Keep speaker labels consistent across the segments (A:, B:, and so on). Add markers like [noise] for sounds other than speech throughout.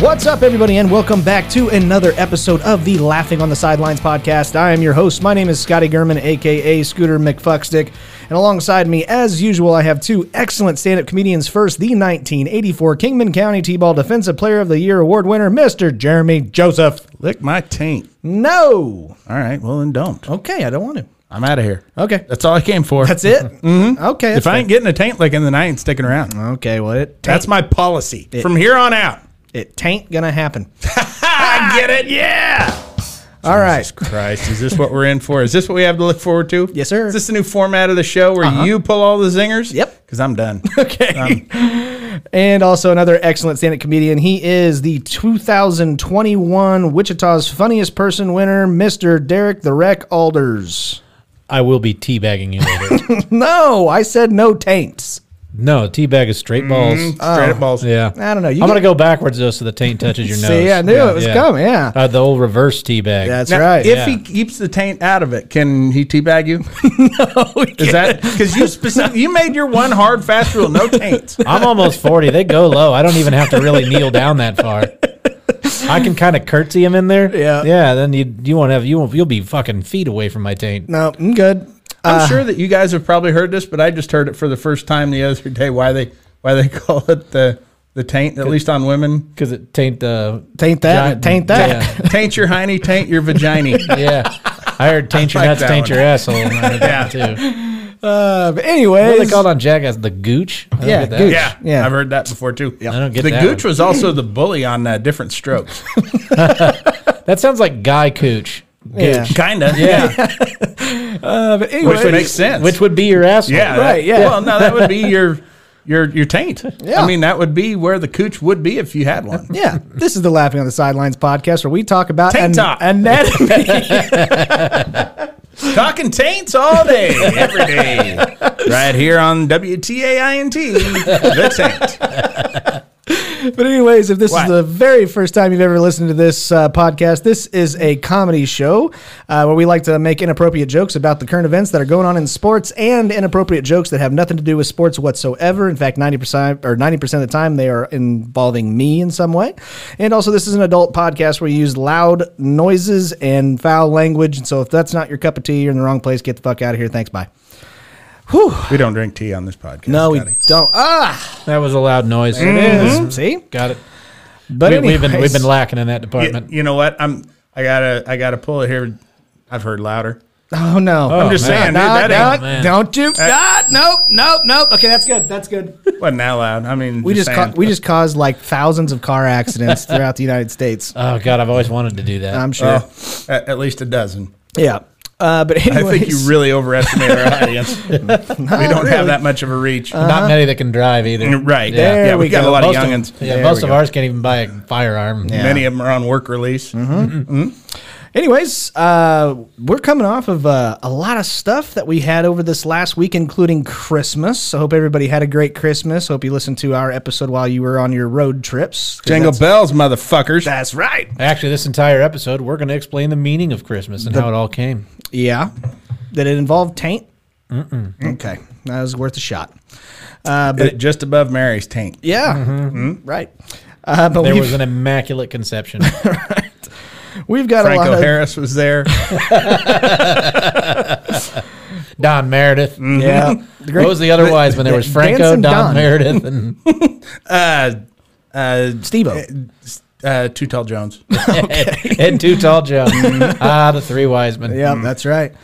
A: What's up, everybody, and welcome back to another episode of the Laughing on the Sidelines podcast. I am your host. My name is Scotty Gurman, aka Scooter McFuckstick, and alongside me, as usual, I have two excellent stand-up comedians. First, the 1984 Kingman County T-ball Defensive Player of the Year award winner, Mr. Jeremy Joseph.
B: Lick my taint.
A: No,
B: All right, well then don't.
A: okay, I don't want to.
B: I'm out of here.
A: Okay,
B: That's all I came for.
A: that's it. mm-hmm. Okay,
B: If I ain't getting a taint licking, then I ain't sticking around.
A: okay, well, it
B: That's my policy from here on out.
A: it tain't gonna happen. [laughs]
B: I get it. Yeah.
A: All right,
B: Christ, is this what we're in for? Is this what we have to look forward to?
A: Yes, sir. Uh-huh.
B: Is this the new format of the show where you pull all the zingers?
A: Yep.
B: Because
A: [laughs]
B: I'm done.
C: [laughs]
A: Okay. Um, and also another excellent stand-up comedian. He is the 2021 Wichita's Funniest Person winner, Mr. Derek the Wreck Alders.
C: I will be teabagging you later.
A: [laughs] No, I said no taints.
C: no, teabag is straight balls.
A: Oh.
B: Straight up balls.
C: yeah.
A: Mm-hmm. I don't know. You
C: I'm going
A: get-
C: to go backwards, though, so the taint touches your
A: [laughs] See,
C: nose.
A: I knew it was coming, yeah.
C: Uh, the old reverse teabag.
A: That's
B: Now,
A: right.
B: If
C: Yeah.
B: he keeps the taint out of it, can he
A: [laughs]
B: teabag you? no. Is that because you specific, you made your one hard fast rule, no taint.
C: [laughs] I'm almost 40. They go low. I don't even have to really kneel down that far. I can kind of curtsy him in there.
A: Yeah.
C: Yeah. Then you you won't have you won't, you'll be fucking feet away from my taint.
A: no, I'm good. Uh,
B: I'm sure that you guys have probably heard this, but I just heard it for the first time the other day. Why they why they [laughs] call it the the taint? At least on women,
C: Because it taint the
A: Taint that.
C: Giant-
A: taint that.
B: [laughs] taint your hiney, taint your vagina.
C: [laughs] Yeah. yeah. I heard
A: [laughs]
C: taint your
B: like
C: nuts,
B: that
C: taint
B: one.
C: your asshole. I heard that one, too.
A: Uh, but
C: What do they
A: anyways,
C: called on Jackass? The gooch? I don't
A: Yeah,
C: get that.
A: gooch.
B: [laughs] Yeah,
A: Yeah.
B: I've heard that before too.
C: I don't get
B: the
C: that
B: gooch
C: one.
B: was also the bully on uh, different strokes.
C: That sounds like guy cooch.
A: yeah.
B: Kinda,
C: Yeah.
A: Uh, but anyways,
B: [laughs] which makes sense.
C: Which would be your asshole.
B: yeah,
A: Right,
B: that-
A: yeah.
B: Well, no, that would be your your your taint.
A: Yeah.
B: I mean, that would be where the cooch would be if you had one.
A: Yeah, this is the Laughing on the Sidelines podcast where we talk about
B: Taint
A: an-
B: talk.
A: anatomy.
C: [laughs]
A: [laughs]
B: Talking taints all day, every day, right here on WTAINT, the taint.
A: But anyways, if this is
B: What?
A: the very first time you've ever listened to this uh, podcast, this is a comedy show uh, where we like to make inappropriate jokes about the current events that are going on in sports and inappropriate jokes that have nothing to do with sports whatsoever. In fact, ninety percent or ninety percent of the time, they are involving me in some way. And also, this is an adult podcast where you use loud noises and foul language. And so, if that's not your cup of tea, you're in the wrong place. Get the fuck out of here. Thanks. Bye.
B: We don't drink tea on this podcast.
A: No, we
B: Scotty.
A: don't. Ah,
C: That was a loud noise.
A: Mm-hmm. see,
C: Got it.
A: but
C: we, we've been we've
A: anyways-
C: been lacking in that
B: Y-
C: department.
B: you know what? I'm. I gotta. I gotta pull it here. I've heard louder.
A: Oh no!
C: I'm just
B: saying, dude,
A: no,
B: that ain't-
A: no,
C: Man.
A: don't you? Ah, nope, nope, nope. Okay, that's good. That's good.
B: Eh. Wasn't that loud? I mean,
A: We just
B: saying.
A: ca- we just caused like thousands of car
B: [laughs]
A: accidents throughout the United States.
C: oh God, I've always wanted to do that.
A: I'm sure.
B: Uh, Oh, at, at least a dozen.
A: yeah. Uh, but
B: I
A: anyways,
B: think you really overestimate our
A: [laughs]
B: audience. [laughs] we don't have that much of a reach.
A: uh-huh.
C: Not many that can drive either.
B: right.
C: Yeah.
B: Yeah,
A: Uh, There
B: we
A: we
B: got
A: go.
B: a lot
C: Most
B: of
C: of-
B: youngins.
C: Yeah,
A: There we
C: most of
A: go.
C: ours can't even buy a firearm.
B: Many of them are on work release.
A: Mm-hmm. anyways, uh, we're coming off of uh, a lot of stuff that we had over this last week, including Christmas. I hope everybody had a great Christmas. Hope you listened to our episode while you were on your road trips. 'Cause
B: Jingle
A: that's-
B: bells, motherfuckers.
A: That's right.
C: Actually, this entire episode, we're going to explain the meaning of Christmas and how it all came.
A: Yeah. Did it involve taint? Mm-mm. Okay, that was worth a shot. Uh, but
B: It- Mm-hmm. just above Mary's taint.
A: Yeah, Mm-hmm. right. Uh, but
C: There
A: we've,
C: was an immaculate
A: [laughs]
C: conception.
A: we've got a
B: Franco
A: lot of
B: Harris
A: [laughs]
B: was there.
C: Don Meredith.
A: yeah. Mm. The
C: [laughs] What was the other wise when there was
A: Dancing [laughs]
C: Franco, Don,
A: Don.
C: Meredith, and
B: Uh, uh,
A: Steve-O.
B: uh, Uh, Too Tall Jones.
C: [laughs] Ed Too
A: [laughs]
C: Tall Joe. ah, the three wise men.
A: Yeah, that's right.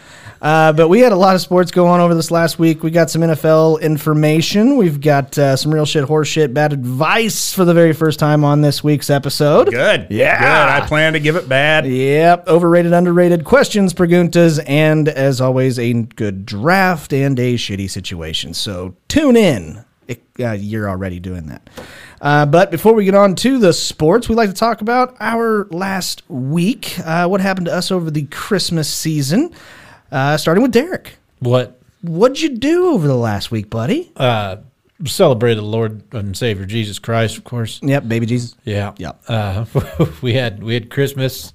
A: Uh, but we had a lot of sports go on over this last week. We got some NFL information. We've got uh, some real shit, horse shit, bad advice for the very first time on this week's episode.
B: Good. Yeah. Good. I plan to give it bad.
A: Yep. Overrated, underrated questions, preguntas, and as always, a good draft and a shitty situation. So tune in. It, uh, you're already doing that. Uh, but before we get on to the sports, we'd like to talk about our last week. Uh, what happened to us over the Christmas season? Uh, starting with Derek.
C: What
A: What'd you do over the last week, buddy?
C: celebrated the Lord and Savior Jesus Christ, of course.
A: yep, baby Jesus.
C: Yeah.
A: Yep.
C: Uh, [laughs] we had we had Christmas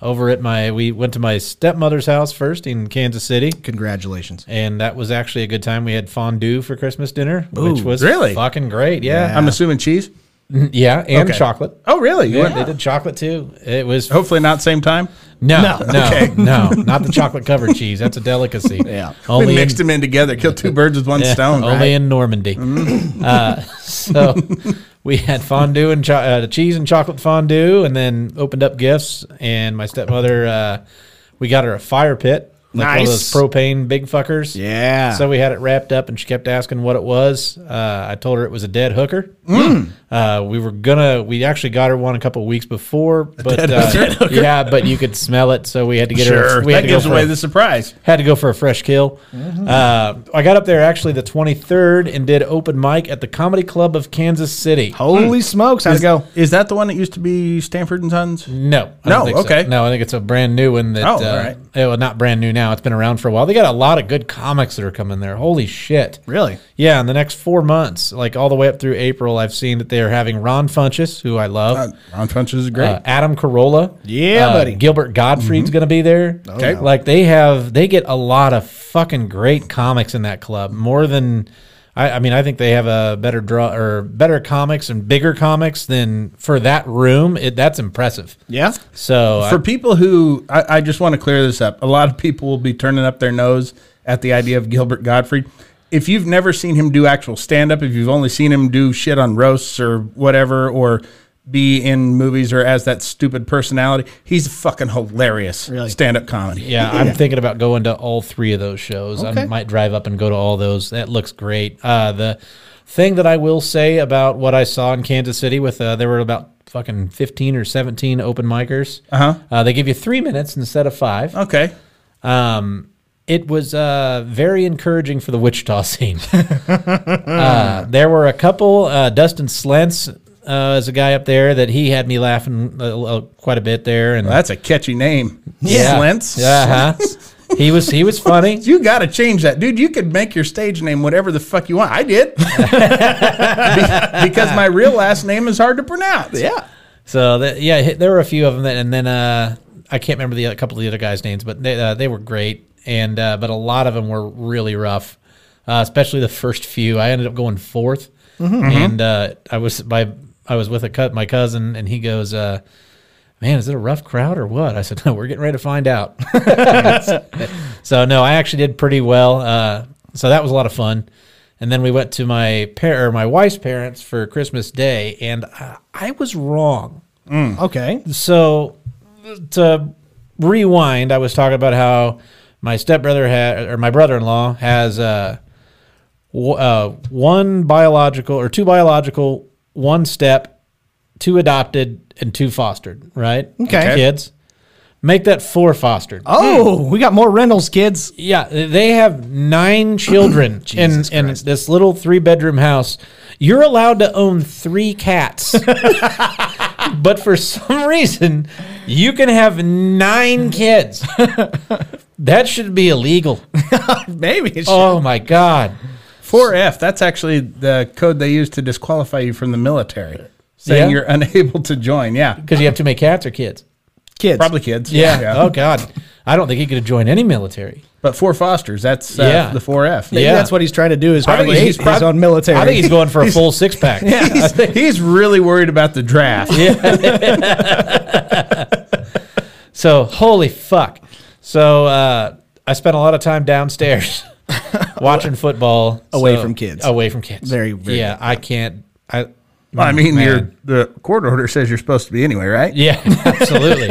C: over at my. We went to my stepmother's house first in Kansas City.
A: Congratulations.
C: And that was actually a good time. We had fondue for Christmas dinner, which
A: Ooh,
C: was
B: really?
C: fucking great. Yeah,
B: I'm assuming cheese.
C: [laughs] yeah, and
B: Okay.
C: chocolate.
B: Oh, really? You
C: Yeah,
B: went-
C: they did chocolate too. It was
B: Hopefully not same time.
C: no, no, no, not the chocolate covered cheese. That's a delicacy.
A: Yeah.
C: only
B: we mixed
C: in,
B: them in together. Killed two birds with one
C: yeah,
B: stone.
C: [laughs] only
B: Right? Mm.
C: in Normandy. uh, so we had fondue and cho- uh, cheese and chocolate fondue, and then opened up gifts. And my stepmother, uh, we got her a fire pit, like one of
A: Nice.
C: those propane big fuckers.
A: Yeah.
C: So we had it wrapped up, and she kept asking what it was. Uh, I told her it was a dead hooker.
B: Mm.
C: Uh, we were gonna. We actually got her one a couple weeks before, but uh,
B: [laughs]
C: yeah, but you could smell it, so we had to get her.
B: Sure.
C: We
B: That
C: had to go
B: gives
C: for
B: away
C: a-
B: the surprise.
C: had to go for a fresh kill.
B: Mm-hmm.
C: Uh, I got up there actually the 23rd and did open mic at the Comedy Club of Kansas City.
A: Holy smokes. How'd it go?
B: Is that the one that used to be Stanford and Sons?
C: No, I
B: No,
C: don't think so.
B: okay.
C: No, I think it's a brand new one. That
B: Oh,
C: uh,
B: all right.
C: eh, well, not brand new now. It's been around for a while. They got a lot of good comics that are coming there. Holy shit!
A: Really?
C: Yeah, in the next four months, like all the way up through April, I've seen that they are having Ron Funches, who I love,
B: Uh, Ron Funches is great.
C: uh, Adam Carolla,
A: Yeah,
C: uh,
A: buddy. Mm-hmm. Oh,
C: Gilbert Gottfried's going to be there.
B: Okay. no.
C: like they have, they get a lot of fucking great comics in that club. More than, I, I mean, I think they have a better draw or better comics and bigger comics than for that room. It, that's impressive.
A: Yeah.
C: So I-
B: For people who, I, I just want to clear this up. A lot of people will be turning up their nose at the idea of Gilbert Gottfried. If you've never seen him do actual stand up, if you've only seen him do shit on roasts or whatever, or be in movies or as that stupid personality, he's fucking hilarious stand up comedy.
C: Yeah, I'm thinking about going to all three of those shows. I might drive up and go to all those. That looks great. Uh, the thing that I will say about what I saw in Kansas City with uh, there were about fucking 15 or 17 open micers. Uh-huh. Oh. They give you three minutes instead of five.
B: Okay.
C: Um, it was uh, very encouraging for the Wichita [laughs] scene. uh, there were a couple. Uh, Dustin Slentz uh, is a guy up there that he had me laughing uh, uh, quite a bit there, and
B: That's a catchy name. Slintz.
C: yeah, uh-huh. [laughs] he was he was funny.
B: You got to change that, dude. You could make your stage name whatever the fuck you want. I did
C: [laughs]
B: Be- because my real last name is hard to pronounce.
A: Yeah.
C: So that, yeah, hi- there were a few of them, that, and then uh, I can't remember the other, couple of the other guys' names, but they uh, they were great, and uh, but a lot of them were really rough, uh, especially the first few. I ended up going 4th and uh, I was by I was with a cut my cousin, and he goes. Uh, Man, is it a rough crowd or what? I said, no, we're getting ready to find out. so no, I actually did pretty well. Uh, so that was a lot of fun. And then we went to my par- or my wife's parents for Christmas Day, and uh, I was wrong.
A: Okay.
C: So to rewind, I was talking about how my stepbrother had or my brother-in-law has uh, w- uh, one biological or two biological, one step, two adopted, and two fostered. Right?
A: Okay.
C: Kids. Make that four fostered.
A: Oh, we got more Reynolds kids.
C: Yeah, they have nine children in, in this little three bedroom house. You're allowed to own three cats, but for some reason, you can have nine kids. that should be illegal.
A: [laughs] Maybe. It's
C: Oh my God.
B: 4F, that's actually the code they use to disqualify you from the military, saying
C: Yeah?
B: you're [laughs] unable to join. Yeah.
C: Because you have too many cats or kids.
A: kids.
B: Probably kids.
C: Yeah. Oh God. I don't think he could have joined any military.
B: But four fosters, that's uh,
C: Yeah.
B: the 4F.
A: Maybe
C: Yeah.
A: that's what he's trying to do is
C: think
A: create
C: he's
A: his
C: prob-
A: own military.
C: I think he's going for a full six pack.
B: He's,
C: [laughs]
B: he's really worried about the draft.
C: So holy fuck. So uh, I spent a lot of
A: [laughs]
C: time downstairs watching football
A: Away
C: So-
A: from kids.
C: Away from kids.
A: Very, very
C: yeah. I can't. I
B: Well, I mean,
C: man.
B: your the court order says you're supposed to be anyway, right?
C: Yeah, [laughs] absolutely,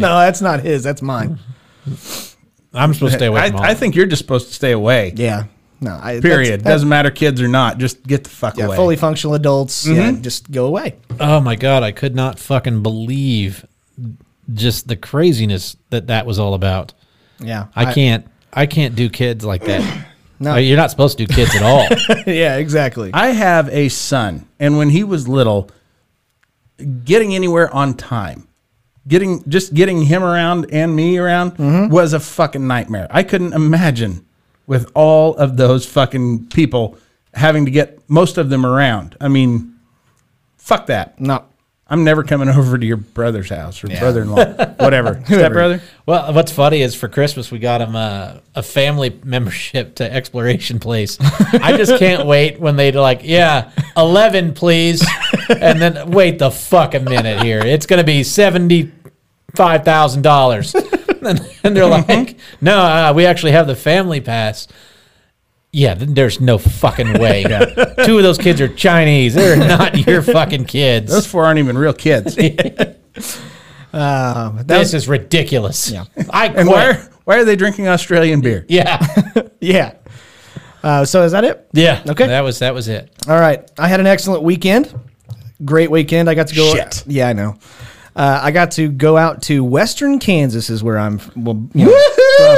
A: [laughs] No, that's not his. That's mine.
C: Mm. I'm supposed to stay away
B: I,
C: from all
B: I think you're just supposed to stay away.
A: Yeah. No. I, that's-
B: Period.
A: that-
B: Doesn't matter, kids or not. Just get the fuck
A: yeah,
B: away.
A: fully functional adults. Yeah,
C: Mm-hmm.
A: just go away.
C: Oh my god, I could not fucking believe just the craziness that that was all about.
A: Yeah.
C: I can't I can't do kids like that.
A: [clears throat] No.
C: Uh, You're not supposed to do kids at
A: [laughs]
C: all.
A: [laughs] yeah, exactly.
B: I have a son, and when he was little, getting anywhere on time, getting just getting him around and me around
A: Mm-hmm.
B: was a fucking nightmare. I couldn't imagine with all of those fucking people having to get most of them around. I mean, fuck that.
A: no.
B: I'm never coming [laughs] over to your brother's house or brother-in-law,
A: [laughs]
B: whatever. Step brother.
C: well, what's funny is for Christmas we got him a, a family [laughs] membership to Exploration Place. I just can't wait when they like, yeah, eleven, please, and then wait the fuck a minute here. It's gonna be seventy five thousand dollars, and, and they're like,
A: Mm-hmm.
C: no, uh, we actually have the family pass. Yeah, th- there's no fucking way. Two of those kids are Chinese. They're not your fucking kids.
B: Those four aren't even
A: [laughs]
B: real kids.
A: Uh, that
C: this
A: was,
C: is ridiculous.
A: Yeah.
C: I
B: And why
C: quit.
B: are, why are they drinking Australian beer?
C: Yeah.
A: yeah. Uh, so is that it?
C: Yeah.
A: Okay.
C: That was that was it.
A: All right. I had an excellent weekend. Great weekend. I got to go.
B: Shit.
A: Yeah, I know. Uh, I got to go out to Western Kansas, is where I'm. f- Well, you know,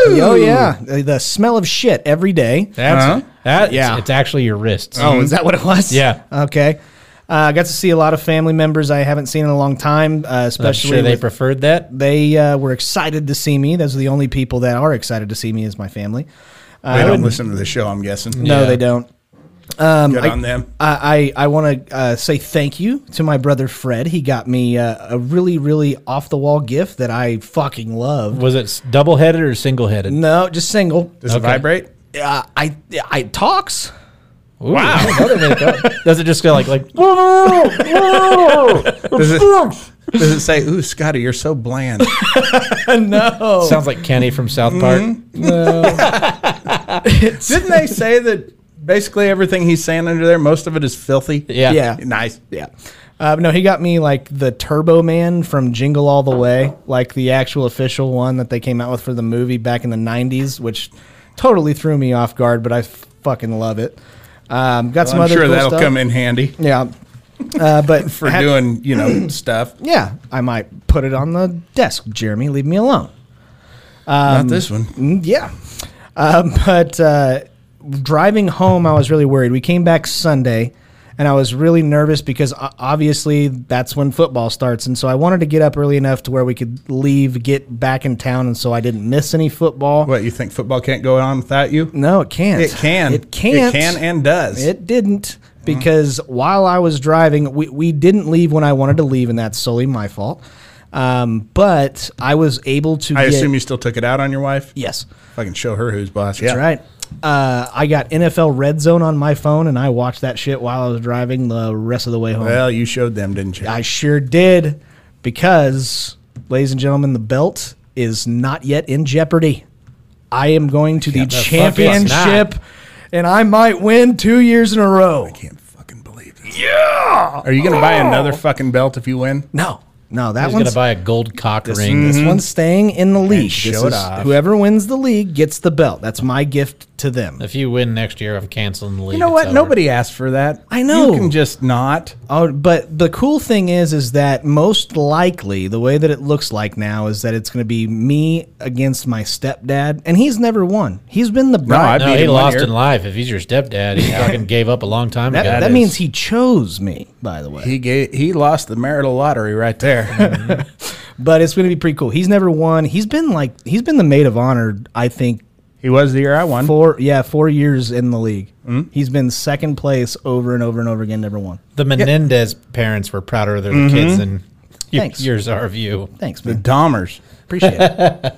A: from. Oh yeah, the the smell of shit every day.
C: That's
B: Huh?
C: that. It's,
A: Yeah.
C: it's actually your wrists.
A: Oh, is that what it was?
C: Yeah.
A: Okay. Uh, I got to see a lot of family members I haven't seen in a long time, uh,
C: I'm
A: especially
C: sure they
A: with-
C: preferred that.
A: they uh, were excited to see me. Those are the only people that are excited to see me is my family.
B: they don't listen to the show, I'm guessing.
A: No,
C: Yeah.
A: they don't.
B: Good on them.
A: I, I, I want to uh, say thank you to my brother Fred. He got me uh, a really, really off the wall gift that I fucking love.
C: Was it double headed or single headed?
A: No, just single.
B: Does it vibrate?
A: Uh, I I talks.
C: Wow. Another way to go. Does it just go like like?
A: [laughs]
B: Does it, does it say, ooh, Scotty, you're so bland?
A: No,
C: Sounds like Kenny from South Park.
B: Didn't they say that basically everything he's saying under there, most of it is filthy?
C: Yeah.
A: Yeah.
B: Nice.
A: yeah. Uh, no, he got me like the Turbo Man from Jingle All the Way, like the actual official one that they came out with for the movie back in the '90s, which totally threw me off guard. But I fucking love it. Um, got some
B: I'm
A: other
B: sure
A: cool
B: that'll
A: stuff.
B: come in handy
A: Yeah, uh, but
B: [laughs] for
A: had-
B: doing, you
A: [clears throat]
B: know, [clears throat] stuff.
A: Yeah, I might put it on the desk. Jeremy, leave me alone.
B: Not this one.
A: Mm, Yeah. Um, but uh, [laughs] driving home, I was really worried. We came back Sunday, and I was really nervous because o- obviously that's when football starts. And so I wanted to get up early enough to where we could leave, get back in town, and so I didn't miss any football.
B: What, you think football can't go on without you?
A: No, it can't.
B: It can.
A: It can't.
B: It can and Mm-hmm. does.
A: It didn't because while I was driving, we, we didn't leave when I wanted to leave, and that's solely my fault. Um, but I was able to.
B: I
A: get-
B: assume you still took it out on your wife?
A: Yes,
B: I can show her who's boss.
A: that's right. Uh, I got NFL Red Zone on my phone, and I watched that shit while I was driving the rest of the way home.
B: Well, you showed them, didn't you?
A: I sure did, because, ladies and gentlemen, the belt is not yet in jeopardy. I am going to the
C: the fuck it's not.
A: championship, and I might win two years in a row.
B: can't fucking believe this. Yeah. Are you going to buy another fucking belt if you win?
A: No, no, that
C: He's
A: one's
C: gonna buy a gold cock ring.
A: This one's staying in the league. This
B: show it
A: is-
B: off.
A: whoever wins the league gets the belt. That's my gift to them.
C: If you win next year, I'm canceling the league.
B: You know
C: It's
B: what?
C: over.
B: Nobody asked for that.
A: I know.
B: You can just not.
A: Oh, but the cool thing is, is that most likely the way that it looks like now is that it's going to be me against my stepdad, and he's never won. He's been the bride.
B: I
C: No,
B: beat
C: he
B: him one
C: lost
B: year.
C: in life. If he's your stepdad, he fucking gave up a long time
A: that
C: ago.
A: that means he chose me, by the way.
B: He gave, he lost the marital lottery right there.
A: But it's going to be pretty cool. He's never won. He's been like he's been the maid of honor. I think
B: [laughs] he was the year I won.
A: four yeah four years in the league. He's been second place over and over and over again. Never won.
C: the Menendez parents were prouder of their kids than y-
A: Thanks.
C: yours are of you.
A: Thanks,
B: The
A: man.
B: Dahmers.
A: Appreciate it.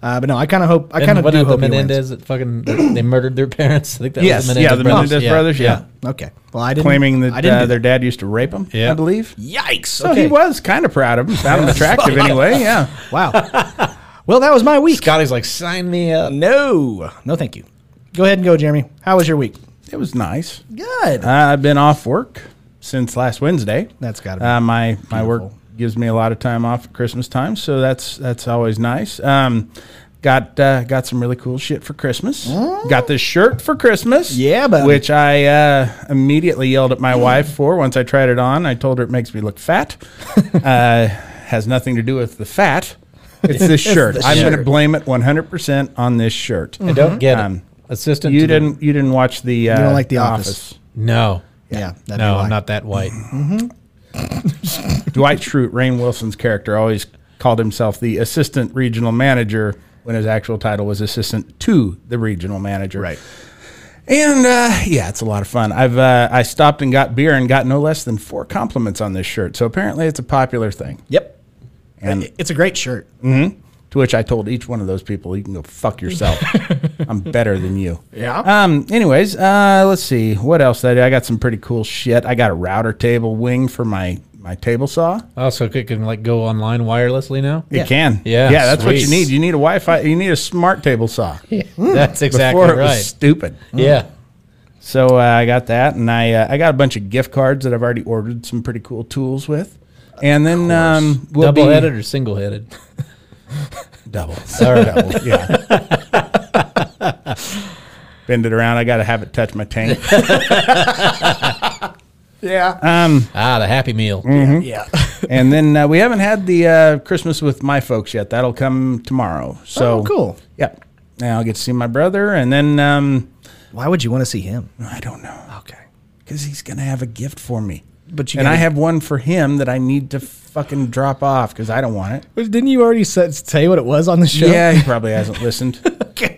A: Uh, but no, I kind of hope I kind of do
C: Wasn't it the
A: hope he wins.
C: Menendez that fucking they murdered their parents. I think that
B: Yes,
C: was the
B: yeah,
C: Menendez
B: the Menendez brothers,
C: brothers.
B: yeah.
A: Okay. Well, I didn't
B: Claiming that
A: I didn't
B: uh,
A: do
B: their dad used to rape him,
C: Yeah.
B: I believe.
A: Yikes.
B: So he was kind of proud of him, [laughs] found him attractive anyway. Yeah.
A: Wow. well, that was my week.
C: Scotty's like, sign me up.
A: No. No, thank you. Go ahead and go, Jeremy. How was your week? Uh,
B: It was nice.
A: Good.
B: I've been off work. since last Wednesday.
A: That's gotta be
B: uh, my my work gives me a lot of time off at Christmas time, so that's that's always nice. Um, got uh, got some really cool shit for Christmas. Got this shirt for Christmas.
A: Mm. Yeah, buddy. Mm.
B: which I uh, immediately yelled at my wife for once I tried it on. I told her it makes me look
A: [laughs]
B: fat. uh, has nothing to do with the fat. It's
A: [laughs]
B: this shirt.
A: the
B: I'm going to
A: shirt.
B: blame it 100% on this shirt.
C: I don't get
B: Um,
C: it. Assistant,
B: You
C: to the-
B: didn't. You didn't watch the. Uh,
A: don't like The Office.
C: No,
A: Yeah, that'd be
C: no,
A: why.
C: I'm not that white.
B: Mm-hmm. Dwight Schrute, Rain Wilson's character, always called himself the assistant regional manager when his actual title was assistant to the regional manager.
A: Right.
B: And uh, yeah, it's a lot of fun. I've uh, I stopped and got beer and got no less than four compliments on this shirt. So apparently, it's a popular thing.
A: Yep.
B: And
A: It's a great shirt.
B: to which I told each one of those people, "You can go fuck yourself. I'm better than you."
A: Yeah.
B: Um. Anyways, uh, let's see what else did I do. I got some pretty cool shit. I got a router table wing for my my table saw.
C: Also, it can like go online wirelessly now.
B: It can.
C: Yeah,
B: Yeah, that's what you
C: sweet.
B: need. You need a Wi-Fi. You need a smart table saw.
C: [laughs] That's [laughs] exactly
B: Before it
C: right.
B: was stupid.
C: yeah.
B: So uh, I got that, and I uh, I got a bunch of gift cards that I've already ordered some pretty cool tools with, and then um, we'll
C: Double
B: be-
C: headed or
B: [laughs]
C: single headed? [laughs]
B: double, sorry, double, yeah. [laughs] Bend it around. I got to have it touch my
C: [laughs]
B: tank.
A: Yeah.
C: Ah, the Happy Meal.
B: Mm-hmm.
A: yeah.
B: and then uh, we haven't had the uh, Christmas with my folks yet. That'll come tomorrow. So
A: Oh, cool.
B: Yeah. Now I'll get to see my brother, and then um,
A: [laughs] Why would you want to see him?
B: I don't know.
A: Okay.
B: because he's gonna have a gift for me.
A: But you
B: and
A: gotta-
B: I have one for him that I need to fucking drop off because I don't want it.
A: Didn't you already say, say what it was on the show? [laughs]
B: Yeah, he probably hasn't listened.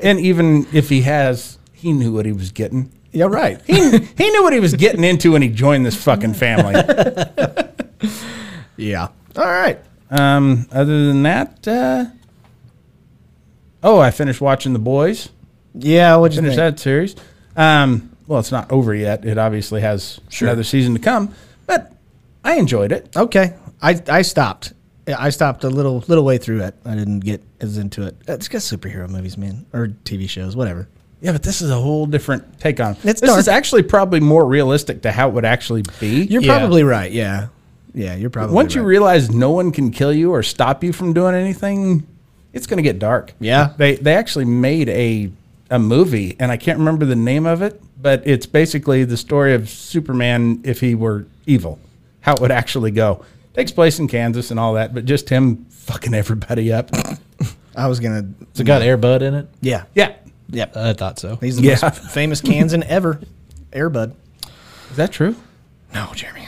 B: And even if he has, he knew what he was getting.
A: Yeah, right.
B: He, [laughs] he knew what he was getting into when he joined this fucking family.
A: [laughs] yeah. All right.
B: Um, other than that, uh, oh, I finished watching The Boys.
A: Yeah, what'd you
B: Finish
A: think?
B: that series. Um, well, it's not over yet. It obviously has another season to come, but I enjoyed it.
A: Okay. I, I stopped. Yeah, I stopped a little little way through it. I didn't get as into it. It's just superhero movies, man, or TV shows, whatever.
B: Yeah, but this is a whole different take on it.
A: It's
B: this
A: dark.
B: is actually probably more realistic to how it would actually be.
A: You're
C: Yeah.
A: probably right. Yeah. Yeah, you're probably
B: Once you
A: right.
B: realize no one can kill you or stop you from doing anything, it's going to get dark.
A: Yeah.
B: They they actually made a a movie and I can't remember the name of it, but it's basically the story of Superman if he were evil. How it would actually go. Takes place in Kansas and all that, but just him fucking everybody up.
A: I was going
C: Has it
A: to.
C: got Air Bud in it?
A: Yeah.
B: yeah.
A: Yep.
C: I thought so.
A: Uh, He's the
B: Yeah.
A: most famous Kansan ever. Airbud.
B: Is that true?
A: No, Jeremy.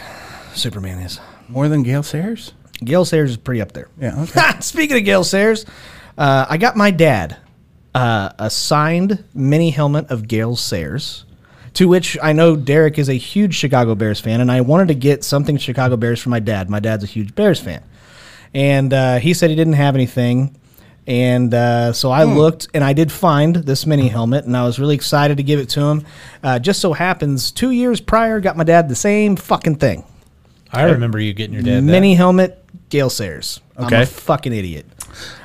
A: Superman is.
B: More than Gail Sayers?
A: Gail Sayers is pretty up there. [laughs]
B: Yeah, okay.
A: Speaking of Gail Sayers, uh, I got my dad uh, a signed mini helmet of Gail Sayers, to which I know Derek is a huge Chicago Bears fan, and I wanted to get something Chicago Bears for my dad. My dad's a huge Bears fan. And uh, he said he didn't have anything. And uh, so
B: Hmm.
A: I looked and I did find this mini helmet, and I was really excited to give it to him. Uh, just so happens, two years prior, got my dad the same fucking thing
C: I remember you getting your dad that.
A: mini helmet, Gale Sayers. I'm
B: Okay.
A: a fucking idiot.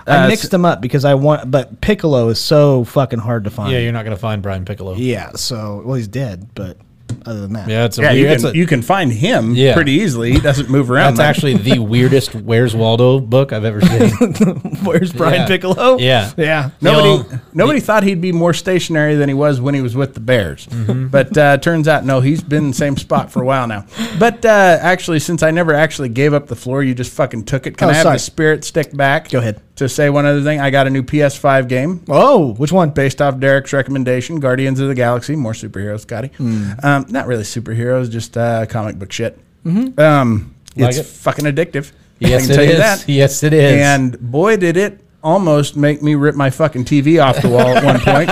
B: Uh,
A: I mixed them up because I want, but Piccolo is so fucking hard to find.
C: Yeah, you're not going to find Brian Piccolo.
A: Yeah, So, well, he's dead, but other than that,
C: Yeah, it's a
B: Yeah, you
C: weird.
B: can,
C: That's, a-
B: you can find him
C: Yeah.
B: pretty easily. He doesn't move around.
C: that's
B: much. [laughs]
C: actually the weirdest Where's Waldo book I've ever seen.
A: [laughs] where's Brian
C: Yeah.
A: Piccolo?
C: Yeah.
A: yeah.
B: Nobody,
C: No.
B: nobody thought he'd be more stationary than he was when he was with the Bears.
C: Mm-hmm.
B: But uh, turns out, no, he's been in the same spot for a while now. But uh, actually, since I never actually gave up the floor, you just fucking took it. Can
A: Oh,
B: I have
A: sorry.
B: the spirit stick back?
A: Go ahead.
B: To say one other thing, I got a new PS5 game
A: Oh, which one?
B: based off Derek's recommendation Guardians of the Galaxy, more superheroes, Scotty.
A: Hmm.
B: Um, not really superheroes, just uh, comic book shit.
A: Mm-hmm.
B: Um,
C: Like
B: it's
C: it?
B: fucking addictive.
C: Yes, it is. Yes, it is.
B: And boy, did it almost make me rip my fucking TV off the wall at one point.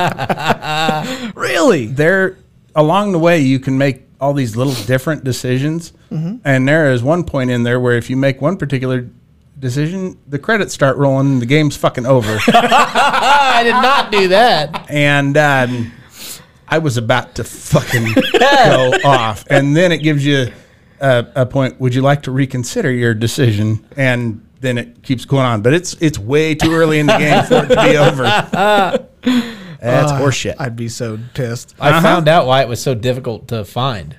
C: [laughs]
A: Really?
B: There, along the way, you can make all these little different decisions.
C: Mm-hmm.
B: And there is one point in there where if you make one particular decision, the credits start rolling and the game's fucking
C: [laughs]
B: over.
C: I did not do that.
B: and um, I was about to fucking go off. And then it gives you a, a point. Would you like to reconsider your decision? And then it keeps going on. But it's it's way too early in the game for it to be
C: [laughs]
B: over. That's horseshit.
C: Ah,
A: I'd be so pissed.
C: Uh-huh. I found out why it was so difficult to find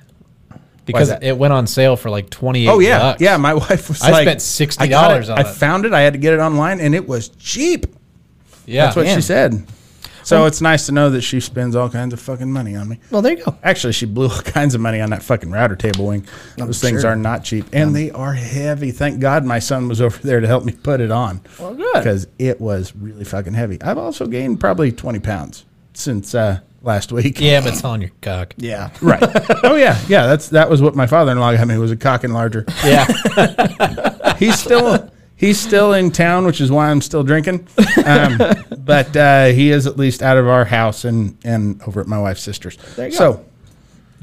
C: because
B: that?
C: it went on sale for like twenty eight.
B: Oh yeah,
C: bucks.
B: yeah. My wife was.
C: I
B: like,
C: spent $60
B: I got it.
C: on
B: I
C: it.
B: found it. I had to get it online, and it was cheap.
C: yeah.
B: That's what
A: Man.
B: she said. So it's nice to know that she spends all kinds of fucking money on me.
A: Well, there you go.
B: Actually, she blew [laughs] all kinds of money on that fucking router table wing. Those things
A: sure.
B: are not cheap, and they are heavy. Thank God my son was [laughs] over there to help me put it on. Well,
A: good.
B: because it was really fucking heavy. I've also gained probably twenty pounds since uh, last week.
C: yeah, but it's on your cock.
A: Yeah.
B: [laughs] Right. oh yeah, yeah. That's that was what my father-in-law got me was a cock enlarger.
C: [laughs] Yeah,
B: He's still he's still in town, which is why I'm still drinking.
A: [laughs]
B: Um, but uh, he is at least out of our house and and over at my wife's sister's.
A: There you
B: so
A: go.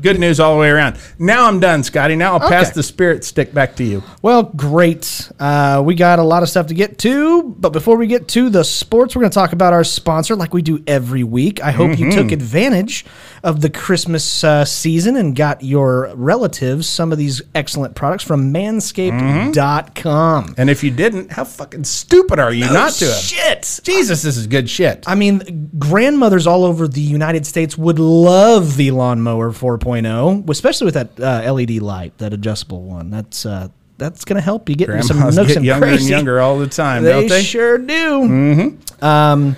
B: good news all the way around. Now I'm done, Scotty. Now I'll pass
A: Okay.
B: the spirit stick back to you.
A: Well, great. Uh, we got a lot of stuff to get to, but before we get to the sports, we're going to talk about our sponsor like we do every week. I hope you
B: Mm-hmm.
A: took advantage of the Christmas uh, season and got your relatives some of these excellent products from
B: Mm-hmm.
A: manscaped.com.
B: And if you didn't, how fucking stupid are you not to? have?
A: Oh, Shit.
B: Jesus, this is good shit.
A: I mean, grandmothers all over the United States would love the lawnmower 4.0, especially with that uh, LED light, that adjustable one. That's uh, that's going to help you get into some
B: Grandmas
A: nooks
B: get
A: and
B: younger
A: crannies.
B: and younger all the time,
A: They,
B: don't they?
A: sure do. Mm-hmm. Um,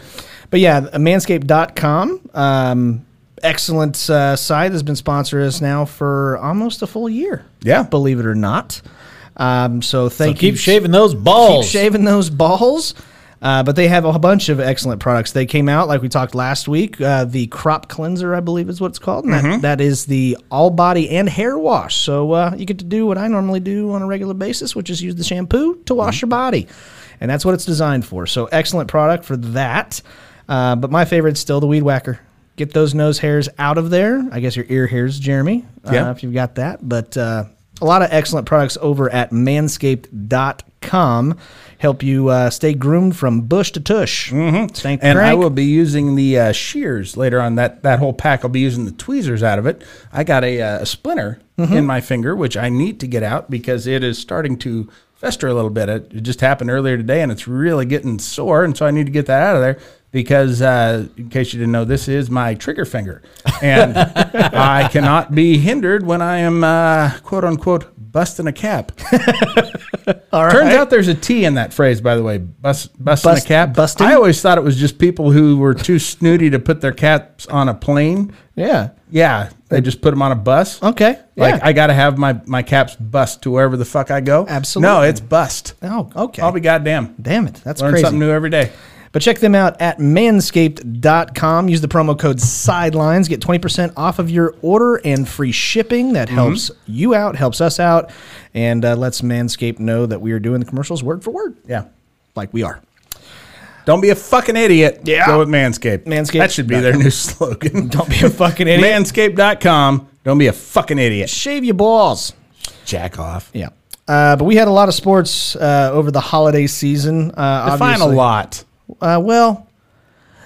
A: but yeah, manscaped.com. Um, excellent uh, site has been sponsoring us now for almost a full year.
B: Yeah.
A: Believe it or not. Um, so
C: so
A: thank you.
C: keep shaving those balls.
A: Keep shaving those balls. Uh, but they have a bunch of excellent products. They came out, like we talked last week, uh, the crop cleanser, I believe is what it's called. And that, that is the all body and hair wash. So uh, you get to do what I normally do on a regular basis, which is use the shampoo to wash your body. And that's what it's designed for. So excellent product for that. Uh, but my favorite's still the weed whacker. Get those nose hairs out of there. I guess your ear hairs, Jeremy. Uh,
B: Yeah.
A: if you've got that. But uh, a lot of excellent products over at manscaped.com help you uh, stay groomed from bush to tush. Mm-hmm. Stank
B: And I
A: crank.
B: will be using the uh, shears later on. That that whole pack, I'll be using the tweezers out of it. I got a, uh, a splinter in my finger, which I need to get out because it is starting to fester a little bit. It, it just happened earlier today, and it's really getting sore, and so I need to get that out of there. Because, uh, in case you didn't know, this is my trigger finger, and I cannot be hindered when I am uh, "quote unquote" busting a cap.
A: All right.
B: Turns out there's a T in that phrase, by the way. Bust, busting
A: Bust-
B: a cap.
A: busting?
B: I always thought it was just people who were too snooty to put their caps on a plane.
A: Yeah.
B: Yeah, they just put them on a bus.
A: Okay.
B: Like
A: yeah.
B: I got to have my my caps bust to wherever the fuck I go.
A: Absolutely.
B: No, it's bust.
A: Oh, okay.
B: I'll be goddamn.
A: Damn it. That's
B: Learn
A: crazy.
B: something new every day.
A: But check them out at manscaped.com. Use the promo code SIDELINES. Get 20% off of your order and free shipping.
B: Mm-hmm.
A: That helps you out, helps us out, and uh, lets Manscaped know that we are doing the commercials word for word,
B: Yeah.
A: like we are.
B: Don't be a fucking idiot.
A: Yeah.
B: Go with Manscaped.
A: Manscaped.
B: That should be their new [laughs]
A: [laughs]
B: slogan.
A: Don't be a fucking idiot.
B: Manscaped.com. Don't be a fucking idiot.
A: Shave your balls.
B: Jack off.
A: Yeah. Uh, but we had a lot of sports uh, over the holiday season. Uh,
B: Define a
A: obviously.
B: lot.
A: Uh, well,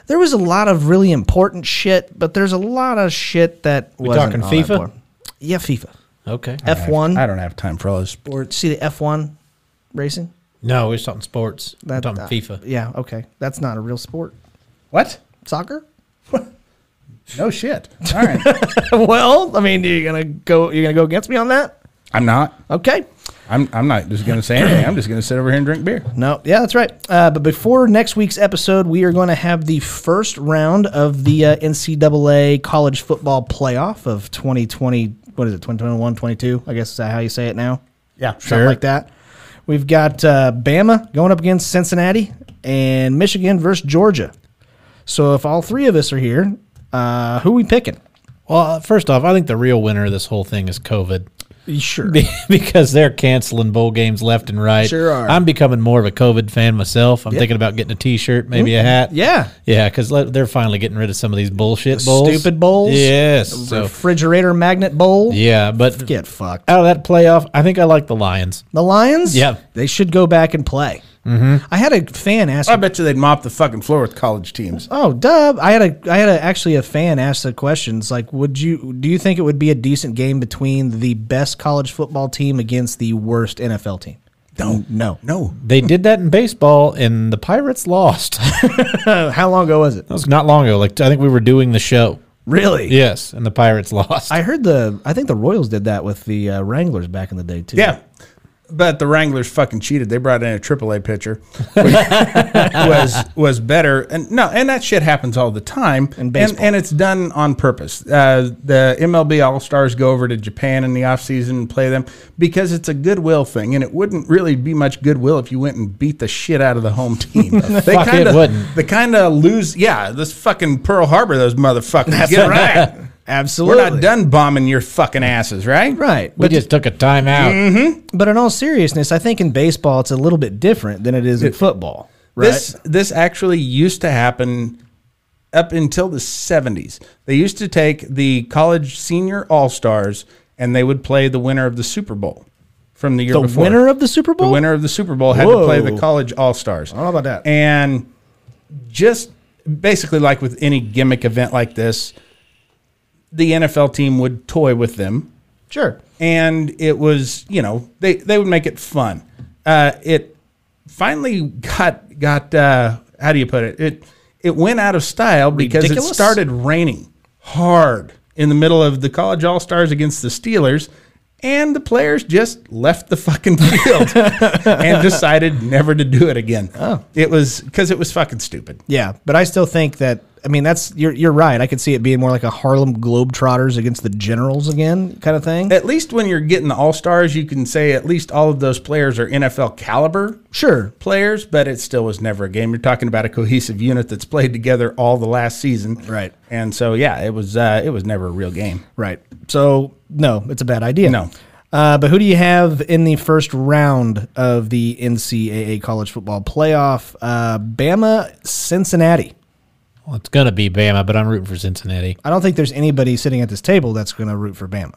A: there was a lot of really important shit, but there's a lot of shit that we wasn't
C: talking
A: all that
C: FIFA?
A: important. Yeah, FIFA.
C: Okay.
A: F one.
B: I don't have time for all this
A: Or see the F one racing.
C: No, we're talking sports. we're talking
A: uh,
C: FIFA.
A: Yeah. Okay. That's not a real sport.
B: What?
A: Soccer.
B: No shit. All right.
A: well, I mean, you're gonna go. You're gonna go against me on that.
B: I'm not.
A: Okay.
B: I'm, I'm not just going to say anything. I'm just going to sit over here and drink beer.
A: No, yeah, that's right. Uh, but before next week's episode, we are going to have the first round of the uh, NCAA college football playoff of 2020. What is it, 2021, 22? I guess is that how you say it now?
B: Yeah,
A: Something like that. We've got uh, Bama going up against Cincinnati and Michigan versus Georgia. So if all three of us are here, uh, who we picking?
C: Well, uh, first off, I think the real winner of this whole thing is COVID. [laughs]
A: Sure.
C: Be- because they're canceling bowl games left and right.
A: Sure are.
C: I'm becoming more of a COVID fan myself. I'm thinking about getting a T-shirt, maybe a hat.
A: Yeah.
C: yeah, because they're finally getting rid of some of these bullshit bowls,
A: Stupid bowls.
C: Yes. So
A: Refrigerator magnet bowl.
C: yeah, but
A: Get fucked.
C: out of that playoff, I think I like the Lions.
A: The Lions?
C: Yeah.
A: They should go back and play. Mm-hmm. I had a fan ask.
B: I bet you they'd mop the fucking floor with college teams.
A: Oh, dub. I had a I had a, actually a fan ask the questions like, would you do you think it would be a decent game between the best college football team against the worst NFL team? Don't no.
B: No.
C: They did that in baseball, and the Pirates lost. [laughs] that
A: Uh, How long ago was it?
C: was not long ago. Like I think we were doing the show.
A: Really?
C: Yes, and the Pirates [laughs] lost.
A: I heard the. I think the Royals did that with the uh, Wranglers back in the day too.
B: Yeah. But the Wranglers fucking cheated. They brought in a AAA pitcher, which was was better. And no, and that shit happens all the time. And and,
A: baseball.
B: it's done on purpose. Uh, the MLB All Stars go over to Japan in the offseason and play them because it's a goodwill thing. And it wouldn't really be much goodwill if you went and beat the shit out of the home team. they
C: Fuck, it
B: kinda,
C: wouldn't.
B: They kind of lose. Yeah, this fucking Pearl Harbor. Those motherfuckers. Get right.
A: absolutely.
B: We're not done bombing your fucking asses, right?
A: Right.
C: we just took a timeout.
A: Mm. But in all seriousness, I think in baseball it's a little bit different than it is in football. Right.
B: This this actually used to happen up until the 70s. They used to take the college senior all-stars and they would play the winner of the Super Bowl from the year
A: the
B: before.
A: winner of the Super Bowl.
B: the winner of the Super Bowl had to play the
A: Whoa.
B: college all-stars. I
A: don't know about that.
B: And just basically like with any gimmick event like this, the NFL team would toy with them
A: Sure.
B: and it was you know they they would make it fun. Uh, it finally got got uh, how do you put it it it went out of style because it
A: Ridiculous?
B: started raining hard in the middle of the college all stars against the Steelers. And the players just left the fucking field and decided never to do it again. Oh. It was because it was fucking stupid.
A: Yeah, but I still think that I mean that's you're you're right. I could see it being more like a Harlem Globetrotters against the Generals again kind of thing.
B: At least when you're getting the all stars, you can say at least all of those players are NFL caliber.
A: Sure.
B: players, but it still was never a game. You're talking about a cohesive unit that's played together all the last season,
A: Right.
B: And so, yeah, it was uh, it was never a real game.
A: Right. So no, it's a bad idea.
B: No.
A: Uh, but who do you have in the first round of the NCAA college football playoff? Uh, Bama, Cincinnati.
C: Well, it's gonna be Bama, but I'm rooting for Cincinnati.
A: I don't think there's anybody sitting at this table that's going to root for Bama.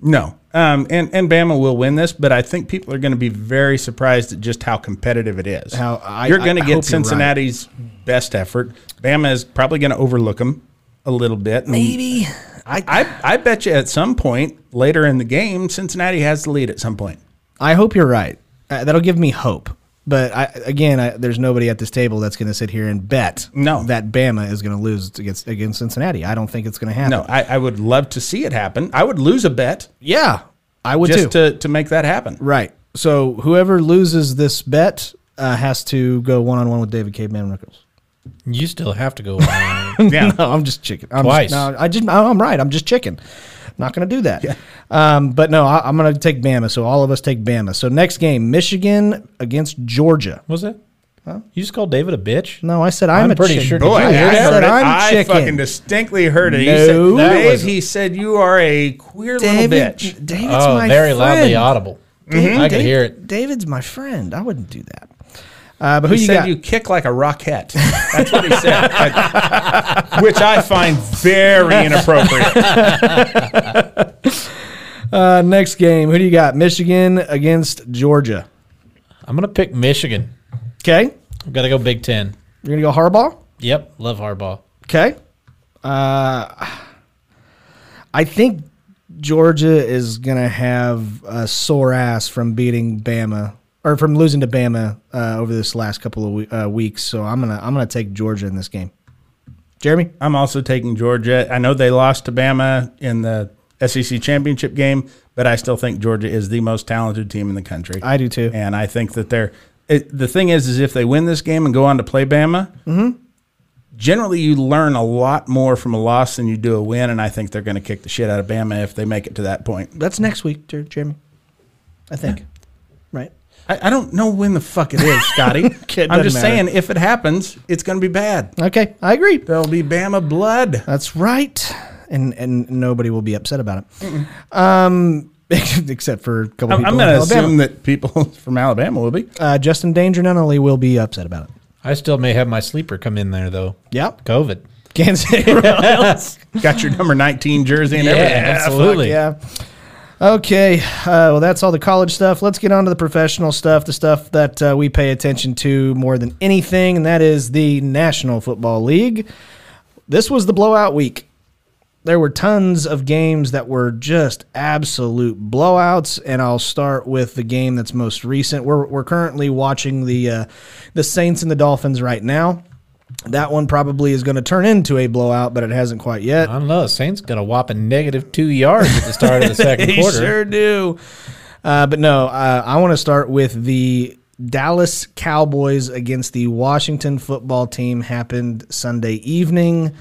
B: No, um, and and Bama will win this, but I think people are going to be very surprised at just how competitive it is.
A: How- I-
B: you're going
A: I-
B: to
A: I
B: get
A: hope you're right.
B: Cincinnati's best effort. Bama is probably going to overlook them a little bit. Maybe I, I I bet you at some point later in the game, Cincinnati has the lead at some point.
A: I hope you're right. Uh, that'll give me hope. But I, again, I, there's nobody at this table that's going to sit here and bet
B: No.
A: that Bama is going to lose against against Cincinnati. I don't think it's going to happen.
B: No, I, I would love to see it happen. I would lose a bet.
A: Yeah, I would
B: just
A: too.
B: to, to make
A: [laughs]
B: that happen.
A: right. So whoever loses this bet uh, has to go one on one with David Caveman Rickles. [laughs]
C: You still have to go. [laughs] Wyoming.
B: Yeah.
A: No, I'm just chicken. I'm
C: Twice.
A: Just, no, I just I'm right. I'm just chicken. I'm not going to do that. Um, but no, I, I'm going to take Bama. So all of us take Bama. So next game, Michigan against Georgia.
C: was it? You just called David a bitch.
A: No, I said I'm,
C: I'm
A: a
C: pretty
A: chicken.
C: sure-
B: Boy,
C: Did
B: I,
C: you hear that?
B: heard
A: said
B: it.
A: I'm
B: I
A: chicken.
B: fucking distinctly heard it.
A: No.
B: he said,
C: That
B: Dave,
C: was-
B: he said you are a queer little bitch.
A: David's
C: oh,
A: my
C: very
A: friend.
C: loudly audible.
A: David-
C: I could
A: David-
C: hear it.
A: David's my friend. I wouldn't do that. Uh, but who
B: He
A: you
B: said
A: got?
B: you kick like a rocket. That's what he
A: [laughs]
B: said, I- which I find very inappropriate.
A: uh, next game. Who do you got? Michigan against Georgia.
C: I'm gonna pick Michigan.
A: Okay,
C: I've got to go Big Ten.
A: you're gonna go Harbaugh.
C: Yep, love Harbaugh.
A: Okay. Uh, I think Georgia is going to have a sore ass from beating Bama or from losing to Bama uh, over this last couple of we- uh, weeks. So I'm gonna I'm gonna take Georgia in this game. Jeremy,
B: I'm also taking Georgia. I know they lost to Bama in the SEC championship game, but I still think Georgia is the most talented team in the country.
A: I do too.
B: and I think that they're. It, the thing is, is if they win this game and go on to play Bama,
A: Mm-hmm.
B: generally you learn a lot more from a loss than you do a win, and I think they're going to kick the shit out of Bama if they make it to that point.
A: That's next week, Jer- Jeremy. I think. Right.
B: I, I don't know when the fuck it is,
A: [laughs]
B: Scotty.
A: Kid,
B: I'm
A: doesn't
B: just
A: matter.
B: saying, if it happens, it's going to be bad.
A: Okay, I agree.
B: There'll be Bama blood.
A: That's right. And and nobody will be upset about it. Um, [laughs] except for a couple
B: I'm,
A: people. in
B: going to
A: Alabama.
B: assume that people [laughs] from Alabama will be.
A: uh, Justin Danger Nunnally will be upset about it.
C: I still may have my sleeper come in there though.
A: Yep.
C: COVID.
A: Kansas City Royals.
B: Got your number 19 jersey and everything.
C: absolutely.
A: yeah. Okay. Uh, well, that's all the college stuff. Let's get on to the professional stuff, the stuff that uh, we pay attention to more than anything, and that is the National Football League. This was the blowout week. There were tons of games that were just absolute blowouts, and I'll start with the game that's most recent. We're, we're currently watching the uh, the Saints and the Dolphins right now. That one probably is going to turn into a blowout, but it hasn't quite yet.
C: I don't know. Saints got a whopping negative two yards at the
A: [laughs]
C: start of the second
A: They
C: quarter.
A: sure do. Uh, but no, uh, I want to start with the Dallas Cowboys against the Washington football team happened Sunday evening.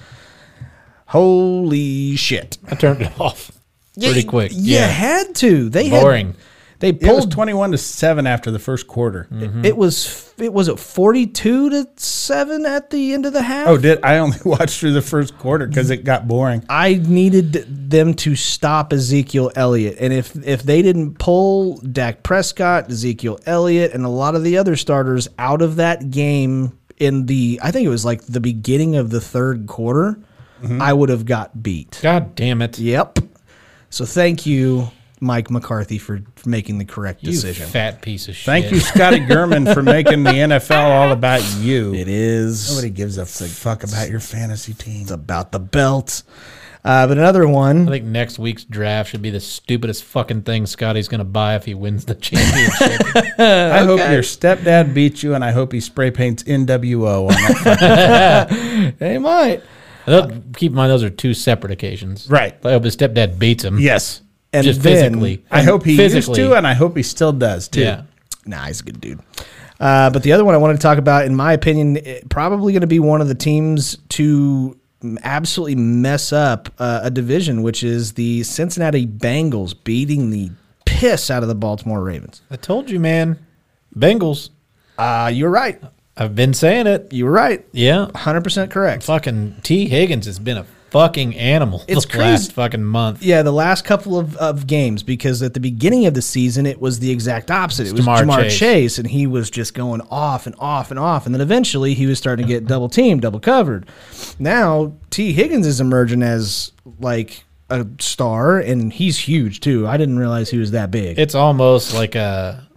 A: Holy shit.
C: I turned it off pretty quick.
A: You had to. They had-
C: boring.
A: they
B: It was
A: pulled
B: twenty-one to seven after the first quarter.
A: It was it was at forty two to seven at the end of the half.
B: Oh, did I only [laughs] watched through the first quarter because it got boring?
A: I needed them to stop Ezekiel Elliott, and if if they didn't pull Dak Prescott, Ezekiel Elliott, and a lot of the other starters out of that game in the I think it was like the beginning of the third quarter, I would have got beat.
C: God damn it!
A: Yep. So thank you, Mike McCarthy, for making the correct
C: you
A: decision.
C: fat piece of shit.
B: Thank you, Scotty Gurman, for making the NFL all about you.
A: It is.
B: Nobody gives a fuck about your fantasy team.
A: It's about the belt. Uh, but another
C: I
A: one.
C: think next week's draft should be the stupidest fucking thing Scotty's going to buy if he wins the [laughs] championship.
B: I hope your stepdad beats you, and I hope he spray paints NWO on that.
A: They might.
C: Though, Keep in mind, those are two separate occasions.
B: Right.
C: I hope his stepdad beats him.
B: yes.
A: And
C: Just
A: then-
C: physically.
B: I hope he
C: Physically.
B: used to, and I hope he still does, too.
C: Yeah.
A: Nah, he's a good dude. Uh, but the other one I wanted to talk about, in my opinion, it- probably going to be one of the teams to absolutely mess up uh, a division, which is the Cincinnati Bengals beating the piss out of the Baltimore Ravens.
C: I told you, man. Bengals.
A: Uh, you're right.
C: I've been saying it.
A: You're right.
C: Yeah.
A: 100% correct.
C: Fucking T. Higgins has been a fucking animal
A: It's
C: the
A: crazy.
C: [laughs] last fucking month.
A: Yeah, the last couple of, of games, because at the beginning of the season, it was the exact opposite. It was
C: Ja'Marr
A: Jamar,
C: Chase.
A: Chase. and he was just going off and off and off. And then eventually he was starting to get double teamed, double covered. Now, T. Higgins is emerging as like a star, and he's huge too. I didn't realize he was that big.
C: It's almost like a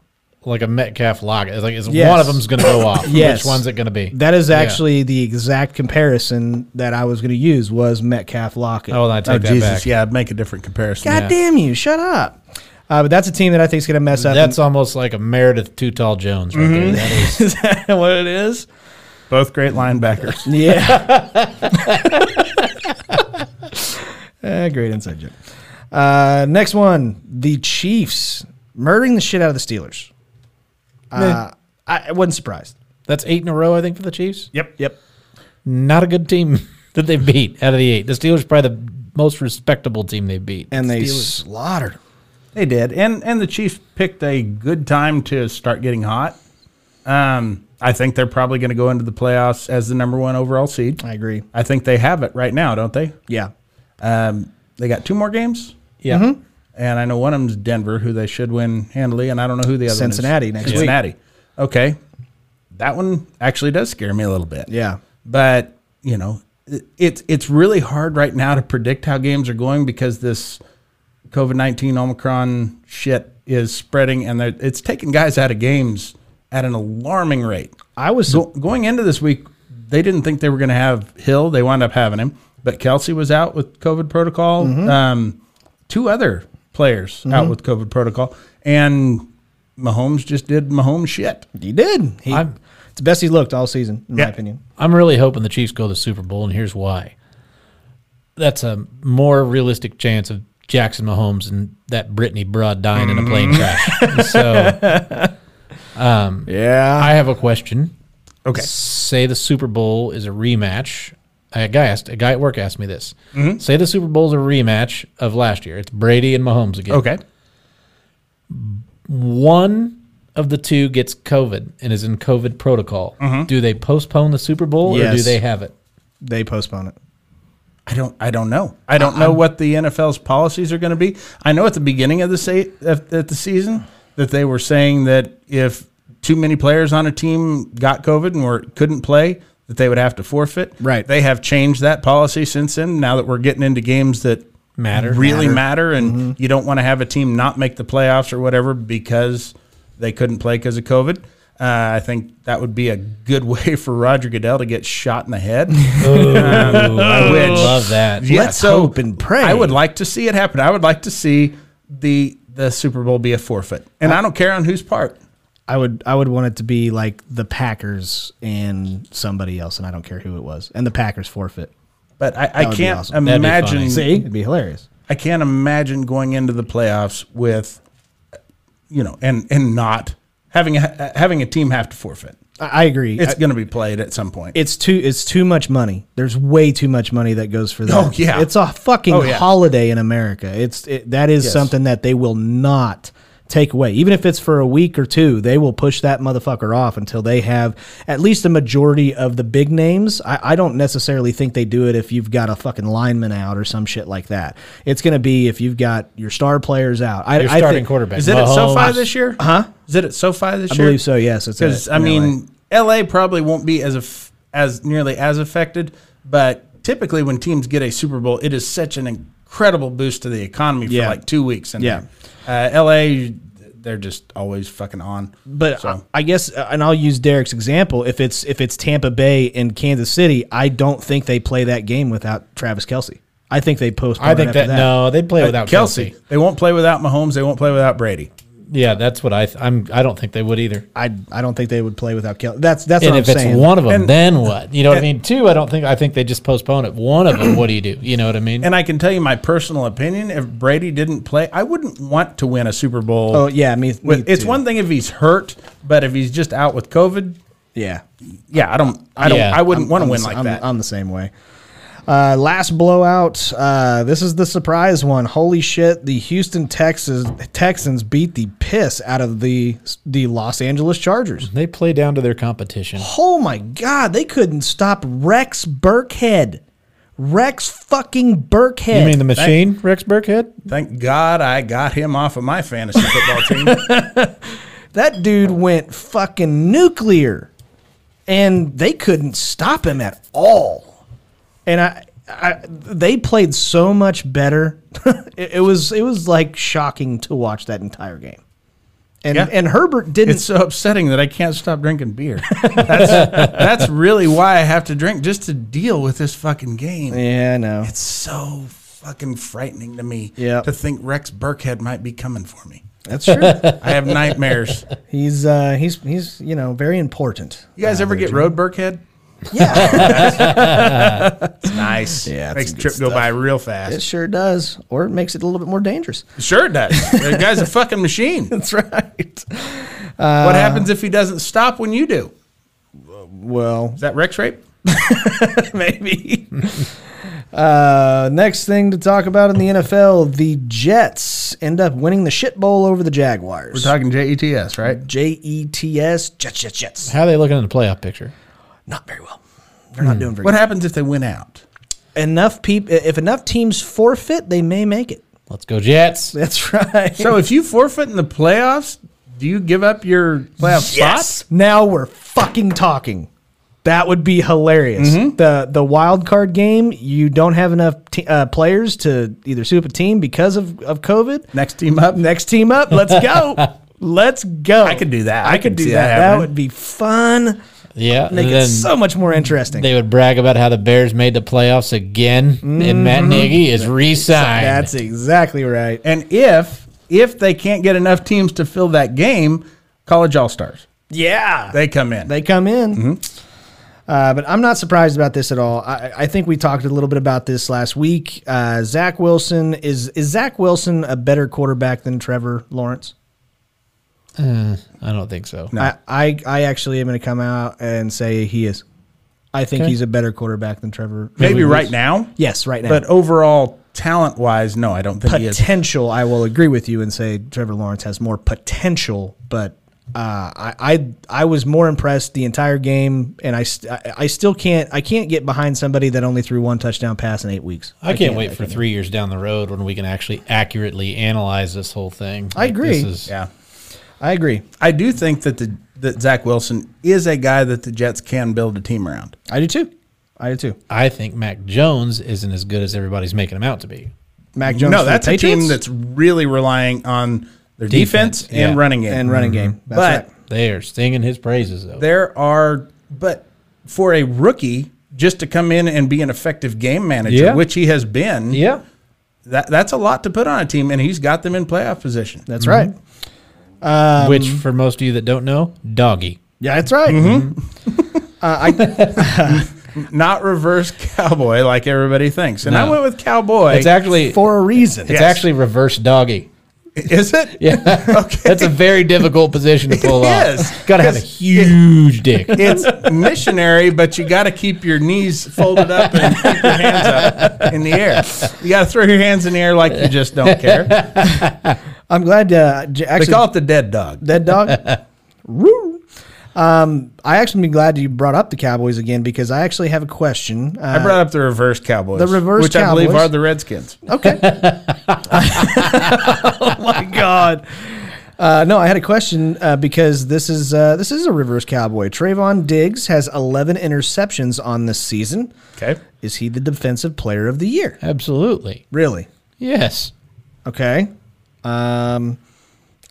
C: like a Metcalf Lockett. It's like it's
A: Yes.
C: one of them's going to
A: [laughs]
C: go off.
A: Yes.
C: Which one's it going to be?
A: that is
C: Yeah.
A: actually the exact comparison that I was going to use was Metcalf Lockett.
C: Oh, I take
B: Oh,
C: that
B: Jesus.
C: back.
B: Yeah, make a different comparison.
A: God damn you! Shut up. Uh, but that's a team that I think is going to mess up.
C: That's almost like a Meredith Too Tall Jones right
A: Mm-hmm.
C: there. That
A: [laughs]
C: is
A: is that what it is.
B: Both great linebackers.
A: Yeah. Eh, great inside joke. Uh, next one, the Chiefs murdering the shit out of the Steelers. Uh, I, I wasn't surprised.
C: That's eight in a row, I think, for the Chiefs.
B: yep.
A: [laughs] Yep.
C: Not a good team [laughs] that they beat out of the eight. The Steelers are probably the most respectable team they beat.
A: And they
C: Steelers.
A: slaughtered.
B: They did, and and the Chiefs picked a good time to start getting hot. Um, I think they're probably going to go into the playoffs as the number one overall seed.
A: I agree.
B: I think they have it right now, don't they?
A: Yeah.
B: Um, they got two more games,
C: yeah.
A: Mm-hmm.
B: and I know one of them's Denver, who they should win handily, and I don't know who the other
A: Cincinnati
B: one is.
A: next week.
B: Cincinnati. Okay, that one actually does scare me a little bit.
A: Yeah.
B: but you know it- it's it's really hard right now to predict how games are going because this covid-19 omicron shit is spreading and they're- it's taking guys out of games at an alarming rate
A: I was
B: Go, going into this week they didn't think they were going to have hill they wound up having him but kelsey was out with covid protocol um, two other players out with covid protocol and mahomes just did mahomes shit
A: he did. He,
C: I'm-
A: it's the best he's looked all season, in
B: Yeah.
A: my opinion.
C: I'm really hoping the Chiefs go to the Super Bowl, and here's why. That's a more realistic chance of Jackson Mahomes and that Brittany broad dying in a plane
A: Mm-hmm. [laughs]
C: crash. so
A: Yeah.
C: I have a question.
B: okay
C: Say the Super Bowl is a rematch. A guy asked a guy at work asked me this.
B: Mm-hmm.
C: Say the Super Bowl is a rematch of last year. It's Brady and Mahomes again.
B: okay
C: one of the two gets COVID and is in COVID protocol,
B: Mm-hmm.
C: do they postpone the Super Bowl or do
A: Yes.
C: they have it?
A: They postpone it.
B: I don't. I don't know. I don't know what the NFL's policies are going to be. I know at the beginning of the say at, at the season that they were saying that if too many players on a team got COVID and were couldn't play, that they would have to forfeit.
A: Right.
B: They have changed that policy since then. Now that we're getting into games that
C: Matter.
B: really matter, Mm-hmm. and you don't want to have a team not make the playoffs or whatever because they couldn't play because of COVID. Uh, I think that would be a good [laughs] way for Roger Goodell to get shot in the [laughs] head. Um, [laughs] I wish.
C: Love that.
B: Yeah,
A: Oh, Let's hope and pray.
B: I would like to see it happen. I would like to see the the Super Bowl be a forfeit, and I don't care on whose part.
A: I would I would want it to be like the Packers and somebody else, and I don't care who it was, and the Packers forfeit.
B: But I,
A: would
B: I
A: be
B: can't
A: awesome.
C: That'd be funny.
B: imagine.
A: See, it'd be hilarious.
B: I can't imagine going into the playoffs with, you know, and and not having a, having a team have to forfeit.
A: I, I agree.
B: It's
A: I-
B: going to be played at some point.
A: it's too it's too much money. There's way too much money that goes for that.
B: Oh, yeah.
A: it's a fucking
B: Oh, yeah.
A: holiday in America. It's it, that is
B: Yes.
A: something that they will not take away, even if it's for a week or two. They will push that motherfucker off until they have at least a majority of the big names. I, I don't necessarily think they do it if you've got a fucking lineman out or some shit like that. It's gonna be if you've got your star players out. I,
C: Your
A: I
C: starting
A: think-
C: quarterback.
B: Is it at SoFi
C: Mahomes.
B: this year? Huh? Is it at SoFi this
A: I
B: year?
A: believe so. Yes, it's
B: Because
A: in
B: I
A: LA.
B: mean, LA probably won't be as aff- as nearly as affected, but typically when teams get a Super Bowl, it is such an incredible boost to the economy for
A: Yeah.
B: like two weeks. And
A: Yeah.
B: uh, LA, they're just always fucking on.
A: But
B: So-
A: I, I guess, uh, and I'll use Derek's example. If it's if it's Tampa Bay and Kansas City, I don't think they play that game without Travis Kelsey. I think they postpone.
C: I think
A: it after
C: that, no, they'd play without Kelsey.
B: Uh, Kelsey. they won't play without Mahomes. They won't play without Brady.
C: Yeah, that's what I. Th- I'm. I don't think they would either.
A: I I don't think they would play without Kelsey. That's that's
C: and
A: what
C: if
A: I'm
C: it's
A: saying.
C: one of them,
B: And-
C: then what? You know what I mean? Two, I don't think. I think they just postpone it. One of them, what do you do? You know what I mean?
B: And I can tell you my personal opinion: if Brady didn't play, I wouldn't want to win a Super Bowl.
A: oh yeah, me. me
B: With, it's
A: too.
B: one thing if he's hurt, but if he's just out with COVID,
A: Yeah,
B: yeah, I don't, I don't,
C: Yeah.
B: I wouldn't
A: I'm-
B: want to
A: I'm the
B: win
A: s-
B: like
A: I'm,
B: that.
A: I'm the same way. Uh, last blowout. Uh, this is the surprise one. Holy shit! The Houston Texas Texans beat the piss out of the the Los Angeles Chargers.
C: they play down to their competition.
A: Oh my God, they couldn't stop Rex Burkhead. Rex fucking Burkhead.
C: You mean the machine, Rex Burkhead?
B: Thank God I got him off of my fantasy football team. [laughs]
A: that dude went fucking nuclear, and they couldn't stop him at all. And I, I they played so much better. [laughs] it, it was it was like shocking to watch that entire game. And
B: Yeah.
A: and Herbert didn't.
B: It's so upsetting that I can't stop drinking beer. That's, that's really why I have to drink just to deal with this fucking game.
A: yeah, I know.
B: It's so fucking frightening to me
A: Yeah.
B: to think Rex Burkhead might be coming for me.
A: That's
C: [laughs]
A: true.
B: I have nightmares.
A: he's uh, he's he's you know very important.
B: You
A: [laughs]
B: guys ever get road Burkhead? [laughs]
A: Yeah. [laughs]
B: It's nice.
A: Yeah, it's
B: makes
A: some
B: the
A: good
B: trip go
A: stuff.
B: by real
A: It
B: fast.
A: sure does, or it makes it a little bit more dangerous.
B: Sure
A: [laughs]
B: it does. The guy's a fucking machine. What
A: That's right.
B: happens if he doesn't stop when you do?
A: Well,
B: Is that Rex [laughs] rape?
A: maybe. uh, next thing to talk about in the NFL, the Jets end up winning the shit bowl over the Jaguars.
B: Talking Jets, right?
A: J E T S Jets Jets Jets.
C: How are they looking in the playoff picture?
A: Not very well. They're not doing very
B: What happens if they win out?
A: good. Hmm. Enough people. If enough teams forfeit, they may make it.
C: Let's go Jets.
A: That's right.
B: So if you forfeit in the playoffs, do you give up your playoff spot?
A: Now we're fucking talking. That would be hilarious. The the wild card game, you don't have enough t- uh, players to either soup a team because of, of COVID.
B: Next team up.
A: Next team [laughs] up, let's
B: [laughs]
A: go. let's go.
B: I could do that.
A: I,
B: I
A: could
B: could
A: do
B: see
A: that.
B: that
A: That,
B: happening.
A: would be fun.
C: Yeah.
A: Make
C: and then
A: it so much more interesting.
C: they would brag about how the Bears made the playoffs again, and Matt Nagy is re-signed.
A: That's exactly right.
B: And if if they can't get enough teams to fill that game, college all stars
A: Yeah.
B: they come in.
A: They come in.
B: Mm-hmm.
A: Uh, but I'm not surprised about this at all. I, I think we talked a little bit about this last week. Uh, Zach Wilson is is Zach Wilson a better quarterback than Trevor Lawrence?
C: I don't think so.
A: I, I I actually am going to come out and say he is. I think he's a better quarterback than Trevor.
B: Maybe
C: Maybe
B: right
C: lose.
B: now,
A: Yes, right now.
B: but overall talent wise, no, I don't think he is.
A: potential, I will agree with you and say Trevor Lawrence has more potential, but uh, I, I I was more impressed the entire game, and I, st- I I still can't I can't get behind somebody that only threw one touchdown pass in eight weeks.
C: I, can't, wait for three years down the road when we can actually accurately analyze this whole thing.
A: I agree.
C: This is,
B: Yeah,
A: I agree.
B: I do think that the that Zach Wilson is a guy that the Jets can build a team around.
A: I do too. I do too.
C: I think Mac Jones isn't as good as everybody's making him out to be.
A: Mac Jones.
B: no,
A: for the
B: that's a team
A: Patriots
B: that's really relying on their defense,
C: Defense,
B: and
C: yeah.
B: running game.
A: and running game. That's
B: Mm-hmm. but
A: right.
C: They are singing his praises though.
B: there are, but for a rookie just to come in and be an effective game manager,
C: Yeah.
B: which he has been,
C: yeah.
B: that that's a lot to put on a team, and he's got them in playoff position.
A: That's right.
C: which, for most of you that don't know, doggy.
B: Mm-hmm.
A: Yeah, that's right. [laughs] Uh,
B: [laughs] Not reverse cowboy like everybody thinks. And I
C: No.
B: went with cowboy.
C: It's actually
A: For a reason.
C: it's
B: Yes.
C: actually reverse doggy.
B: Is it?
C: Yeah,
B: [laughs] Okay.
C: that's a very difficult position to pull
B: It is,
C: off. Got to have a
B: 'cause it- [laughs]
C: huge dick.
B: it's missionary, but you got to keep your knees folded up and keep your hands up in the air. You got to throw your hands in the air like you just don't care.
A: I'm glad. Uh, j- [laughs]
B: They
A: actually,
B: call it the dead dog.
A: dead
B: [laughs]
A: dog. Woo. Um, I actually been glad you brought up the Cowboys again because I actually have a question. Uh,
B: I brought up the reverse cowboys.
A: The reverse
B: which I believe
A: Cowboys.
B: are the Redskins.
A: Okay. oh
B: [laughs]
A: my god. Uh, no, I had a question uh, because this is uh, this is a reverse cowboy. Trayvon Diggs has 11 interceptions on this season.
B: Okay.
A: Is he the defensive player of the year?
C: Absolutely.
A: Really?
C: Yes.
A: Okay. Um,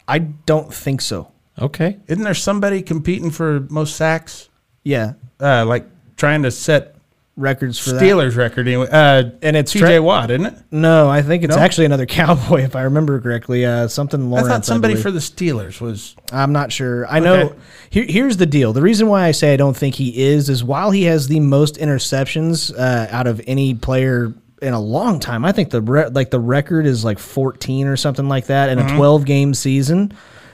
A: I don't think so.
C: Okay.
B: Isn't there somebody competing for most sacks?
A: Yeah,
B: Uh, like trying to set
A: records for that.
B: Steelers record anyway. Uh,
A: And it's
B: TJ
A: Tra-
B: Watt, isn't it?
A: No, I think it's
B: No?
A: actually another [laughs] cowboy, if I remember correctly. Uh, something
B: I
A: Lawrence.
B: thought somebody
A: believe.
B: for the Steelers was
A: I'm not sure. I know.
B: Okay.
A: Here, here's the deal. The reason why I say I don't think he is is while he has the most interceptions uh, out of any player in a long time. I think the re- like the record is like 14 or something like that in
C: Mm-hmm.
A: a 12 game season,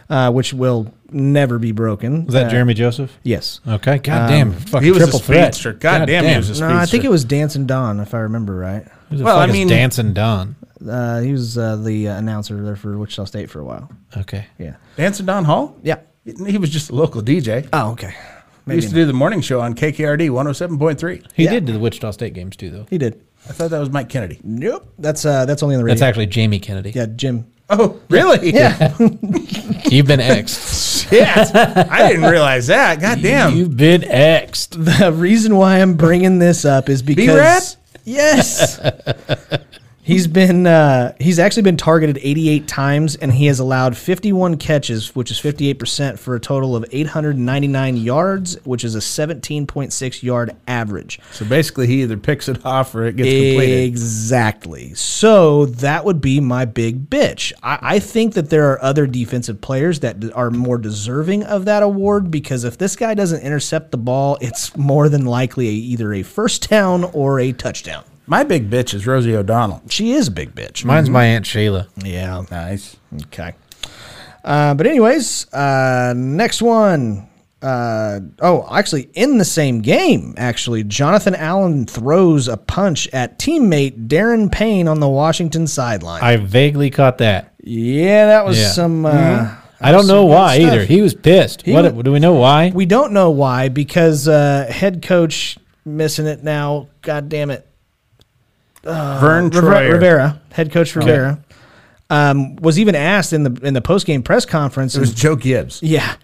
A: uh, which will never be broken.
C: Was that
A: Uh,
C: Jeremy Uh, Joseph?
A: Yes.
C: Okay. God damn. Fucking
B: um, he was a
C: triple threat.
B: speedster. God damn, he was a
A: No, I think it was Dancing Don, if I remember right.
C: Who the
B: Well,
C: fuck
B: I
C: is
B: mean-
C: dancing Don.
A: Uh, he was uh, the uh, announcer there for Wichita State for a while.
C: Okay.
A: Yeah.
B: Dancing Don Hall.
A: Yeah.
B: he was just a local DJ.
A: Oh, okay.
B: He used to do the morning show on KKRD 107.3.
C: He
A: Yeah.
C: did to the Wichita State games too, though.
A: He did.
B: I thought that was Mike Kennedy.
A: Nope. That's uh, that's only on the radio.
C: That's actually Jamie Kennedy.
A: yeah, Jim.
B: Oh, really?
A: Yeah.
C: You've been exed.
B: [laughs] Yes. I didn't realize that. God [laughs] damn.
C: You've been exed.
A: the reason why I'm bringing this up is
B: B-Rad?
A: because yes, he's been uh, he's actually been targeted 88 times and he has allowed 51 catches, which is 58 percent for a total of 899 yards, which is a 17.6 yard average.
B: so basically, he either picks it off or it gets completed.
A: Exactly. So that would be my big bitch. I, I think that there are other defensive players that d- are more deserving of that award because if this guy doesn't intercept the ball, it's more than likely a, either a first down or a touchdown.
B: My big bitch is Rosie O'Donnell.
A: She is a big bitch.
B: Mm-hmm.
C: Mine's my aunt Shayla.
A: yeah.
B: Nice.
A: Okay. Uh, but anyways, uh, next one. Uh, oh, actually, in the same game, actually, Jonathan Allen throws a punch at teammate Darren Payne on the Washington sideline.
C: I vaguely caught that.
A: yeah, that was
C: Yeah. Mm-hmm.
A: some. Uh,
C: I don't know
A: some good
C: why
A: stuff.
C: either. He was pissed. what
A: wa-
C: do we know why?
A: We don't know why because uh, head coach missing it now. God damn it,
B: Vern
A: River-
B: Troyer.
A: Rivera, head coach Rivera, um, was even asked in the in the post game press conference.
B: It was Joe Gibbs.
A: Yeah.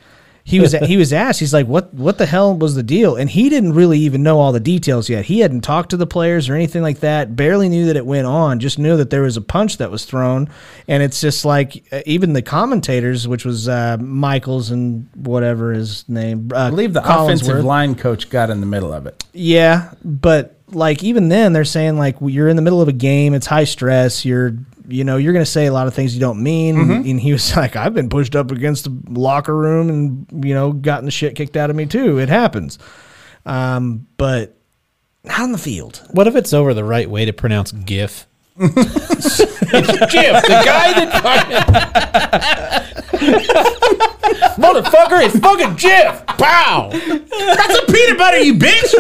A: He was he was asked. He's like, "What what the hell was the deal?" And he didn't really even know all the details yet. He hadn't talked to the players or anything like that. Barely knew that it went on. Just knew that there was a punch that was thrown. And it's just like uh, even the commentators, which was uh, Michaels and whatever his name, uh,
B: I believe the offensive line coach got in the middle of it.
A: yeah, but like even then, they're saying like well, you're in the middle of a game. It's high stress. You're you know you're gonna say a lot of things you don't mean. And he was [laughs] like, I've been pushed up against the locker room and you know gotten the shit kicked out of me too. It happens. Um, but not on the field.
C: What if it's over the right way to pronounce GIF? it's GIF, the guy that fucking motherfucker is fucking GIF. Pow!
B: That's a peanut butter, you bitch.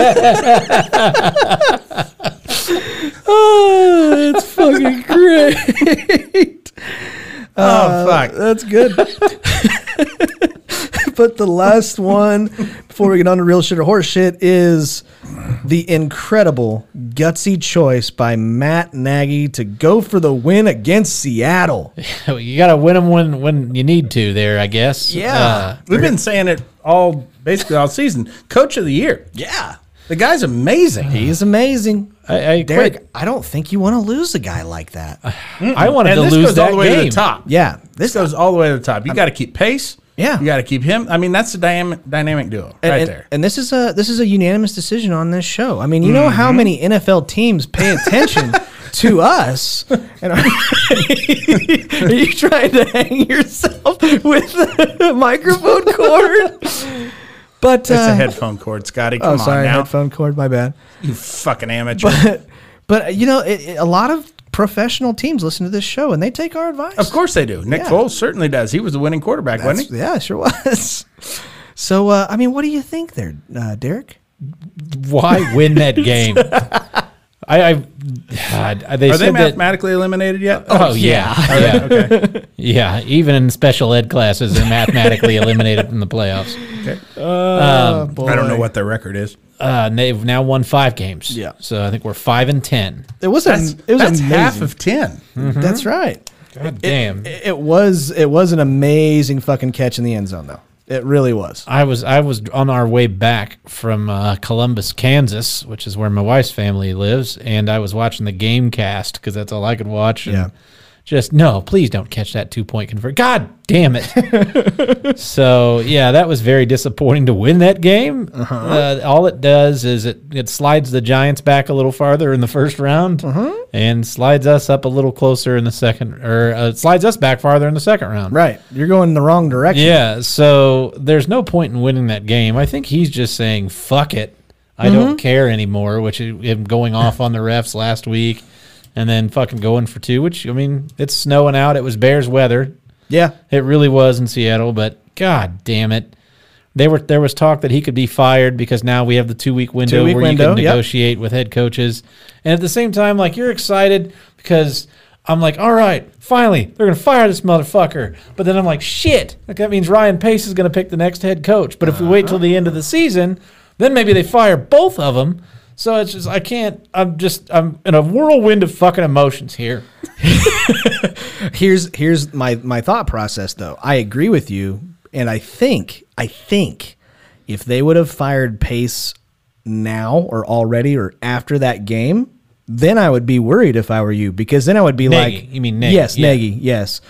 A: Oh, that's fucking great.
B: oh, fuck.
A: That's good. [laughs] but the last one before we get on to real shit or horse shit is the incredible gutsy choice by Matt Nagy to go for the win against Seattle.
C: [laughs] You gotta win them when when you need to. There, I guess. Uh,
B: We've been saying it all, basically all season. Coach of the year.
A: yeah.
B: The guy's amazing.
A: He's amazing.
C: I, Uh, I
A: Derek,
C: quit.
A: I don't think you want to lose a guy like that.
C: I wanted
B: and
C: to
B: this
C: lose
B: goes
C: that
B: all the way
C: game.
B: to the top.
A: Yeah.
B: This goes all the way to the top. You got to keep pace.
A: Yeah.
B: You got to keep him. I mean, that's the dynamic, dynamic duo
A: And,
B: right
A: and-
B: there.
A: and this is
B: Mm-hmm. [laughs]
A: a this is a unanimous decision on this show. I mean, you know how many NFL teams pay attention to us. And are, [laughs] are you trying to hang yourself with a microphone cord? But
B: It's a
A: uh,
B: headphone cord, Scotty. Come
A: oh, sorry,
B: on now,
A: headphone cord. My bad.
B: you fucking amateur.
A: But uh, you know, it, it- a lot of professional teams listen to this show and they take our advice.
B: of course they do. Nick
A: Yeah.
B: Foles certainly does. He was the winning quarterback, wasn't he?
A: yeah, sure was. So uh, I mean, what do you think there, uh, Derek?
C: Why
B: [laughs]
C: win that game? I, I God, they
B: Are they
C: said that.
B: mathematically eliminated yet?
C: Oh yeah, yeah, [laughs] yeah. Even in special ed classes, they're mathematically eliminated from the playoffs.
B: I don't know what their record is.
C: Uh, and they've now won five games.
A: Yeah.
C: So I think we're five and ten.
A: It was a,
B: That's,
A: it was
B: that's
A: amazing.
B: half of ten.
C: Mm-hmm.
A: That's right.
C: God damn.
A: It, it was it was an amazing fucking catch in the end zone though. It really was.
C: I was I was on our way back from uh, Columbus, Kansas, which is where my wife's family lives, and I was watching the game cast because that's all I could watch. And
A: Yeah.
C: Just no, please don't catch that two point convert. God damn it! so yeah, that was very disappointing to win that game. uh all it does is it it slides the Giants back a little farther in the first round, and slides us up a little closer in the second, or uh, slides us back farther in the second round.
A: Right. You're going in the wrong direction.
C: Yeah, so there's no point in winning that game. I think he's just saying "fuck it," I don't care anymore. Which is him going off on the refs last week, and then fucking going for two. Which I mean, it's snowing out. It was Bears weather.
A: Yeah.
C: It really was in Seattle, but god damn it, they were. There was talk that he could be fired because now we have the two week window
A: Two-week
C: where you
A: window,
C: can
A: yep.
C: negotiate with head coaches, and at the same time, like you're excited because. I'm like, all right, finally, they're gonna fire this motherfucker. But then I'm like, shit, like, that means Ryan Pace is gonna pick the next head coach. But if we wait till the end of the season, then maybe they fire both of them. So it's just I can't. I'm just I'm in a whirlwind of fucking emotions here.
A: Here's here's my my thought process though. I agree with you and I think I think if they would have fired Pace now or already or after that game, then I would be worried if I were you because then I would be
C: Nagy.
A: like
C: You mean Nagy,
A: Yes,
C: yeah.
A: Nagy. Yes.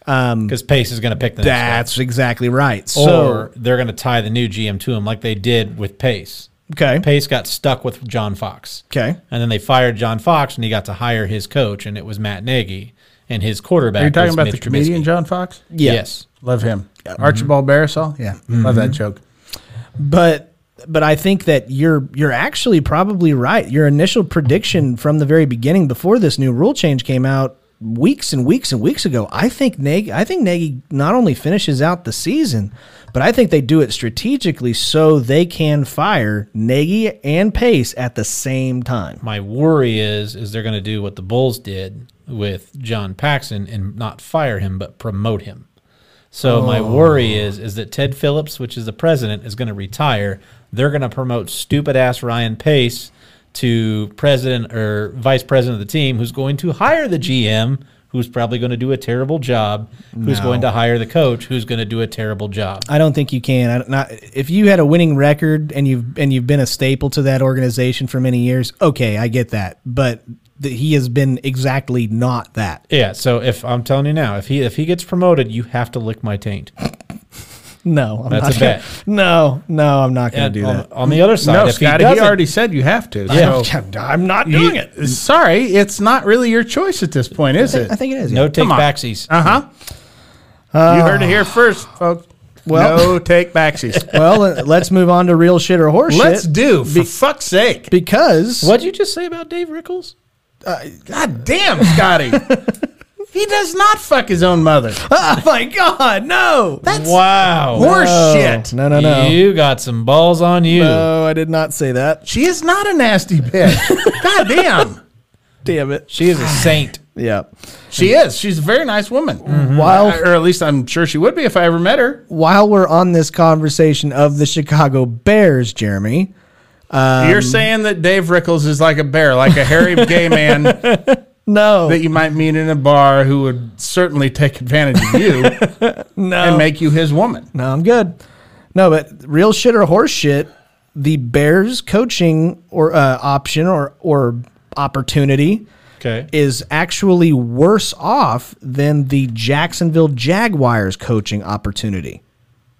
C: Because Pace is gonna pick the next guy.
A: That's exactly right. So
C: or they're going to tie the new GM to him like they did with Pace.
A: okay.
C: Pace got stuck with John Fox.
A: Okay.
C: And then they fired John Fox and he got to hire his coach and it was Matt Nagy and his quarterback.
B: Are you talking
C: was
B: about the
C: Mitch
B: comedian
C: Trubisky.
B: John Fox?
A: Yeah.
C: Yes.
B: Love him. Mm-hmm. Archibald Barisal? Yeah. Love that joke.
A: but but I think that you're you're actually probably right. Your initial prediction from the very beginning, before this new rule change came out, weeks and weeks and weeks ago, I think Nagy, I think Nagy not only finishes out the season, but I think they do it strategically so they can fire Nagy and Pace at the same time.
C: My worry is is they're going to do what the Bulls did with John Paxson and not fire him but promote him. So my worry is is that Ted Phillips, which is the president, is going to retire. They're going to promote stupid ass Ryan Pace to president or vice president of the team, who's going to hire the GM, who's probably going to do a terrible job, who's going to hire the coach, who's going to do a terrible job.
A: I don't think you can. I don't, not if you had a winning record and you've and you've been a staple to that organization for many years. Okay, I get that, but th- he has been exactly not that.
C: Yeah. So if I'm telling you now, if he if he gets promoted, you have to lick my taint.
A: No, I'm
C: That's
A: not
C: a
A: gonna-
C: bet.
A: [laughs]
C: oh,
A: No, no, I'm not going
C: And
A: to do
C: on,
A: that.
C: on the other side,
B: No,
C: if
B: Scotty,
C: he,
B: he,
C: doesn't-
B: already said you have to.
C: Yeah.
B: so-
A: I'm not doing it.
B: Sorry, it's not really your choice at this point, is it?
A: I think it is.
C: no
A: yeah.
C: take
B: Come on.
C: backsies.
B: Uh-huh. you heard it here first, folks.
A: Well-
B: no take [laughs] backsies.
A: [laughs] well, uh, let's move on to real shit or horse
B: Let's
A: shit.
B: do, for fuck's sake.
A: because
C: What'd you just say about Dave Rickles?
B: God damn, Scotty.
A: [laughs]
B: he does not fuck his own mother.
A: [laughs] Oh my God, no!
B: That's
C: Wow.
B: horse
A: no.
B: shit.
A: No, no, no.
C: You got some balls on you.
A: No, I did not say that.
B: She is not a nasty bitch. God damn.
A: Damn it.
C: She is a saint.
A: Yeah.
B: She is. She's a very nice woman.
A: While
B: Or at least I'm sure she would be if I ever met her.
A: while we're on this conversation of the Chicago Bears, Jeremy, Um,
B: You're saying that Dave Rickles is like a bear, like
A: [laughs]
B: a hairy gay man that
A: no,
B: you might meet in a bar who would certainly take advantage of you
A: [laughs]
B: and make you his woman.
A: No, I'm good. No, but real shit or horse shit, the Bears coaching or uh, option or or opportunity
C: Okay.
A: is actually worse off than the Jacksonville Jaguars coaching opportunity.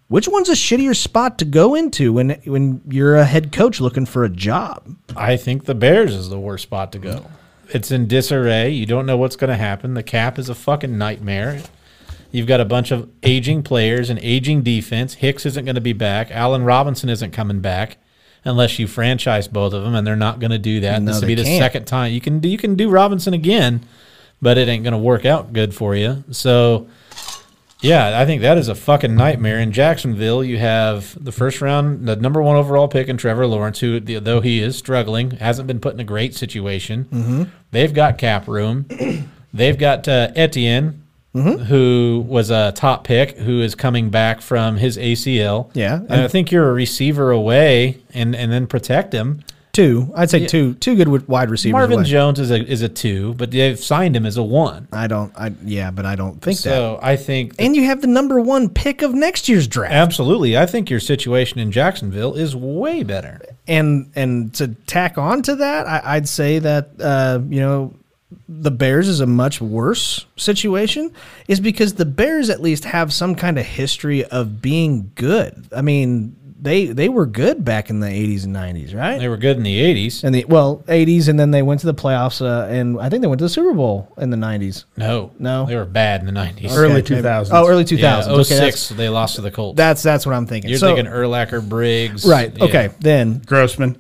A: Which one's a shittier spot to go into when when you're a head coach looking for a job?
C: I think the Bears is the worst spot to go. It's in disarray. You don't know what's going to happen. The cap is a fucking nightmare. You've got a bunch of aging players and aging defense. Hicks isn't going to be back. Allen Robinson isn't coming back unless you franchise both of them, and they're not going to do that.
A: No,
C: this will
A: they
C: be the
A: can't.
C: second time you can do, you can do Robinson again, but it ain't going to work out good for you. So. Yeah, I think that is a fucking nightmare. In Jacksonville, you have the first round, the number one overall pick in Trevor Lawrence, who, the- though he is struggling, hasn't been put in a great situation.
A: Mm-hmm.
C: They've got cap
A: [clears throat]
C: room. They've got uh, Etienne,
A: Mm-hmm.
C: who was a top pick, who is coming back from his ACL.
A: Yeah,
C: And,
A: and-
C: I think you're a receiver away and, and then protect him.
A: Two, I'd say two, two good wi- wide receivers.
C: Marvin
A: away.
C: Jones is a, is a two, but they've signed him as a one.
A: I don't. I yeah, but I don't think that.
C: So I think that-
A: And you have the number one pick of next year's draft.
C: Absolutely. I think your situation in Jacksonville is way better.
A: and and to tack on to that, I, I'd say that uh, you know the Bears is a much worse situation, is because the Bears at least have some kind of history of being good. I mean, they they were good back in the eighties and nineties, right?
C: They were good in the 80s.
A: and the well, eighties, and then they went to the playoffs, uh, and I think they went to the Super Bowl in the nineties,
C: No.
A: No.
C: They were bad in the 90s.
B: Early 2000s.
A: Oh, early two
C: Yeah,
A: thousands. okay,
C: 06,
A: that's,
C: they lost to the Colts.
A: that's that's what I'm thinking.
C: You're
A: So-
C: thinking Erlacher, Briggs.
A: right?
C: Yeah.
A: Okay, then
B: Grossman.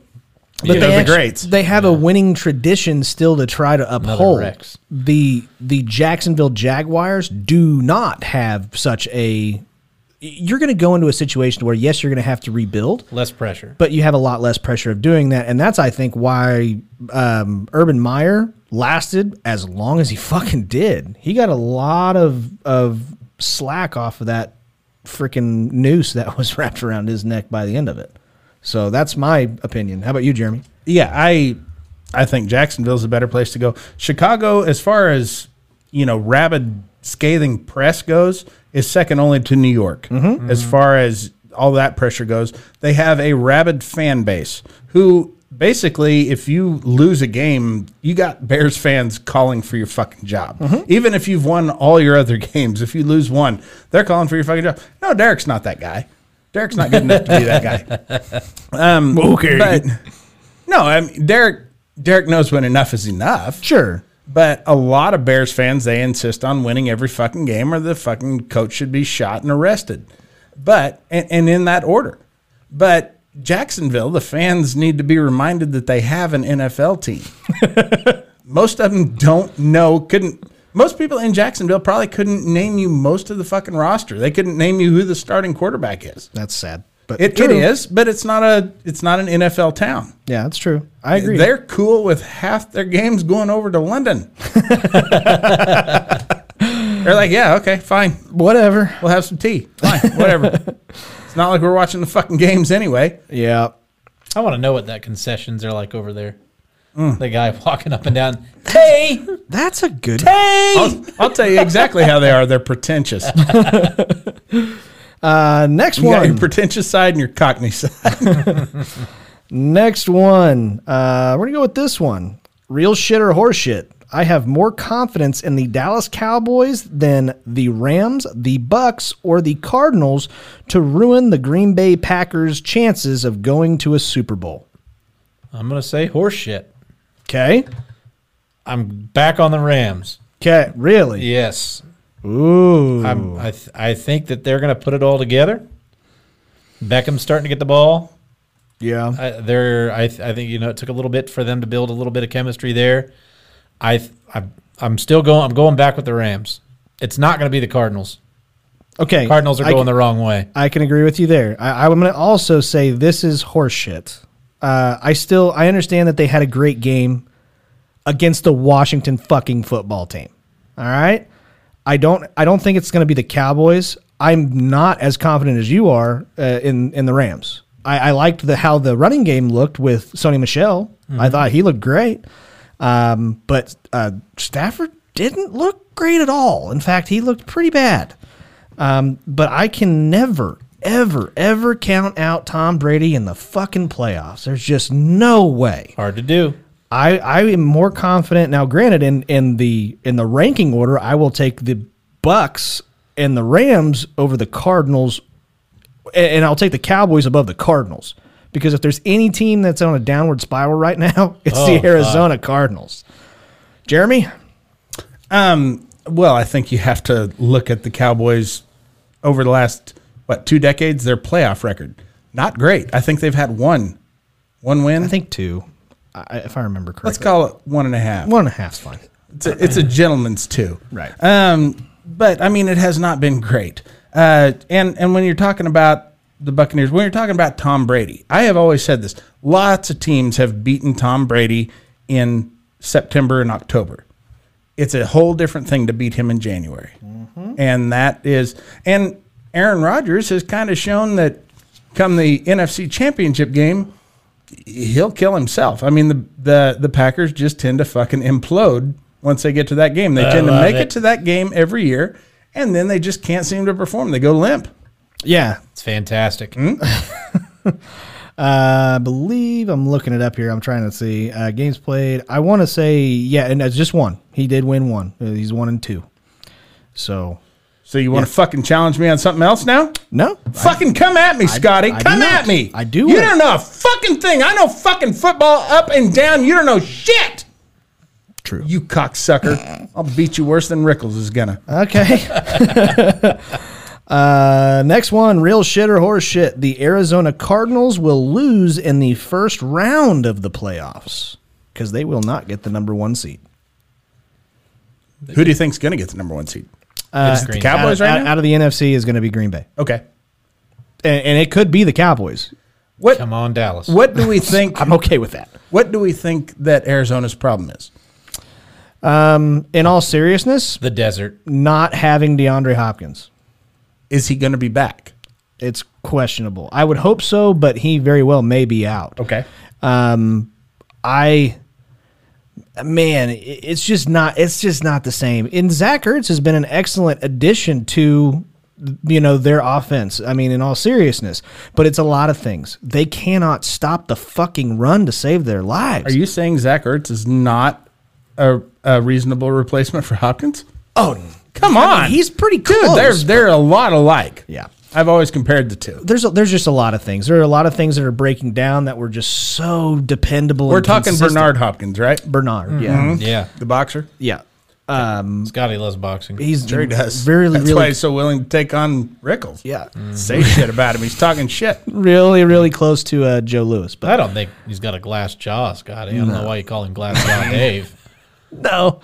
A: But
B: Yeah.
A: they
B: Those are
A: actu-
B: greats.
A: They have a winning tradition still to try to uphold.
C: Rex.
A: The the Jacksonville Jaguars do not have such a. You're going to go into a situation where yes, you're going to have to rebuild,
C: Less pressure.
A: but you have a lot less pressure of doing that, and that's I think why um, Urban Meyer lasted as long as he [laughs] fucking did. He got a lot of of slack off of that freaking noose that was [laughs] wrapped around his neck by the end of it. So that's my opinion. How about you, Jeremy?
B: yeah, I I think Jacksonville's a better place to go. Chicago, as far as you know, rabid scathing press goes, is second only to New York as far as all that pressure goes. They have a rabid fan base who basically, if you lose a game, you got Bears fans calling for your fucking job. Even if you've won all your other [laughs] games, if you lose one, they're calling for your fucking job. No, Derek's not that guy. Derek's not good enough to be that guy. Um,
A: Okay.
B: But no, I mean Derek. Derek knows when enough is enough.
A: Sure.
B: But a lot of Bears fans they insist on winning every fucking game, or the fucking coach should be shot and arrested. But and, and in that order. But Jacksonville, the fans need to be reminded that they have an NFL
A: [laughs]
B: team. most of them don't know. Couldn't. Most people in Jacksonville probably couldn't name you most of the fucking roster. They couldn't name you who the starting quarterback is.
A: That's sad. But
B: It,
A: true.
B: it is, but it's not a it's not an NFL town.
A: Yeah, that's true. I agree.
B: They're cool with half their games going over
A: [laughs]
B: to London. They're like, yeah, okay, fine.
A: Whatever.
B: We'll have some tea. Fine, whatever. it's not like we're watching the fucking games anyway.
A: Yeah.
C: I want to know what that concessions are like over there.
A: Mm.
C: The guy [laughs] walking up and down. Hey!
A: That's a good.
B: I'll, I'll tell you exactly how they are.
A: [laughs]
B: They're pretentious. You
A: Uh, next
B: got your
A: one.
B: pretentious side and your cockney side.
A: next one. Uh, we're gonna go with this one. Real shit or horse shit. I have more confidence in the Dallas Cowboys than the Rams, the Bucks, or the Cardinals to ruin the Green Bay Packers' chances of going to a Super Bowl.
C: I'm going to say horse shit.
A: Okay.
C: I'm back on the Rams.
A: Okay. Really?
C: Yes.
A: Ooh.
C: I'm, I, th- I think that they're going to put it all together. Beckham's starting to get the ball.
A: yeah.
C: I, they're I, th- I think you know it took a little bit for them to build a little bit of chemistry there. I th- I I'm still going I'm going back with the Rams. It's not going to be the Cardinals.
A: Okay.
C: Cardinals are
A: I
C: going
A: can-
C: the wrong way.
A: I can agree with you there. I, I'm going to also say this is horseshit. Uh, I still I understand that they had a great game against the Washington fucking football team. All right, I don't I don't think it's going to be the Cowboys. I'm not as confident as you are uh, in in the Rams. I, I liked the how the running game looked with Sony Michelle. I thought he looked great, um, but uh, Stafford didn't look great at all. In fact, he looked pretty bad. Um, but I can never, ever, ever count out Tom Brady in the fucking playoffs. There's just no way.
C: Hard to do.
A: I, I am more confident now. Granted, in in the in the ranking order, I will take the Bucks and the Rams over the Cardinals, a- and I'll take the Cowboys above the Cardinals because if there's any team that's on a downward spiral right now, [laughs] it's
C: Oh,
A: the
C: fuck.
A: Arizona Cardinals. Jeremy,
B: Um, well, I think you have to look at the Cowboys over the last what two decades. Their playoff record not great. I think they've had one, one win.
A: I think two, I, if I remember correctly.
B: let's call it one and a half.
A: one and a half's fine. Uh,
B: It's a, it's a gentleman's two,
A: Right.
B: Um, but I mean, it has not been great. Uh, and and when you're talking about the Buccaneers, when you're talking about Tom Brady, I have always said this: lots of teams have beaten Tom Brady in September and October. It's a whole different thing to beat him in January, and that is and Aaron Rodgers has kind of shown that come the NFC Championship game, he'll kill himself. I mean, the the the Packers just tend to fucking implode once they get to that game. They tend to
C: love
B: make it.
C: it.
B: to that game every year, and then they just can't seem to perform. They go limp.
A: Yeah,
C: It's fantastic.
A: Hmm? I believe I'm looking it up here. I'm trying to see uh, games played. I want to say yeah, and that's just one. He did win one. Uh, He's one and two. So
B: So you want to fucking challenge me on something else now?
A: no,
B: Fucking come at me, Scotty.
A: I do
B: come
A: not.
B: at me.
A: I do
B: You
A: it.
B: don't know a fucking thing. I know fucking football up and down. You don't know shit.
A: True.
B: You cocksucker. I'll beat you worse than Rickles is gonna.
A: Okay. [laughs] uh, next one, real shit or horse shit. The Arizona Cardinals will lose in the first round of the playoffs because they will not get the number one seed.
B: Who do you think's gonna get the number one seed?
A: Uh,
C: It's
B: The
C: green.
B: Cowboys
A: out,
B: right
A: out,
B: now.
A: out of the NFC is going to be Green Bay,
B: okay.
A: and, and it could be the Cowboys.
B: What?
C: Come on, Dallas.
B: What do we
A: [laughs]
B: think?
A: I'm okay with that.
B: What do we think that Arizona's problem is?
A: In all seriousness,
C: The desert.
A: not having DeAndre Hopkins,
B: Is he going to be back?
A: it's questionable. I would hope so, but he very well may be out. Um,
B: Okay.
A: I man, i- it's just not it's just not the same. And Zach Ertz has been an excellent addition to you know their offense. I mean, in all seriousness, but it's a lot of things. They cannot stop the fucking run to save their lives.
B: Are you saying Zach Ertz is not a, a reasonable replacement for Hopkins?
A: Oh,
B: Come
A: I mean,
B: on.
A: he's pretty close.
B: Dude, they're they're a lot alike.
A: Yeah.
B: I've always compared the two.
A: there's a, there's just a lot of things. There are a lot of things that are breaking down that were just so dependable.
B: We're
A: and
B: talking
A: consistent.
B: Bernard Hopkins, right?
A: Bernard,
B: Mm-hmm.
A: yeah,
C: Yeah.
B: The boxer.
A: yeah.
C: Scotty loves boxing.
A: He's
B: Sure he does.
A: Very,
B: That's
A: really
B: why he's so willing to take on Rickles. Mm.
A: Yeah.
B: Say shit about him. He's talking shit.
A: really, really close to uh, Joe Lewis. But [laughs]
C: I don't think he's got a glass jaw, Scotty. I don't know why you call him glass
A: [laughs]
C: jaw Dave.
A: no.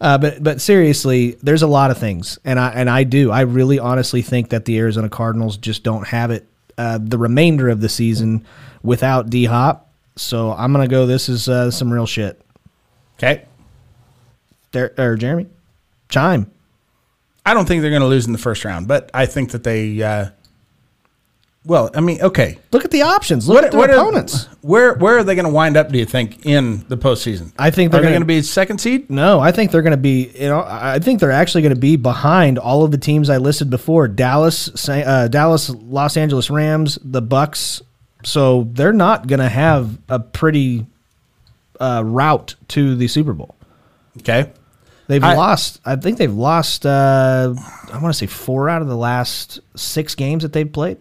A: Uh, but but seriously, there's a lot of things, and I and I do. I really honestly think that the Arizona Cardinals just don't have it uh, the remainder of the season without D Hop. So I'm gonna go. This is uh, some real shit.
B: Okay.
A: There or Jeremy, chime.
B: I don't think they're going to lose in the first round, but I think that they. Uh, well, I mean, okay.
A: Look at the options. Look at their
B: are-
A: opponents.
B: where where are they going to wind up? Do you think in the postseason?
A: I think they're
B: are they
A: gonna-
B: going to be second seed.
A: no, I think they're going to be. You know, I I think they're actually going to be behind all of the teams I listed before: Dallas, Sa- uh, Dallas, Los Angeles Rams, the Bucks. So they're not going to have a pretty uh, route to the Super Bowl.
B: Okay,
A: They've
B: I-
A: lost. I think they've lost. Uh, I want to say four out of the last six games that they've played,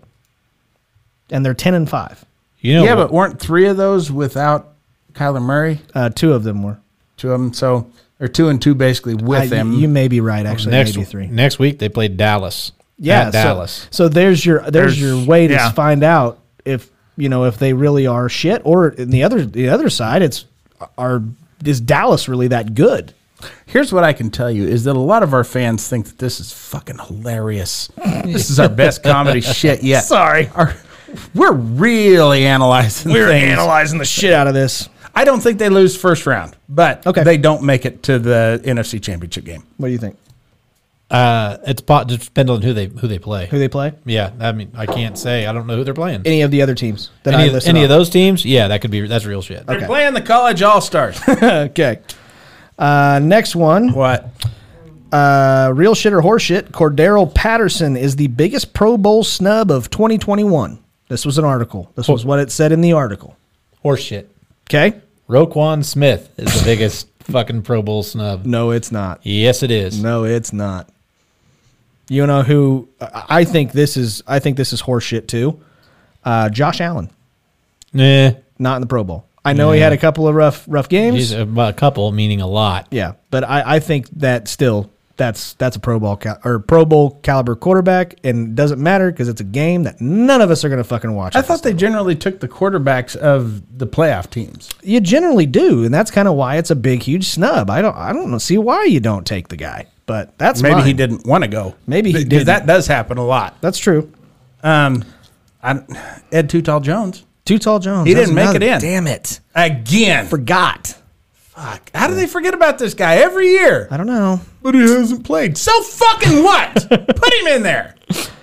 A: and they're ten and five.
C: You know,
B: yeah, but weren't three of those without Kyler Murray?
A: Uh, two of them were.
B: Two of them, so or two and two basically with
A: I-
B: them.
A: you may be right. Actually,
C: next
A: maybe three.
C: next week they play Dallas.
A: yeah,
C: At
A: so-
C: Dallas.
A: So, there's your there's,
B: There's-
A: your way to
B: yeah.
A: find out if you know if they really are shit, or in the other the other side, it's are is Dallas really that good?
B: Here's what I can tell you is that a lot of our fans think that this is fucking hilarious. this is our
A: [laughs]
B: best comedy shit yet.
A: Sorry.
B: Our- we're really analyzing.
A: We're
B: things.
A: analyzing the shit out of this.
B: I don't think they lose first round, but
A: Okay.
B: they don't make it to the NFC Championship game.
A: What do you think?
C: Uh, it's po- just depends on who they who they play.
A: Who they play?
C: yeah, I mean, I can't say. I don't know who they're playing.
A: Any of the other teams that
C: any
A: I
C: of,
A: listed
C: any of
A: off?
C: those teams? Yeah, that could be that's real shit.
B: They're playing the college all stars.
A: [laughs] Okay. Uh, next one.
B: what?
A: Uh, real shit or horseshit. Cordero Patterson is the biggest Pro Bowl snub of 2021. This was an article. This was what it said in the article.
C: Horse shit.
A: Okay.
C: Roquan Smith is the biggest [laughs] fucking Pro Bowl snub.
A: No, it's not.
C: Yes, it is.
A: No, it's not. You know who? I I think this is. I think this is horseshit too. Uh, Josh Allen
C: Nah.
A: not in the Pro Bowl. I know he had a couple of rough rough games.
C: He's a, a couple, meaning a lot.
A: Yeah, but I, I think that still that's that's a Pro Bowl cal- or Pro Bowl caliber quarterback, and it doesn't matter because it's a game that none of us are going to fucking watch.
B: I thought they generally took the quarterbacks of the playoff teams.
A: you generally do, and that's kind of why it's a big huge snub. I don't I don't see why you don't take the guy, but that's
B: Maybe he
A: mine.
B: didn't want to go.
A: Maybe he
B: Because
A: didn't.
B: That does happen a lot.
A: That's true.
B: Um, I, Ed Tootal Jones
A: Too tall Jones.
B: He
A: that's
B: didn't make it
A: another-
B: in.
A: Damn it!
B: again.
A: Forgot.
B: Fuck. How do they forget about this guy every year?
A: I don't know.
B: But he hasn't played. So fucking what? Put him in there.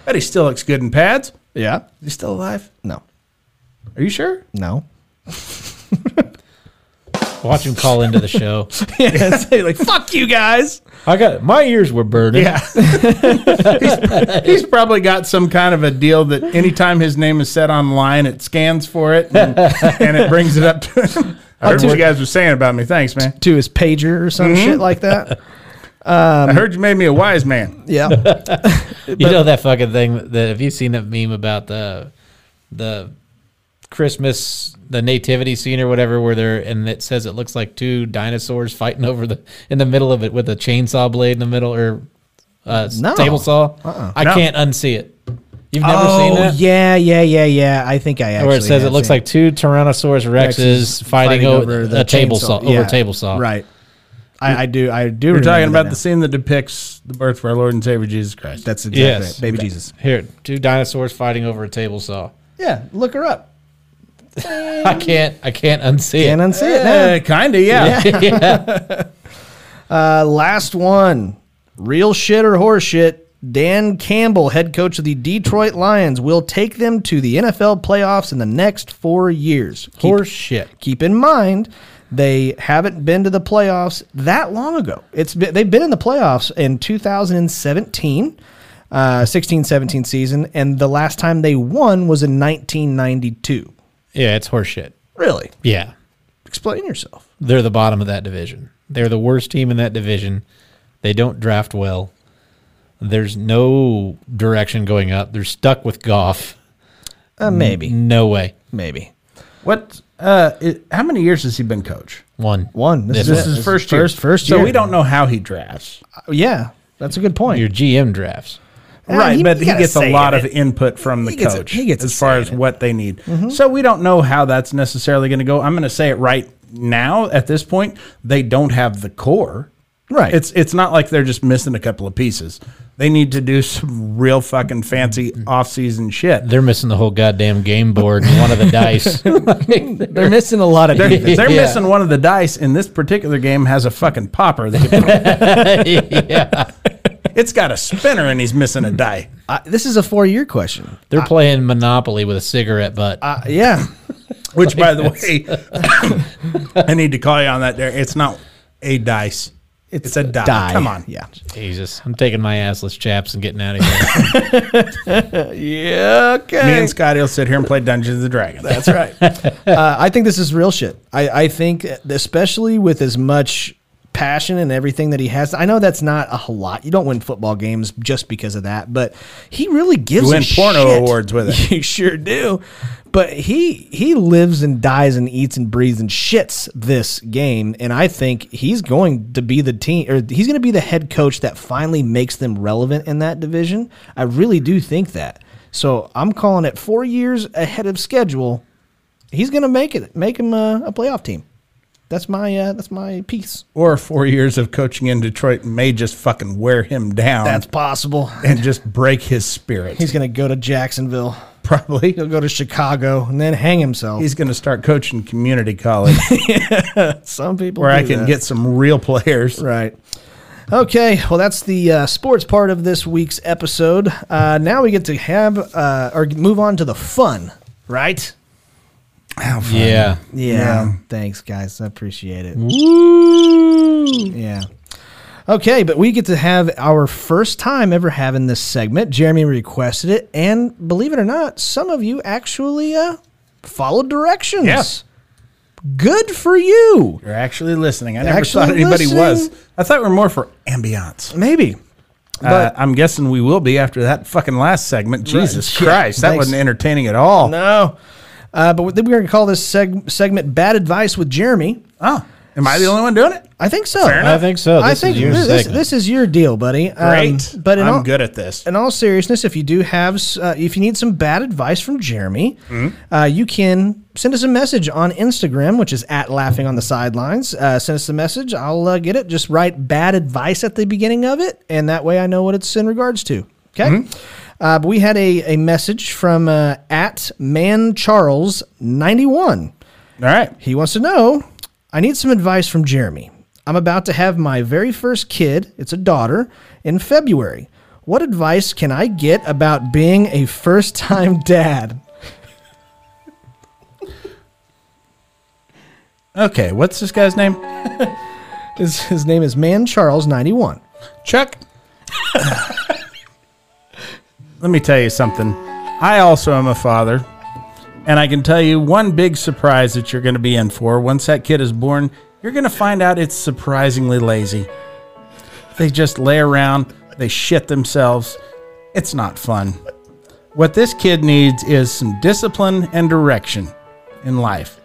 B: But he still looks good in pads.
A: Yeah.
B: Is he still alive?
A: No.
B: Are you sure?
A: No.
C: Watch him call into
A: [laughs]
C: the show.
B: [laughs]
A: yeah. it's like fuck you guys.
C: I got my ears were burdened. Yeah.
B: He's probably got some kind of a deal that anytime his name is said online, it scans for it and, and it brings it up to him. I heard what you guys were saying about me. Thanks, man.
A: To his pager or some shit like that.
B: I heard you made me a wise man.
A: Yeah.
C: you know that fucking thing that have you seen that meme about the the Christmas the nativity scene or whatever where they're and it says it looks like two dinosaurs fighting over the in the middle of it with a chainsaw blade in the middle or uh
A: No. Uh-uh.
C: table saw. I
B: No.
C: can't unsee it. You've never seen
A: oh
C: that?
A: yeah, yeah, yeah, yeah. I think I actually
C: Where it says it
A: have
C: looks
A: seen
C: like two Tyrannosaurus Rexes fighting, over, a table
A: chainsaw.
C: saw over
A: Yeah,
C: a table saw.
A: Right. I, I do. I do.
B: We're talking about the
A: this.
B: scene that depicts the birth of our Lord and Savior Jesus Christ.
A: That's exactly
C: Yes.
A: it. Baby Jesus.
C: Here, two dinosaurs fighting over a table saw.
A: Yeah. Look her up.
C: I can't I can't unsee
A: Can't
C: it.
A: unsee it now.
B: uh, kind of, yeah.
A: Uh, last one. Real shit or horse shit. Dan Campbell, head coach of the Detroit Lions, will take them to the NFL playoffs in the next four years. Keep-
C: Horse shit.
A: Keep in mind, they haven't been to the playoffs that long ago. It's been, they've been in the playoffs in 2017, uh, 16 17 season, and the last time they won was in 1992.
C: [laughs] Yeah, it's horse shit.
A: Really?
C: Yeah.
A: Explain yourself.
C: They're the bottom of that division. They're the worst team in that division. They don't draft well. There's no direction going up. They're stuck with Goff.
A: Uh, maybe.
C: No way.
A: Maybe.
B: What? Uh, i how many years has he been coach?
C: One.
A: One. This is,
C: This
B: This
A: it.
B: is his first year.
A: First, first
B: So
A: year.
B: we don't know how he drafts.
A: Uh, Yeah, that's a good point.
C: Your GM drafts.
A: Ah,
B: right,
A: he-
B: but
A: he
B: he,
A: gotta
B: gets
A: say
B: a lot
A: it.
B: of input from the
A: He gets a-
B: coach
A: he gets a
B: as far
A: say
B: as
A: in it. Mm-hmm.
B: what they need. So we don't know how that's necessarily going to go. I'm going to say it right now. At this point, they don't have the core.
A: Right.
B: It's it's not like they're just missing a couple of pieces. They need to do some real fucking fancy
A: Mm-hmm.
B: offseason shit.
C: They're missing the whole goddamn game board and one of
A: [laughs]
C: the dice. [laughs]
A: They're missing a lot of.
B: [laughs]
A: [laughs]
B: They're,
A: defense.
B: they're
C: Yeah.
B: missing one of the dice in this particular game has a fucking popper.
A: [laughs]
B: They could put-
C: yeah.
B: it's got a spinner and he's missing a die.
A: I- this is a four-year question.
C: They're playing Monopoly with a cigarette butt.
A: Uh, yeah,
B: Which, by the way, [coughs] I need to call you on that. There, it's not a dice. It's, a die.
A: die.
B: Come on,
A: Yeah.
C: Jesus. I'm taking my assless chaps and getting out of here.
A: Yeah. Okay.
B: Me and Scotty will sit here and play Dungeons and Dragons. That's right.
A: Uh, I think this is real shit. I, I think, especially with as much passion and everything that he has, I know that's not a whole lot. You don't win football games just because of that, but he really gives.
B: You win
A: a
B: porno
A: shit.
B: awards with
A: [laughs]
B: it.
A: You sure do. But he he lives and dies and eats and breathes and shits this game, and I think he's going to be the team, or he's going to be the head coach that finally makes them relevant in that division. I really do think that. So I'm calling it four years ahead of schedule he's gonna make it make him uh, a, a playoff team that's my uh, that's my piece
B: Or [laughs] four years of coaching in Detroit may just fucking wear him down
A: possible
B: and just break his spirit.
A: [laughs] he's gonna go to jacksonville
B: probably
A: he'll go to chicago and then hang himself
B: he's going to start coaching
A: [laughs]
B: community college
A: some people
B: where I
A: do
B: can
A: that. Oh,
B: get some real players.
A: right okay well that's the uh, sports part of this week's episode uh, now we get to have uh, or move on to the fun right
B: How fun.
C: yeah.
A: [laughs] yeah, thanks guys i appreciate it yeah Okay, but we get to have our first time ever having this segment. Jeremy requested it, and believe it or not, some of you actually uh, followed directions.
B: Yeah.
A: Good for you.
B: You're actually listening. I never
A: Actually
B: thought anybody was.
A: listening.
B: I thought we are more for ambiance.
A: Maybe.
B: Uh,
A: But
B: I'm guessing we will be after that fucking last segment. Jesus
A: Yeah,
B: Christ, that
A: thanks.
B: wasn't entertaining at all.
A: no. Uh, but then we're going to call this seg- segment Bad Advice with Jeremy.
B: Oh, am I the only one doing it?
A: I think so.
B: Fair enough.
C: I think so. This
A: I
C: is
A: think
C: your
A: this, this,
C: segment.
A: this is your deal, buddy. Um,
B: Great.
A: but in
B: I'm
A: all,
B: good at this.
A: in all seriousness, if you do have, s- uh, if you need some bad advice from Jeremy, uh, you can send us a message on Instagram, which is at laughing on the sidelines. Uh, send us a message. I'll uh, get it. Just write bad advice at the beginning of it, and that way I know what it's in regards to. Okay. Uh, but we had a, a message from uh, at man Charles 91.
B: All right.
A: He wants to know I need some advice from Jeremy. I'm about to have my very first kid, it's a daughter, in February. What advice can I get about being a first time [laughs] dad?
B: Okay. What's this guy's name?
A: His, his name is Man Charles 91.
B: [laughs] Chuck. Let me tell you something. I also am a father, and I can tell you one big surprise that you're going to be in for. Once that kid is born, you're going to find out it's surprisingly lazy. They just lay around, they shit themselves. It's not fun. What this kid needs is some discipline and direction in life.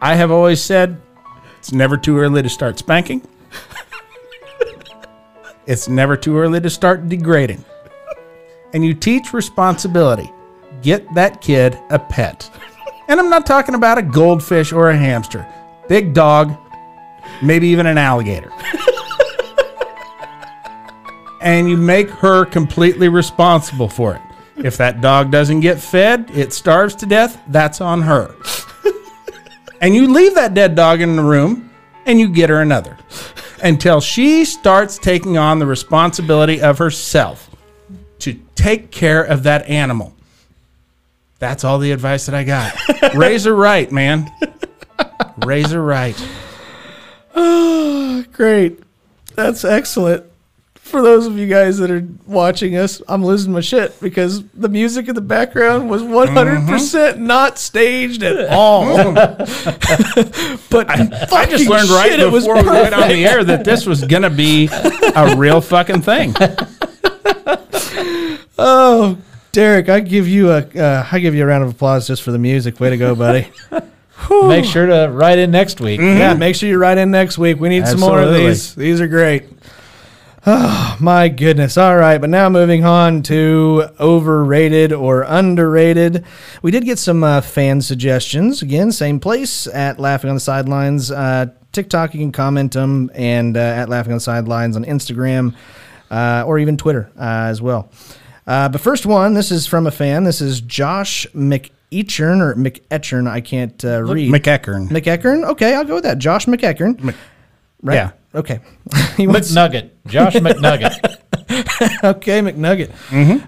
B: I have always said it's never too early to start spanking. It's never too early to start degrading. And you teach responsibility. Get that kid a pet. And I'm not talking about a goldfish or a hamster, big dog, maybe even an alligator. and you make her completely responsible for it. If that dog doesn't get fed, it starves to death, that's on her. and you leave that dead dog in the room and you get her another until she starts taking on the responsibility of herself to take care of that animal. That's all the advice that I got. Raise her right, man. Raise her right.
A: Great. That's excellent. For those of you guys that are watching us, I'm losing my shit because the music in the background was 100% percent
B: Mm-hmm.
A: not staged
B: [laughs]
A: at all.
B: Oh,
A: But
B: I just learned right before we went on the air that this was gonna be a real fucking thing.
A: Oh, Derek, I give you a uh, I give you a round of applause just for the music. Way to go, buddy.
C: Make sure to write in next week.
A: yeah, make sure you write in next week. We need some more of
B: Mm-hmm. Absolutely.
A: these. These are great. Oh, my goodness. All right, but now moving on to overrated or underrated. We did get some uh, fan suggestions. Again, same place at Laughing on the Sidelines. Uh, TikTok, you can comment them, and uh, at Laughing on the Sidelines on Instagram uh, or even Twitter uh, as well. Uh, but first one, this is from a fan. This is Josh McEachern or McEachern. I can't uh, read.
B: McEachern.
A: McEachern. Okay, I'll go with that. Josh McEachern. right?
B: yeah.
A: Okay. [laughs] he wants
C: McNugget. Josh McNugget.
A: okay McNugget.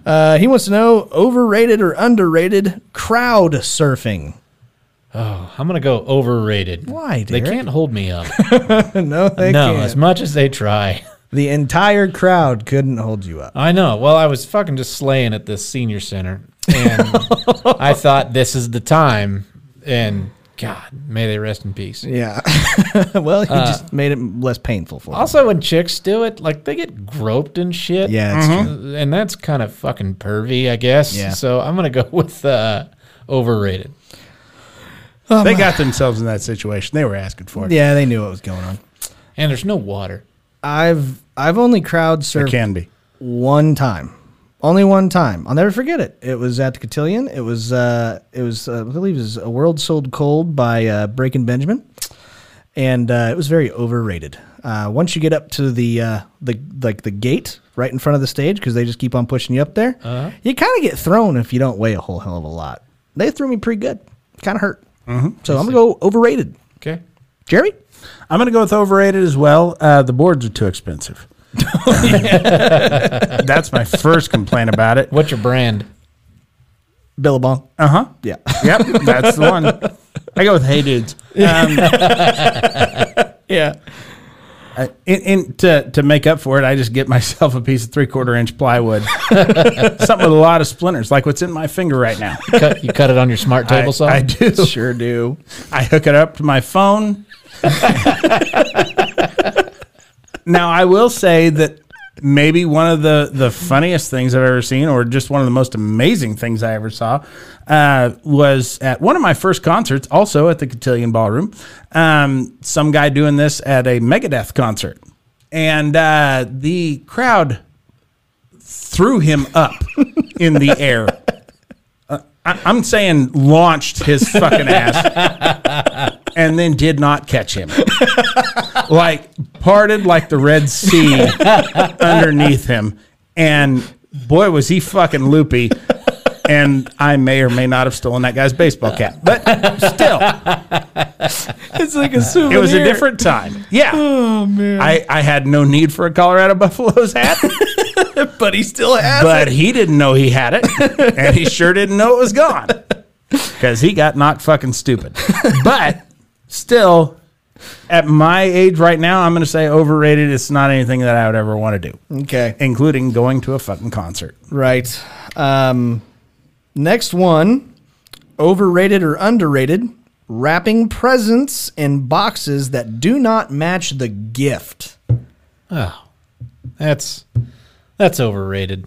A: Uh, he wants to know overrated or underrated crowd [laughs] surfing.
C: I'm going to go overrated.
A: Why,
C: They
A: Derek?
C: can't hold me up.
A: no, they
C: no,
A: can't.
C: as much as they try.
A: the entire crowd couldn't hold you up.
C: I know. Well, I was fucking just slaying at this senior center,
A: [laughs]
C: and I thought this is the time. And God, may they rest in peace.
A: Yeah. [laughs] well, he just made it less painful for. us.
C: Also, when chicks do it, like they get groped and shit.
A: Yeah, it's true.
C: and that's kind of fucking pervy, I guess.
A: Yeah.
C: So I'm gonna go [laughs] with uh, overrated.
B: They got themselves in that situation. They were asking for it.
A: Yeah, they knew what was going on.
C: And there's no water.
A: I've I've only crowd
B: It
A: surfed
B: can be.
A: one time. Only one time. I'll never forget it. It was at the Cotillion. It was uh, it was uh, I believe it was a world sold cold by uh, Breaking Benjamin, and uh, it was very overrated. Uh, once you get up to the uh, the like the gate right in front of the stage because they just keep on pushing you up there, you kind of get thrown if you don't weigh a whole hell of a lot. They threw me pretty good. Kind of hurt. So I'm gonna go overrated.
C: Okay.
A: Jeremy,
B: I'm going to go with overrated as well. Uh, the boards are too expensive. [laughs] That's my first complaint about it.
C: What's your brand?
A: Billabong.
B: Uh huh.
A: Yeah.
B: Yep. That's the one. I go with hey dudes. [laughs] Um,
A: Yeah.
B: I- and, and to to make up for it, I just get myself a piece of three quarter inch [laughs] plywood, something with a lot of splinters, like what's in my finger right now.
C: Cut, you cut it on
A: [laughs]
C: your smart
B: I,
C: table saw.
B: I do.
A: Sure do.
B: I hook it up to my phone. now I will say that maybe one of the the funniest things I've ever seen, or just one of the most amazing things I ever saw, uh, was at one of my first concerts, also at the Cotillion Ballroom. Um, some guy doing this at a Megadeth concert, and uh, the crowd threw him up in the air. Uh, I, I'm saying launched his fucking ass and then did not catch him. like parted like the Red Sea underneath him. And boy, was he fucking loopy. And I may or may not have stolen that guy's baseball cap, but still,
A: It's [laughs] like a souvenir.
B: it was a different time. Yeah. Oh, man. I, I had no need for a Colorado Buffaloes hat.
A: but he still has
B: but he didn't know he had it, and he sure didn't know it was gone because he got knocked fucking stupid. But still, at my age right now, I'm going to say overrated. It's not anything that I would ever want to do,
A: Okay.
B: including going to a fucking concert.
A: Right. Um, next one overrated or underrated wrapping presents in boxes that do not match the gift.
C: Oh, that's that's overrated.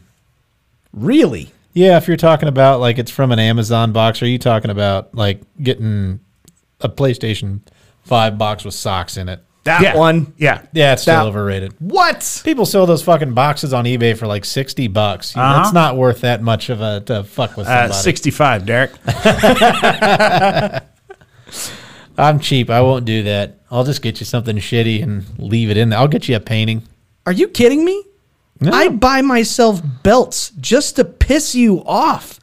A: Really?
C: Yeah, if you're talking about like it's from an Amazon box, are you talking about like getting a PlayStation Five box with socks in it?
A: That
B: Yeah.
A: one.
B: Yeah.
C: Yeah, it's still
A: That-
C: overrated.
A: What?
C: People sell those fucking boxes on eBay for like sixty bucks. You know, It's not worth that much of a to fuck with
B: Uh,
C: somebody.
B: 65, Derek.
C: I'm cheap. I won't do that. I'll just get you something shitty and leave it in there. I'll get you a painting.
A: Are you kidding me? I buy myself belts just to piss you off.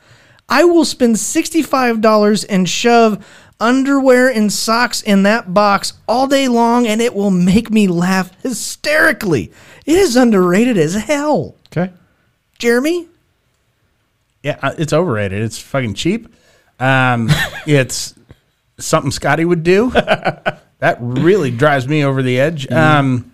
A: I will spend $65 and shove underwear and socks in that box all day long, and it will make me laugh hysterically. It is underrated as hell.
C: Okay.
A: Jeremy?
B: Yeah, uh, it's overrated. It's fucking cheap.
A: [laughs]
B: Um, it's something Scotty would do. that really drives me over the edge.
A: Mm-hmm.
B: Um,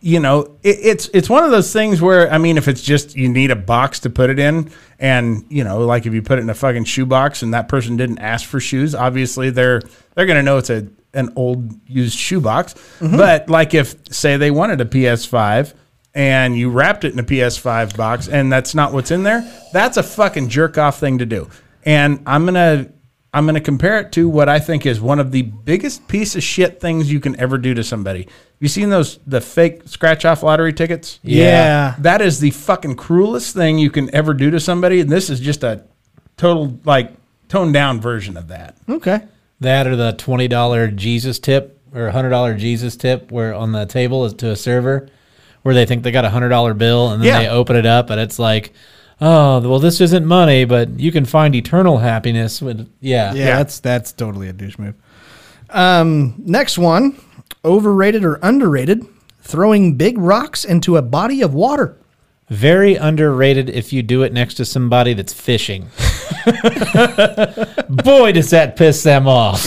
B: you know, it, it's it's one of those things where I mean, if it's just you need a box to put it in, and you know, like if you put it in a fucking shoebox and that person didn't ask for shoes, obviously they're they're gonna know it's a an old used shoebox. But like if say they wanted a PS5 and you wrapped it in a PS5 box and that's not what's in there, that's a fucking jerk off thing to do. And I'm gonna I'm going to compare it to what I think is one of the biggest piece of shit things you can ever do to somebody. You seen those the fake scratch off lottery tickets?
C: Yeah.
B: That is the fucking cruelest thing you can ever do to somebody, and this is just a total like toned down version of that.
A: Okay.
C: That or the twenty dollar Jesus tip or hundred dollar Jesus tip, where on the table is to a server, where they think they got a hundred dollar bill and then
B: Yeah.
C: they open it up and it's like, oh well, this isn't money, but you can find eternal happiness with yeah.
A: Yeah, that's that's totally a douche move. Um, next one, overrated or underrated? Throwing big rocks into a body of water.
C: Very underrated if you do it next to somebody that's fishing. Boy, does that piss them off.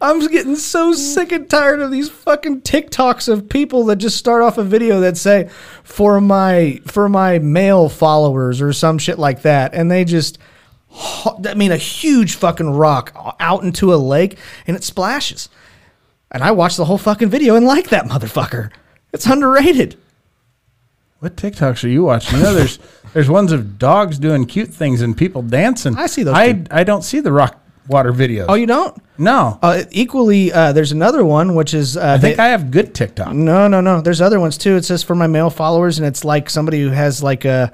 A: I'm getting so sick and tired of these fucking TikToks of people that just start off a video that say for my for my male followers or some shit like that, and they just. ho- I mean, a huge fucking rock out into a lake and it splashes. And I watched the whole fucking video and like that motherfucker. It's underrated.
B: What TikToks are you watching? You know, [laughs] there's there's ones of dogs doing cute things and people dancing.
A: I see those
B: I
A: too.
B: I don't see the rock water videos.
A: Oh, you don't?
B: no.
A: Uh, equally, uh, there's another one which is uh,
B: I think
A: they-
B: I have good TikTok.
A: no, no, no. There's other ones too. It says for my male followers, and it's like somebody who has like a,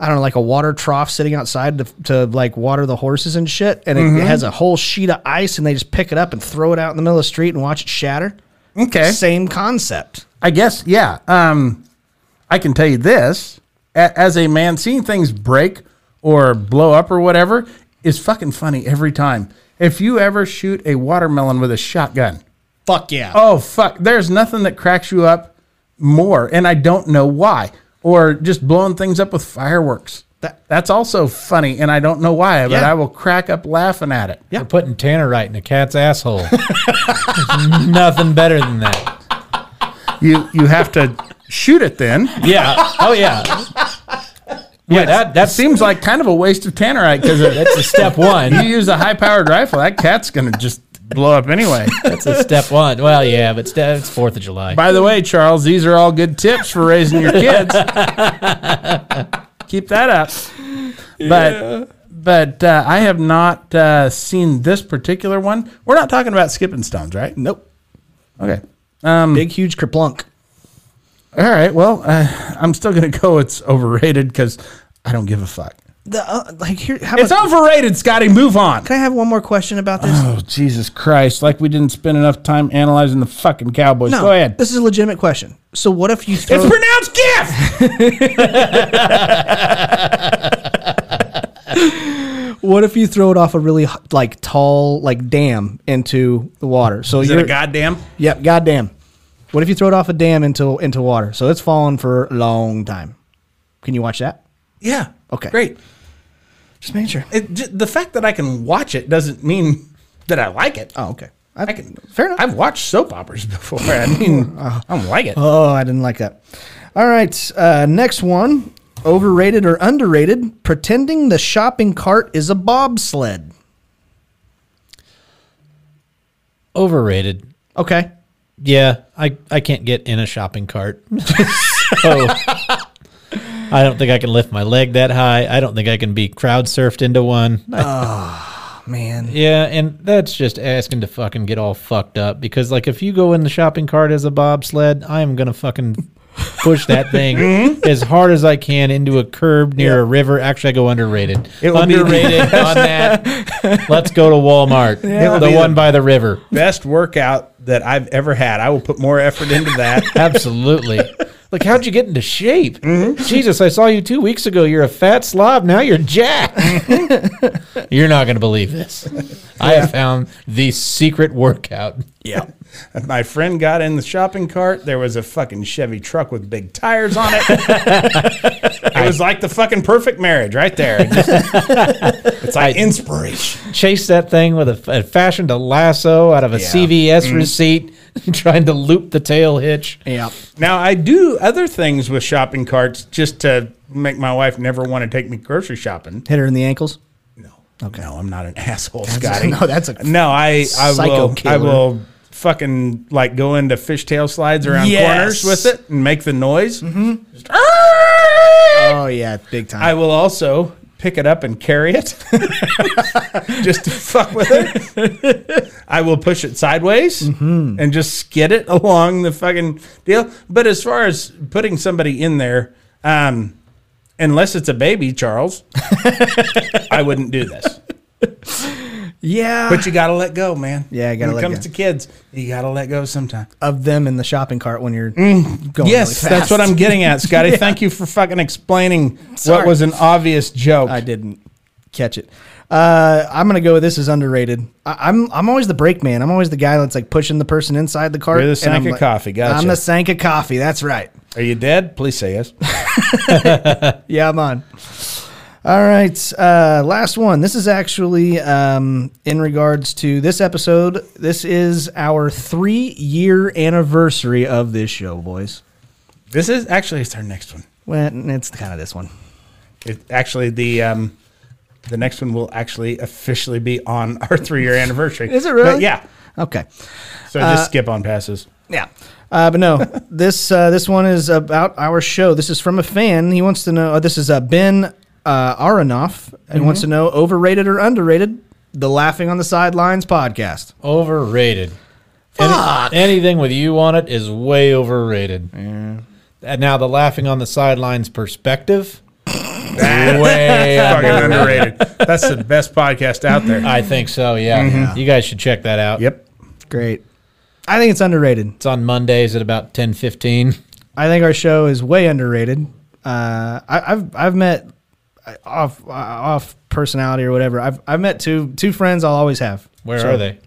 A: I don't know, like a water trough sitting outside to, to like water the horses and shit, and it,
B: Mm-hmm.
A: it has a whole sheet of ice, and they just pick it up and throw it out in the middle of the street and watch it shatter.
B: Okay.
A: Same concept.
B: I guess, yeah. Um, I can tell you this: a- as a man, seeing things break or blow up or whatever is fucking funny every time. If you ever shoot a watermelon with a shotgun,
A: Fuck yeah.
B: oh fuck, there's nothing that cracks you up more, and I don't know why. Or just blowing things up with fireworks.
A: That-
B: That's also funny, and I don't know why, but
A: Yeah.
B: I will crack up laughing at it.
C: We're putting Tanner right in a cat's asshole. There's nothing better than that.
B: You you have to shoot it then.
C: Yeah. Oh yeah. Yeah, that
B: That
C: that seems
B: seems like kind of a waste of tannerite because
C: that's a step
B: you
C: one.
B: use a high powered rifle, that cat's gonna just blow up anyway.
C: That's a step one. Well, yeah, but ste- it's Fourth of July.
B: By the way, Charles, these are all good tips for raising your kids. Keep that up. But but uh, I have not uh, seen this particular one. We're not talking about skipping stones, right?
A: Nope.
B: Okay. Um.
A: Big, huge kerplunk.
B: All right. Well, uh, I'm still going to go. It's overrated because I don't give a fuck.
A: The, uh, like here, how
B: It's
A: about,
B: overrated, Scotty. Move on.
A: can I have one more question about this?
B: Oh, Jesus Christ. Like we didn't spend enough time analyzing the fucking Cowboys.
A: no,
B: Go ahead.
A: This is a legitimate question. So what if you throw?
B: It's pronounced GIF.
A: what if you throw it off a really h- like tall like dam into the water? So
B: [laughs] Is it
A: you're
B: a goddamn?
A: Yep, goddamn. What if you throw it off a dam into into water? So it's fallen for a long time. Can you watch that?
B: Yeah.
A: Okay.
B: Great.
A: Just making sure.
B: It, j- the fact that I can watch it doesn't mean that I like it.
A: Oh, okay.
B: I can.
A: Fair enough.
B: I've watched soap operas [laughs] before. I mean, I don't like it.
A: oh, I didn't like that. All right, uh, next one. Overrated or underrated? Pretending the shopping cart is a bobsled.
C: Overrated.
A: Okay.
C: Yeah, I, I can't get in a shopping cart. [laughs] so I don't think I can lift my leg that high. I don't think I can be crowd surfed into one.
B: Oh,
A: Man.
C: yeah, and that's just asking to fucking get all fucked up because like if you go in the shopping cart as a bobsled, I am going to fucking push that
B: [laughs] Mm-hmm.
C: thing as hard as I can into a curb near a river. Actually, I go underrated.
B: It will be- [laughs]
C: underrated on that. Let's go to Walmart.
B: will
C: The
B: be
C: one
B: the-
C: by the river.
B: Best workout that I've ever had. I will put more effort into that.
C: Absolutely. Like, how'd you get into shape?
B: Mm-hmm.
C: Jesus, I saw you two weeks ago. You're a fat slob. Now you're jacked.
B: Mm-hmm.
C: you're not going to believe
B: [laughs]
C: this. I have found the secret workout.
B: [laughs] yeah. [laughs] My friend got in the shopping cart. There was a fucking Chevy truck with big tires on [laughs] it. it was like the fucking perfect marriage right [laughs] there. It just- it's like inspiration.
C: Chase that thing with a, I fashioned a lasso out of a
B: Yeah.
C: CVS receipt, [laughs] trying to loop the tail hitch.
A: Yeah.
B: Now I do other things with shopping carts just to make my wife never want to take me grocery shopping.
A: Hit her in the ankles.
B: No, no, I'm not an [laughs] asshole,
A: [laughs]
B: Scotty.
A: no, that's a
B: no. I I
A: psycho
B: will I
A: killer.
B: will fucking like go into fishtail slides around
A: Yes. Mm-hmm.
B: corners with it and make the noise.
A: Oh yeah, big time.
B: I will also pick it up and carry it [laughs] just to fuck with it. I will push it sideways
A: Mm-hmm.
B: and just skid it along the fucking deal. But as far as putting somebody in there, um, unless it's a baby, Charles, I wouldn't do this.
A: yeah.
B: But you got to let go, man.
A: Yeah, you gotta
B: When
A: let
B: it comes
A: go.
B: to kids, you got to let go sometime.
A: of them in the shopping cart when you're going.
B: Mm. yes,
A: really
B: that's what
A: fast.
B: I'm getting at,
A: [laughs]
B: Scotty. Thank you for fucking explaining
A: Sorry.
B: what was an obvious joke.
A: I didn't catch it. Uh, I'm gonna go. with This is underrated. I, I'm I'm always the brake man. I'm always the guy that's like pushing the person inside the cart.
B: You're the
A: and
B: Sank
A: I'm
B: of
A: like-
B: coffee, gotcha.
A: I'm the sank of coffee. That's right.
B: Are you dead? Please say yes.
A: Yeah, I'm on. All right, uh, last one. This is actually um, in regards to this episode. This is our three year anniversary of this show, boys.
B: This is actually it's our next one.
A: Well, it's kind of this one.
B: It actually the um the next one will actually officially be on [laughs] our three year anniversary.
A: Is it really? Uh,
B: But yeah.
A: Okay.
B: So just skip on passes.
A: Yeah. Uh, but no, [laughs] this uh, this one is about our show. This is from a fan. He wants to know. uh, this is uh, Ben uh, Aronoff. He
C: Mm-hmm.
A: wants to know overrated or underrated the Laughing on the Sidelines podcast.
C: Overrated. Any- anything with you on it is way overrated. And now the laughing on the sidelines perspective. way
B: [laughs] Fucking
C: under-
B: underrated. That's the best podcast out there.
A: Uh,
C: I think so. Yeah. you guys should check that out.
B: yep.
A: Great. I think it's underrated.
C: it's on Mondays at about ten fifteen.
A: I think our show is way underrated. Uh, I, I've I've met uh, off uh, off personality or whatever. I've I've met two two friends. I'll always have.
C: Where
A: So
C: are they?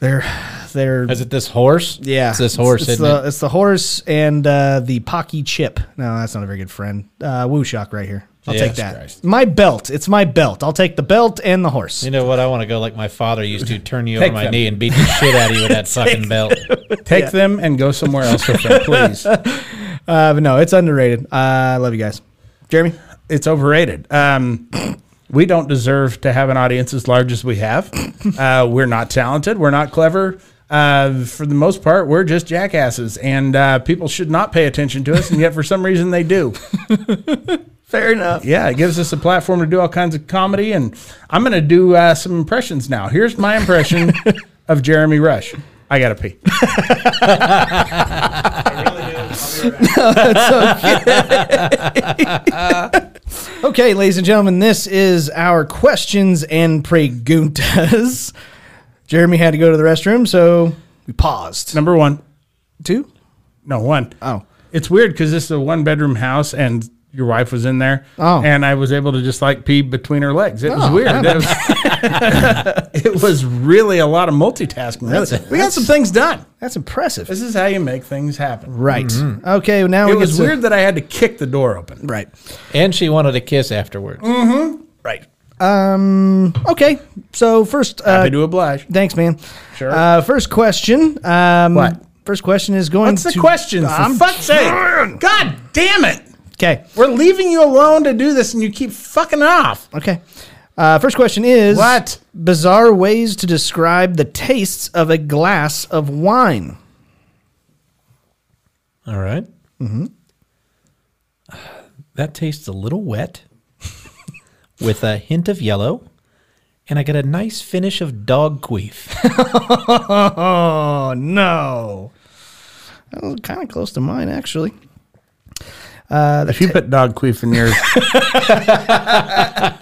A: They're they're
C: Is it this horse?
A: Yeah,
C: it's this horse.
A: It's,
C: isn't
A: the
C: it?
A: it's the horse and uh, the Pocky Chip. No, that's not a very good friend. Uh, Woo Shock right here. I'll take
C: Jesus
A: that.
C: Christ.
A: My belt. It's my belt. I'll take the belt and the horse.
C: You know what? I want to go like my father used to turn you over
B: Take
C: my
B: them.
C: knee and beat the shit out of you with that fucking belt.
B: Take them and go somewhere else with them,
A: [laughs]
B: please.
A: Uh, but no, it's underrated. Uh, I love you guys, Jeremy.
B: It's overrated. Um we don't deserve to have an audience as large as
A: [laughs]
B: we have. uh, we're not talented. We're not clever. Uh, for the most part, we're just jackasses, and uh, people should not pay attention to us. And yet, for some reason, they do.
A: Fair enough.
B: Yeah, it gives us a platform to do all kinds of comedy. And I'm going to do uh, some impressions now. Here's my impression
A: [laughs]
B: of Jeremy Rush. I got to pee.
A: Okay, ladies and gentlemen, this is our questions and preguntas. [laughs] Jeremy had to go to the restroom, so we paused.
B: Number one.
A: two.
B: No, one.
A: Oh.
B: It's weird because this is a one bedroom house and your wife was in there.
A: Oh.
B: And I was able to just like pee between her legs. It was weird. It was, it was [laughs] really a lot of multitasking. Really. We got some things done.
A: That's impressive.
B: This is how you make things happen.
A: Right.
C: Mm-hmm.
A: Okay. well, Now
B: It
A: we
B: was
A: get to-
B: weird that I had to kick the door open.
A: Right.
C: And she wanted a kiss afterwards.
B: Right.
A: Okay. So first,
B: Happy
A: uh,
B: to oblige.
A: thanks, man.
B: Sure.
A: Uh, first question. Um,
B: What?
A: First question is going.
B: What's the
A: to-
B: question? For
A: I'm-
B: fuck's sake. God damn it.
A: okay.
B: We're leaving you alone to do this and you keep fucking off.
A: Okay. Uh, first question is
B: What?
A: bizarre ways to describe the tastes of a glass of wine.
C: All right. Mm-hmm. [sighs] That tastes a little wet [laughs] with a hint of yellow. And I get a nice finish of dog queef. [laughs]
A: Oh no, that was kind of close to mine actually.
B: If you put dog queef
A: [laughs]
B: in yours,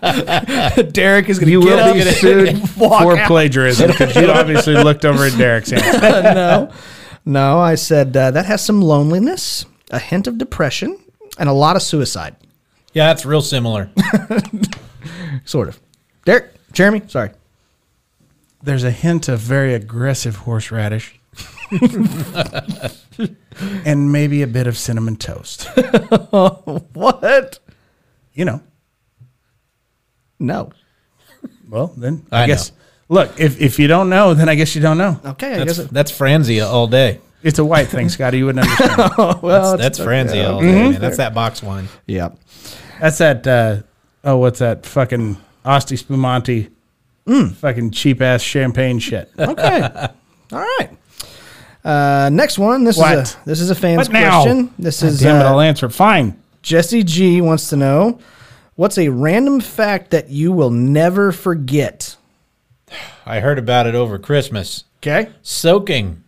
A: Derek is gonna
B: you
A: get
B: will
A: up
B: be
A: and
B: sued
A: [laughs] walk
B: for
A: out.
B: plagiarism because you obviously looked over at Derek's hand.
A: no, no. I said uh, that has some loneliness, a hint of depression, and a lot of suicide.
C: yeah, that's real similar.
A: Sort of. Derek, Jeremy, sorry.
B: [laughs] There's a hint of very
A: [laughs]
B: aggressive horseradish. and maybe a bit of cinnamon toast.
A: What?
B: You know.
A: No.
B: Well, then I,
C: I
B: guess.
C: know.
B: Look, if, if you don't know, then I guess you don't know.
A: Okay, [laughs] I
C: That's,
A: guess. It,
C: that's Franzia all day.
B: It's a white thing, Scotty. You
A: [laughs]
B: wouldn't understand.
A: well,
C: That's
A: Oh, it's- Mm-hmm.
C: Franzia all day, man. That's that box wine.
A: Yeah.
B: That's that. Uh, oh, what's that fucking Osti Spumanti?
A: Mm.
B: Fucking cheap ass champagne shit.
A: [laughs]
B: [laughs]
A: Okay. All right. Uh, next one. This is
B: What?
A: a this is a fan's
B: What now?
A: question. This is
B: Damn it!
A: uh,
B: I'll answer. Fine.
A: Jesse G wants to know what's a random fact that you will never forget.
C: I heard about it over Christmas.
A: Okay.
C: Soaking.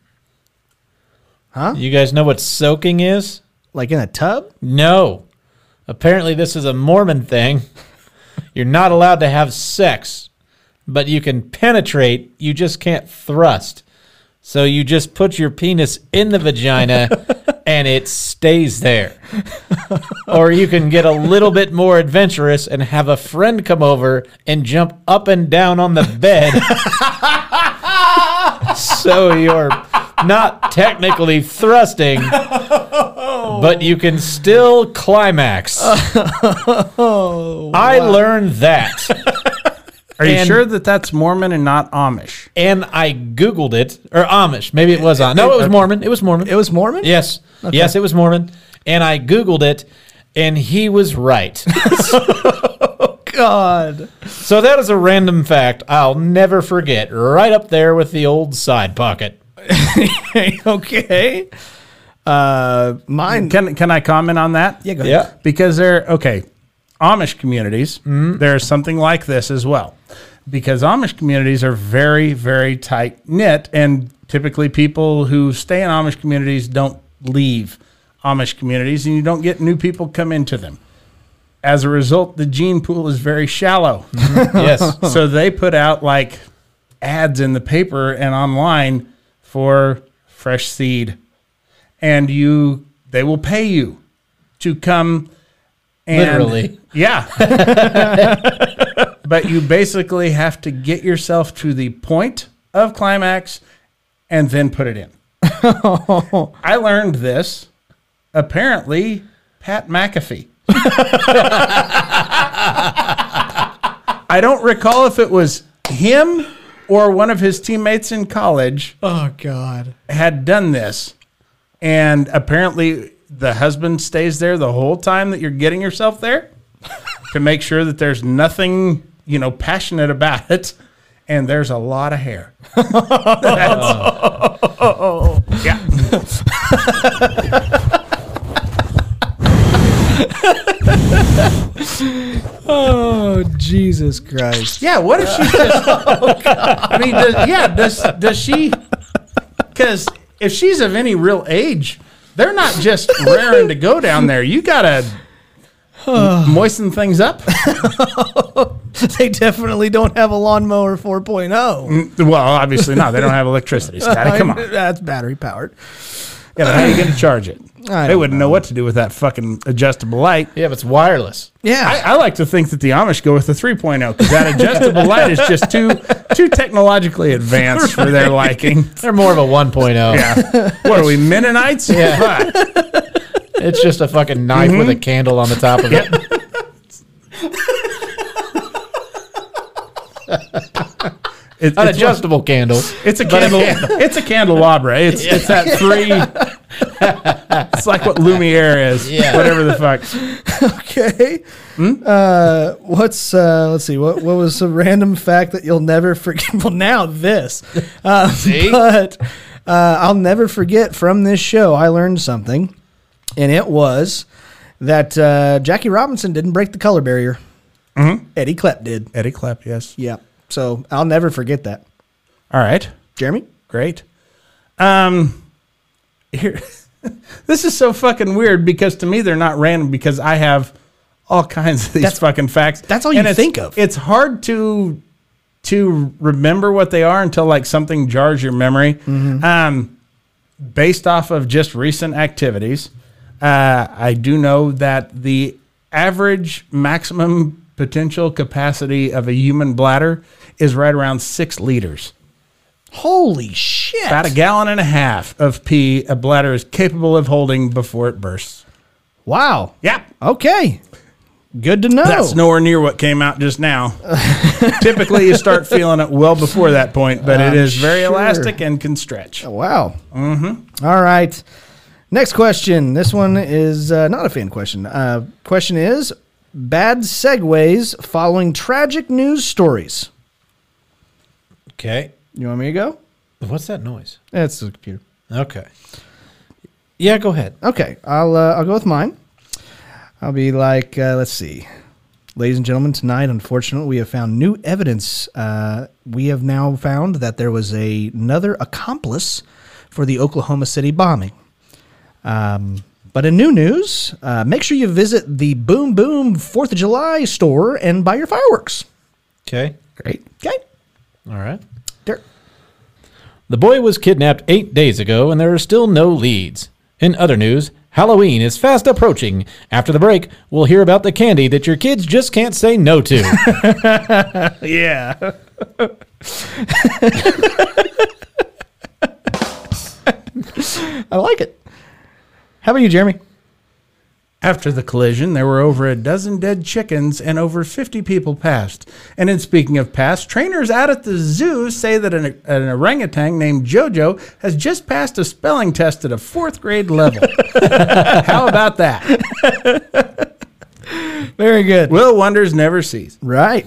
A: Huh?
C: You guys know what soaking is?
A: Like in a tub.
C: No. Apparently, this is a Mormon thing. You're not allowed to have sex, but you can penetrate. You just can't thrust. So you just put your penis in the vagina and it stays there. or you can get a little bit more adventurous and have a friend come over and jump up and down on the bed. so you're not technically thrusting but you can still
A: [laughs]
C: climax.
A: Oh,
C: I learned
A: [laughs]
C: that,
B: Are you
C: And-
B: sure that that's Mormon and not Amish?
C: and I Googled it or Amish. Maybe it was on. No, it was Mormon. It was Mormon.
A: It was Mormon.
C: Yes, yes, it was Mormon, and I Googled it, and he was right.
A: [laughs] God.
C: so that is a random fact I'll never forget. Right up there with the old side pocket.
A: [laughs] okay. Uh, mine.
B: Can Can I comment on that?
A: Yeah. Go ahead. Mm-hmm.
C: Yeah.
B: because they're okay. Amish communities, there's something like this as well, because Amish communities are very, very tight knit, and typically people who stay in Amish communities don't leave Amish communities, and you don't get new people come into them. As a result, the gene pool is very shallow.
A: Mm-hmm.
C: Yes.
B: [laughs] so they put out like ads in the paper and online for fresh seed and you they will pay you to come and
C: Literally.
B: [laughs] yeah but you basically have to get yourself to the point of climax and then put it in i learned this apparently pat mcafee [laughs] I don't recall if it was him or one of his teammates in college
A: Oh God.
B: had done this. And apparently the husband stays there the whole time that you're getting yourself there to make sure that there's nothing you know, passionate about it. And there's a lot of hair. That's- yeah.
A: Oh Jesus Christ!
B: Yeah. What [laughs] if she just? I mean, does, yeah. Does does she? Because if she's of any real age, they're not just raring to go down there. You [sighs] gotta moisten things up.
A: [laughs] They definitely don't have a lawnmower 4.0.
B: well, obviously not. They don't have electricity, Scotty. Come on. Yeah,
A: that's battery powered.
B: but how are you gonna charge it?
A: I
B: They
A: don't
B: wouldn't know what to do with that fucking adjustable light.
C: Yeah, but it's wireless.
A: Yeah,
B: I, I like to think that the Amish go with the 3.0 because that adjustable light is just too too technologically advanced for their liking.
C: They're more of a oh. 1.0.
B: Yeah. What are we, Mennonites?
C: Yeah.
B: Fuck.
C: It's just a fucking knife with
A: Mm-hmm.
C: a candle on the top of it.
B: It-
C: An
B: it's one-
C: adjustable candle.
B: It's a candle. [laughs] It's a candelabra. It's it's that three. [laughs] it's like what Lumiere is.
C: Yeah.
B: Whatever the fuck.
A: Okay. Uh, what's uh, let's see what what was a random fact that you'll never [laughs] forget? Well, now this, uh, but uh, I'll never forget from this show. I learned something, and it was that uh, Jackie Robinson didn't break the color barrier. Eddie Klepp did.
B: Eddie Clapp. Yes.
A: Yeah. So I'll never forget that.
B: All right.
A: Jeremy.
B: Great. Um, here. [laughs] this is so fucking weird because to me they're not random because I have all kinds of these
A: That's-
B: fucking facts.
A: that's all you
B: And it's-
A: think of.
B: It's hard to to remember what they are until like something jars your memory.
A: Mm-hmm.
B: Um, based off of just recent activities, uh, I do know that the average maximum potential capacity of a human bladder is right around six liters.
A: Holy shit!
B: About a gallon and a half of pee a bladder is capable of holding before it bursts.
A: wow.
B: Yep.
A: Okay. Good to know.
B: That's nowhere near what came out just now.
A: [laughs]
B: Typically, you start feeling it well before that point, but
A: I'm
B: it is very
A: sure. Oh,
B: elastic and can stretch.
A: Wow. Mm-hmm. right. Next question. This one is uh, not a fan question. Uh, question is bad segues following tragic news stories.
C: Okay.
A: You want me to go?
C: What's that noise?
A: It's the computer.
C: Okay. Yeah, go ahead.
A: Okay, I'll uh, I'll go with mine. I'll be like, uh, let's see, ladies and gentlemen. Tonight, unfortunately, we have found new evidence. Uh, we have now found that there was a, another accomplice for the Oklahoma City bombing. Um, but in new news, uh, make sure you visit the Boom Boom Fourth of July store and buy your fireworks.
C: Okay.
A: Great. Okay.
C: All right.
A: Dirt.
C: The boy was kidnapped eight days ago, and there are still no leads. In other news, Halloween is fast approaching. After the break, we'll hear about the candy that your kids just can't say
A: [laughs]
C: no to.
A: Yeah. I like it. How about you, Jeremy?
B: [laughs] After the collision, there were over a dozen dead chickens and over 50 people passed. And in speaking of passed, trainers out at the zoo say that an, an orangutan named JoJo has just passed a spelling test at a fourth
A: [laughs]
B: grade level. How about that?
A: Very good.
B: Will Wonders never cease.
A: Right.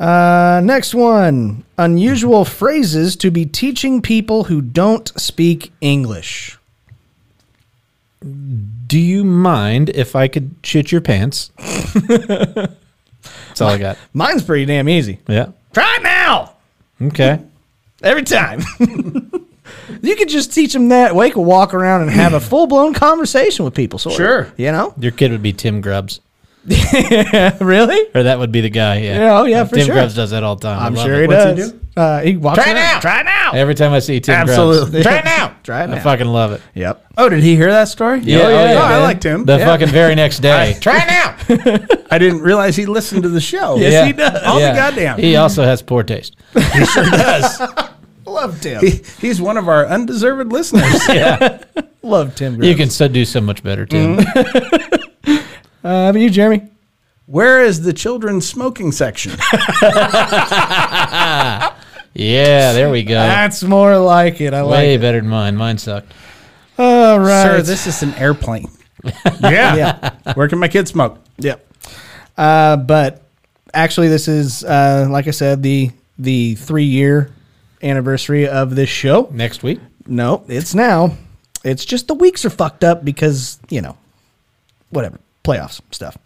A: Uh, next one unusual phrases to be teaching people who don't speak English.
C: Do you mind if I could shit your pants? That's all I got.
A: Mine's pretty damn easy.
C: Yeah.
A: Try it now.
C: Okay.
A: Every time. [laughs] you could just teach them that. Wake, walk around and
B: [laughs]
A: have a full blown conversation with people. Sort of.
B: Sure.
A: You
B: [laughs]
A: know?
C: Your kid would be Tim Grubbs.
A: really?
C: Or that would be the guy, yeah.
A: Yeah, oh, yeah,
C: Uh,
A: for
C: Tim
A: sure.
C: Grubbs does that all the time. I
A: I'm
C: love
A: sure
C: it.
A: he
B: What's he
A: does.
B: do?
A: uh, he walks
B: Try it
A: around.
B: now.
A: Try it now.
C: Every time I see Tim Grubbs.
B: Absolutely.
A: [laughs]
B: Try it now.
A: Try it
C: I
A: now.
C: fucking love it.
A: yep.
B: Oh, did he hear that story?
C: Yeah,
B: oh,
C: oh, yeah,
B: Oh, I
C: man.
B: liked him.
C: The
B: Yeah.
C: fucking very
B: [laughs]
C: next day.
B: Try it now. I didn't realize he listened to the show.
A: Yes, he does.
B: All the goddamn.
C: He also has poor taste.
A: Love Tim.
B: [laughs] He, he's one of our undeserved listeners.
A: [laughs] Love Tim.
C: You
A: Grubbs.
C: can so do so much better, Tim.
B: Mm-hmm.
A: Uh, how about you, Jeremy?
B: Where is the children's smoking section?
C: [laughs] Yeah, there we go.
A: That's more like it. I like.
C: Way
A: it.
C: better than mine. Mine sucked.
A: All right.
B: Sir, this is
A: [laughs]
B: an airplane. yeah. Where can my kids smoke?
A: Yep. Uh, but actually, this is uh, like I said the the three year anniversary of this show.
C: Next week.
A: No, it's now. It's just the weeks are fucked up because, you know, whatever, playoffs stuff.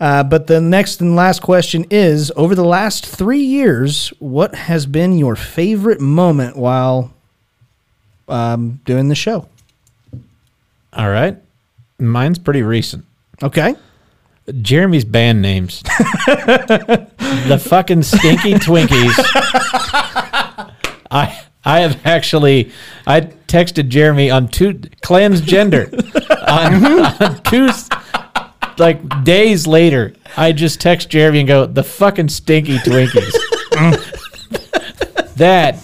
A: Uh, but the next and last question is over the last three years, what has been your favorite moment while um, doing the show?
C: All right. Mine's pretty recent.
A: Okay.
C: Jeremy's band names. the fucking stinky Twinkies. I I have actually I texted Jeremy on two cleanse gender on, on two s- like days later. I just text Jeremy and go the fucking stinky Twinkies. that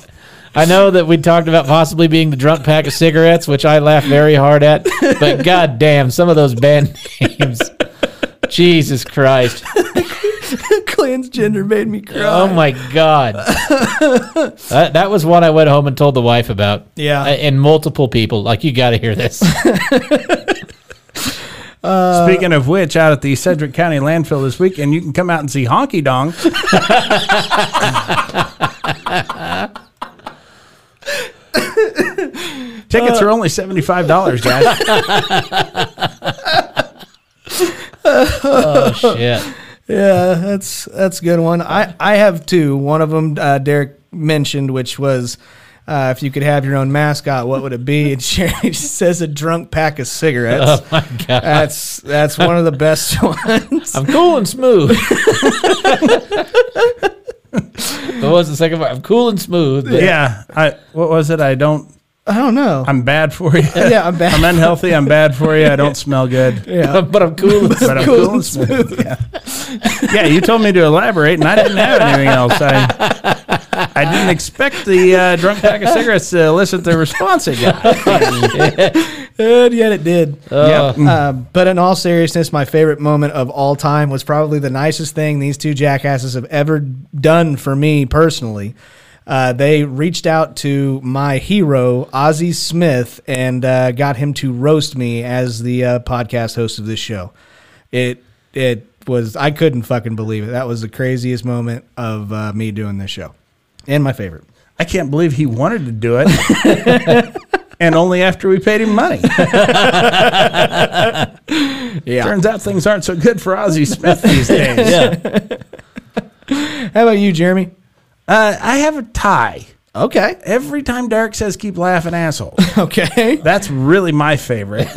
C: I know that we talked about possibly being the drunk pack of cigarettes, which I laugh very hard at. But goddamn, some of those band [laughs] names. Jesus Christ.
A: Transgender made me cry.
C: Oh my God. that, that was one I went home and told the wife about.
A: Yeah.
C: A- And multiple people. Like, you got to hear this.
B: Speaking of which, out at the Cedric County landfill this weekend, you can come out and see Honky Dong. [laughs] Tickets are only seventy five dollars, [laughs] guys.
C: oh, shit.
A: Yeah, that's that's a good one. I, I have two. One of them uh, Derek mentioned, which was uh, if you could have your own mascot, what would it be? And [laughs] Jeremy just says a drunk pack of cigarettes.
C: [laughs] Oh, my God.
A: That's that's one of the best [laughs] ones.
C: I'm cool and smooth. what was the second part? I'm cool and smooth. but-
B: yeah. I what was it? I don't.
A: I don't know.
B: I'm bad for you.
A: yeah, I'm bad.
B: I'm unhealthy. I'm bad for you. I don't smell good.
A: yeah.
C: [laughs] But I'm cool. and-
B: But I'm cool and smooth. Yeah. yeah, you told me to elaborate, and I didn't have anything else. I, I didn't expect the uh, drunk pack of cigarettes to elicit the response it got.
A: And yet it did.
B: Yep.
A: Uh, but in all seriousness, my favorite moment of all time was probably the nicest thing these two jackasses have ever done for me personally. Uh, they reached out to my hero, Ozzy Smith, and uh, got him to roast me as the uh, podcast host of this show. It it was I couldn't fucking believe it. That was the craziest moment of uh, me doing this show, and my favorite.
B: I can't believe he wanted to do it.
A: [laughs]
B: and only after we paid him money.
A: Yeah.
B: Turns out things aren't so good for Ozzy
A: [laughs]
B: Smith these days.
C: yeah.
A: How about you, Jeremy?
B: Uh, I have a tie.
A: Okay.
B: Every time Derek says, keep laughing, asshole.
A: Okay.
B: That's really my favorite.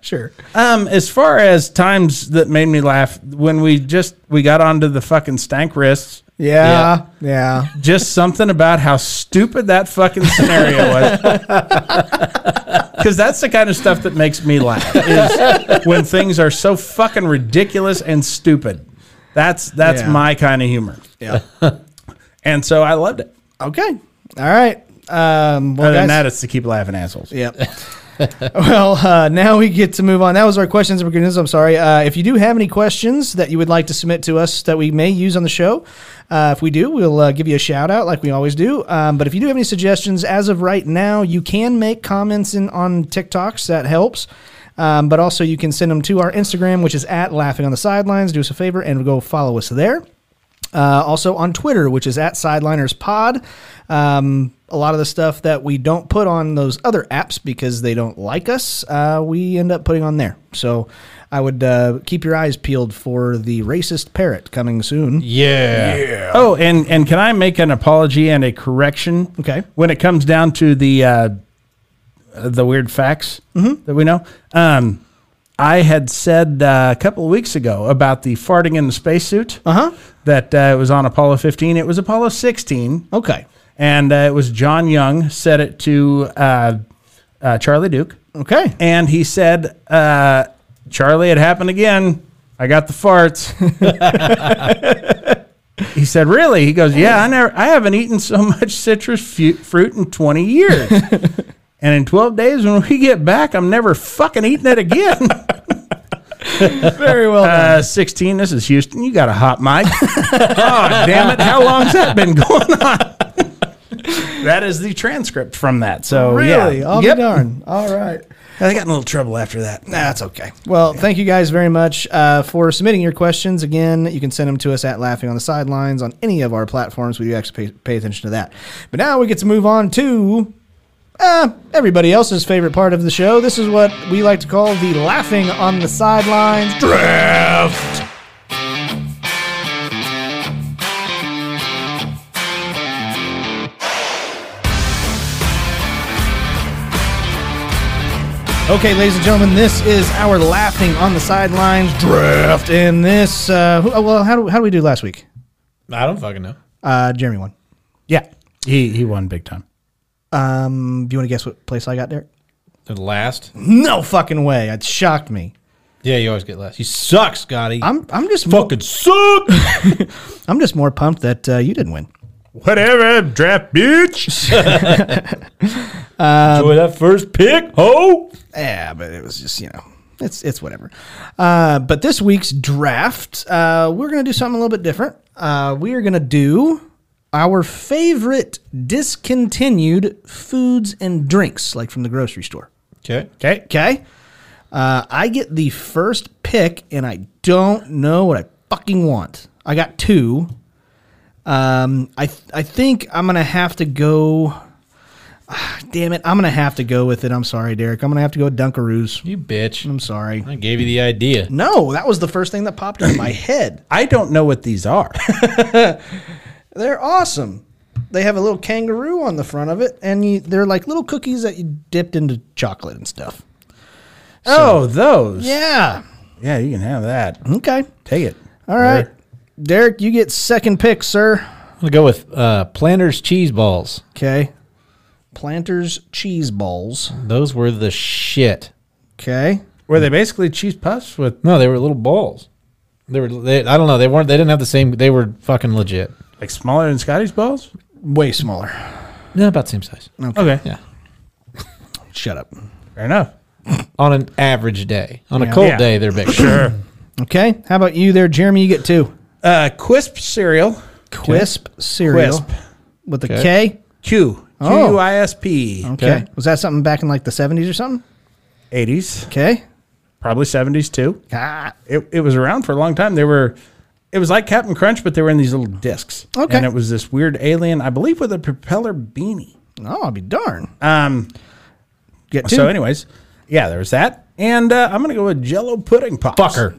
A: Sure.
B: Um, as far as times that made me laugh, when we just we got onto the fucking stank wrists,
A: Yeah. Yeah.
B: just something about how stupid that fucking scenario was. Because that's the kind of stuff that makes me laugh is when things are so fucking ridiculous and stupid. That's that's
A: Yeah.
B: my kind of humor,
A: Yeah.
B: and so I loved it.
A: okay. All right. Um, well,
B: Other than
A: guys-
B: that, it's to keep laughing assholes.
A: [laughs] Yep.
B: [laughs]
A: well, uh, now we get to move on. That was our questions and goodness. I'm sorry. Uh, if you do have any questions that you would like to submit to us that we may use on the show, uh, if we do, we'll uh, give you a shout out like we always do. Um, but if you do have any suggestions, as of right now, you can make comments in, on TikToks. That helps. Um, but also, you can send them to our Instagram, which is at Laughing on the Sidelines. Do us a favor and go follow us there. Uh, also on Twitter, which is at Sideliners Pod. Um, a lot of the stuff that we don't put on those other apps because they don't like us, uh, we end up putting on there. So I would uh, keep your eyes peeled for the racist parrot coming soon.
C: [laughs] Yeah.
B: Oh, and and can I make an apology and a correction?
A: Okay.
B: When it comes down to the uh, the weird facts
A: Mm-hmm.
B: that we know, um, I had said uh, a couple of weeks ago about the farting in the spacesuit.
A: Uh-huh.
B: That uh, it was on Apollo 15. It was Apollo 16,
A: Okay.
B: and uh, it was John Young said it to uh, uh, Charlie Duke,
A: Okay.
B: and he said, uh, "Charlie, it happened again. I got the farts." [laughs] he said, "Really?" He goes, "Yeah, I never. I haven't eaten so much citrus fu- fruit in 20 [laughs] years, and in 12 days when we get back, I'm never fucking eating it [laughs] again."
A: Very well done.
B: Uh, 16. This is [laughs] Houston. You got a hot mic. oh damn it! How long's that been going on? [laughs] That is the transcript from that. So
A: Really?
B: yeah.
A: I'll
B: Yep.
A: be darn. All right.
B: I got in a little trouble after that. Nah, that's okay.
A: Well, thank you guys very much uh, for submitting your questions. Again, you can send them to us at Laughing on the Sidelines on any of our platforms. We do actually pay, pay attention to that. But now we get to move on to uh, everybody else's favorite part of the show. This is what we like to call the Laughing on the Sidelines
B: Draft.
A: Okay, ladies and gentlemen, this is our laughing on the sidelines draft. And this, uh, who, oh, well, how do, how do we do last week?
C: I don't fucking know.
A: Uh, Jeremy won.
B: Yeah. He he won big time.
A: Um, do you want to guess what place I got, Derek?
C: The last?
A: No fucking way. It shocked me.
C: Yeah, you always get last. You suck, Scotty.
A: I'm I'm just more,
C: suck.
A: [laughs] I'm just more pumped that uh, you didn't win.
B: Whatever, draft bitch.
A: Um,
C: Enjoy that first pick, ho.
A: [laughs] Yeah, but it was just you know it's it's whatever. Uh, but this week's draft, uh, we're gonna do something a little bit different. Uh, we are gonna do our favorite discontinued foods and drinks, like from the grocery store.
C: Okay.
B: okay.
A: Okay. Uh, I get the first pick, and I don't know what I fucking want. I got two. Um, I th- I think I'm gonna have to go. [sighs] Ah, damn it! I'm gonna have to go with it. I'm sorry, Derek. I'm gonna have to go with Dunkaroos.
C: You bitch.
A: I'm sorry.
C: I gave you the idea.
A: No, that was the first thing that popped in my head.
B: I don't know what these
C: [laughs]
B: are.
A: They're awesome. They have a little kangaroo on the front of it, and you, they're like little cookies that you dipped into chocolate and stuff.
B: oh, those.
A: Yeah.
B: Yeah, you can have that.
A: Okay.
B: Take it.
A: All right. Derek, you get second pick, sir.
C: I'm gonna go with uh, Planters cheese balls.
A: Okay. Planters cheese balls.
C: Those were the shit.
A: Okay.
B: Were they basically cheese puffs with
C: No, they were little balls. They were. They, I don't know. They weren't. They didn't have the same. They were fucking legit.
B: like smaller than Scotty's balls?
A: Way smaller.
C: No, about the same size.
B: Okay.
C: Yeah.
A: Shut up.
B: Fair enough.
C: On an average day. On a cold
B: Yeah.
C: day, they're big.
B: Sure.
A: Okay. How about you there, Jeremy? You get two.
B: Uh, Quisp cereal.
A: Quisp cereal.
B: Quisp.
A: With a K.
C: Okay.
B: Q.
A: Oh.
B: Q I S P.
A: Okay.
C: Okay.
A: Was that something back in like the 70s or something?
B: 80s,
A: Okay.
B: probably 70s too.
A: Ah.
B: It, it was around for a long time. They were, it was like Captain Crunch, but they were in these little discs.
A: Okay.
B: And it was this weird alien, I believe, with a propeller beanie.
A: No, I'll Oh, be darn.
B: Um,
A: Get two.
B: So, anyways, yeah, there was that. And uh, I'm going to go with Jello Pudding Pops.
C: Fucker.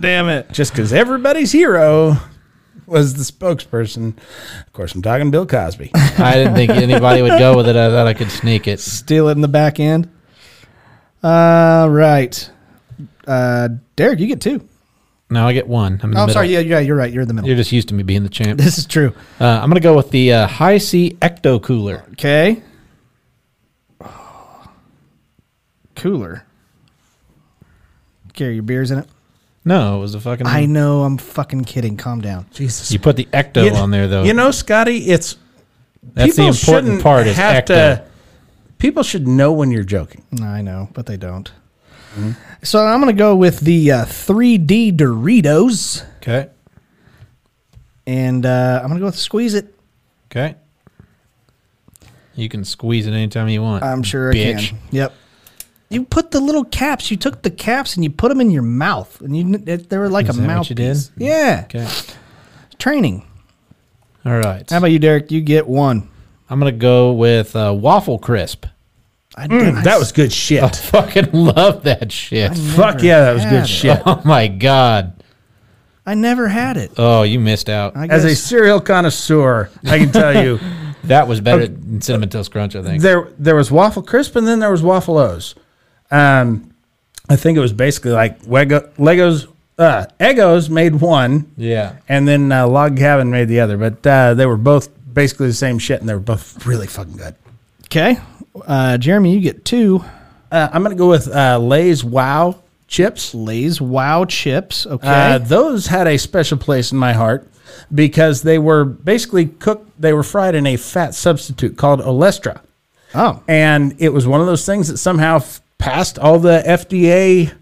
B: damn it. [laughs] Just because everybody's hero was the spokesperson. Of course, I'm talking Bill
C: [laughs]
B: Cosby.
C: [laughs] I didn't think anybody would go with it. uh, I thought I could sneak it.
A: Steal it in the back end. All right. Uh, Derek, you get two.
C: Now I get one. I'm in the
A: Oh, I'm
C: middle.
A: sorry. Yeah, yeah, you're right. You're in the [laughs] middle.
C: You're just used to me being the champ.
A: this is true.
C: Uh, I'm gonna go with the uh, High C Ecto Cooler.
A: Okay. Cooler. Carry your beers in it.
C: Mm-hmm. No, it was a fucking.
A: I know. I'm fucking kidding. Calm down.
B: Jesus.
C: you put the Ecto on there though.
B: You know, Scotty, it's
C: that's the
B: people
C: important
B: shouldn't
C: part. Is
B: have
C: Ecto.
B: to- people should know when you're joking.
A: I know, but they don't.
C: Mm-hmm.
A: So I'm gonna go with the uh, 3D Doritos,
C: Okay.
A: and uh, I'm gonna go with squeeze it.
C: Okay. You can squeeze it anytime you want.
A: I'm sure I
C: bitch.
A: can. Yep. You put the little caps. You took the caps and you put them in your mouth, and you it, they were like
C: Is
A: a
C: that
A: mouthpiece.
C: what you did?
A: Yeah.
C: Okay.
A: Training.
C: All right.
A: How about you, Derek? You get one.
C: I'm gonna go with uh, waffle crisp. [laughs]
A: I did. I
B: Mm, That was good shit.
C: Fucking love that shit. [laughs]
B: Fuck yeah, that was
A: had
B: good
A: it.
B: shit.
C: Oh my god.
A: I never had it.
C: Oh, you missed out.
A: I guess.
B: As a cereal connoisseur, I can tell
C: [laughs]
B: you
C: That was better than cinnamon toast crunch. I think.
B: there there was waffle crisp and then there was waffle O's. Um, I think it was basically like Wego, Legos, uh, Egos made one,
C: Yeah.
B: and then uh, Log Cabin made the other. But uh, they were both basically the same shit, and they were both really fucking good.
A: okay, uh, Jeremy, you get two
B: Uh, I'm gonna go with uh, Lay's Wow chips.
A: Lay's Wow chips. Okay,
B: Uh, those had a special place in my heart because they were basically cooked. They were fried in a fat substitute called Olestra,
A: oh,
B: and it was one of those things that somehow f- passed all the FDA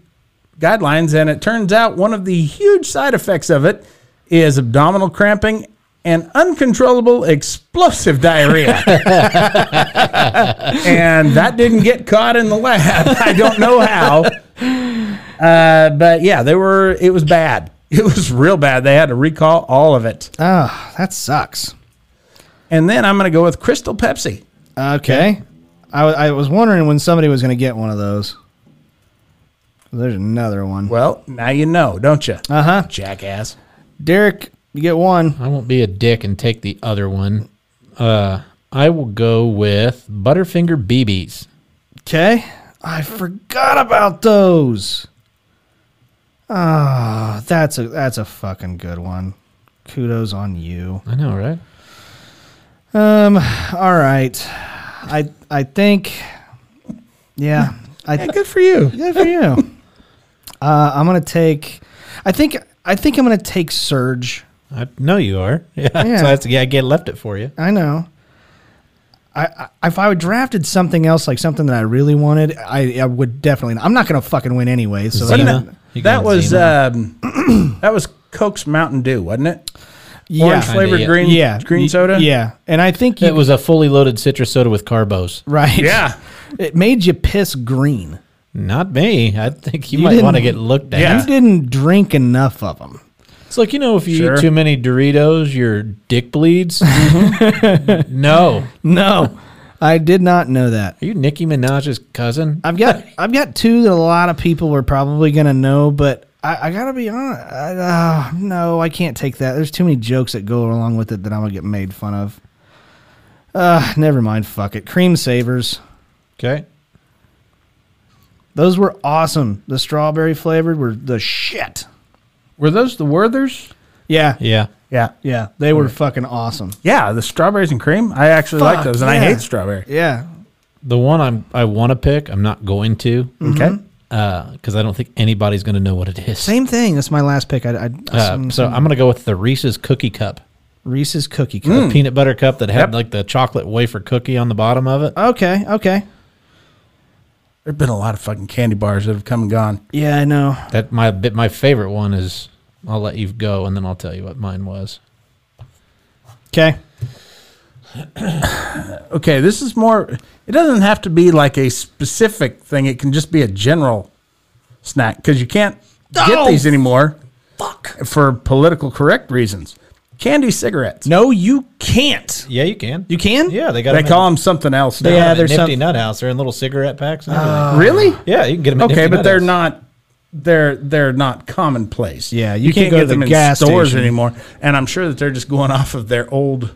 B: guidelines. And it turns out one of the huge side effects of it is abdominal cramping and uncontrollable explosive diarrhea. and that didn't get caught in the lab. I don't know how. Uh, but yeah, they were. It was bad. It was real bad. They had to recall all of it.
A: Ah, that sucks.
B: And then I'm going to go with Crystal Pepsi.
A: Okay. I, wa- I was wondering when somebody was going to get one of those. There's another one.
B: Well, now you know, don't you?
A: Uh huh.
B: Jackass.
A: Derek, you get one.
C: I won't be a dick and take the other one. Uh, I will go with Butterfinger BBs.
A: Okay. I forgot about those. Ah, that's a that's a fucking good one. Kudos on you.
C: I know, right?
A: Um, all right. I I think yeah. I
B: Good for you.
A: Good for you. uh,
B: [laughs]
A: I'm gonna take. I think. I think I'm gonna take Surge.
C: I know you are. [laughs] Yeah.
A: Yeah.
C: So that's yeah, I get left it for you.
A: I know. I, I if I would drafted something else, like something that I really wanted, I, I would definitely. I'm not gonna fucking win anyway. So
C: Zena.
A: that-
C: You can
B: that
C: have
B: was
C: Xena.
B: um, [clears throat] that was Coke's Mountain Dew, wasn't it? Orange
A: yeah,
B: flavored
C: yeah.
B: green
A: yeah,
B: green soda.
A: Yeah, and I think you,
C: It was a fully loaded citrus soda with carbos.
A: [laughs] right.
B: yeah.
A: it made you piss green.
C: Not me. I think you,
A: You
C: might want to
A: didn't-
C: get looked at.
B: Yeah.
A: You didn't drink enough of them.
C: It's like you know, if you
B: Sure.
C: eat too many Doritos, your dick bleeds. [laughs] no,
A: No, I did not know that.
C: are you Nicki Minaj's cousin?
A: I've got I've got two that a lot of people are probably gonna know, but I, I gotta be honest. I, uh, no, I can't take that. There's too many jokes that go along with it that I'm gonna get made fun of. Uh, never mind. Fuck it. Cream savers.
C: Okay,
A: Those were awesome. The strawberry flavored were the shit.
B: Were those the Werthers?
A: Yeah, yeah,
C: yeah,
B: Yeah.
A: they were fucking awesome.
B: Yeah, the strawberries and cream. I actually like
A: Fuck,
B: those, and I
A: yeah.
B: hate strawberry.
A: Yeah,
C: the one I'm I want to pick, I'm not going to,
B: Okay.
C: because I don't think anybody's going to know what it is.
A: same thing. That's my last pick. I, I
C: Uh,
A: some-
C: so
A: some
C: I'm going to go with the Reese's cookie cup,
A: Reese's cookie cup.
C: the peanut butter cup that had
B: Yep.
C: like the chocolate wafer cookie on the bottom of it.
A: Okay, okay.
B: There've been a lot of fucking candy bars that have come and gone.
A: Yeah, I know.
C: That my bit my favorite one is. I'll let you go, and then I'll tell you what mine was.
A: Okay.
B: Okay, this is more. It doesn't have to be like a specific thing. It can just be a general snack because you can't get
A: Oh,
B: these anymore. Fuck. For political correct reasons, candy cigarettes.
A: No, you can't.
C: Yeah, you can.
A: You can.
C: Yeah, they got.
B: They call them something else. now.
C: They
A: Yeah,
C: yeah,
A: there's
C: there's nifty
A: some-
C: nut house. They're in little cigarette packs. And everything.
B: Really?
C: yeah, you can get them. At
B: Uh, Okay,
C: Nifty
B: but
C: Nut
B: they're
C: House.
B: not. They're they're not commonplace.
A: Yeah, you can't go to the
B: in
A: gas
B: stores
A: station.
B: anymore. And I'm sure that they're just going off of their old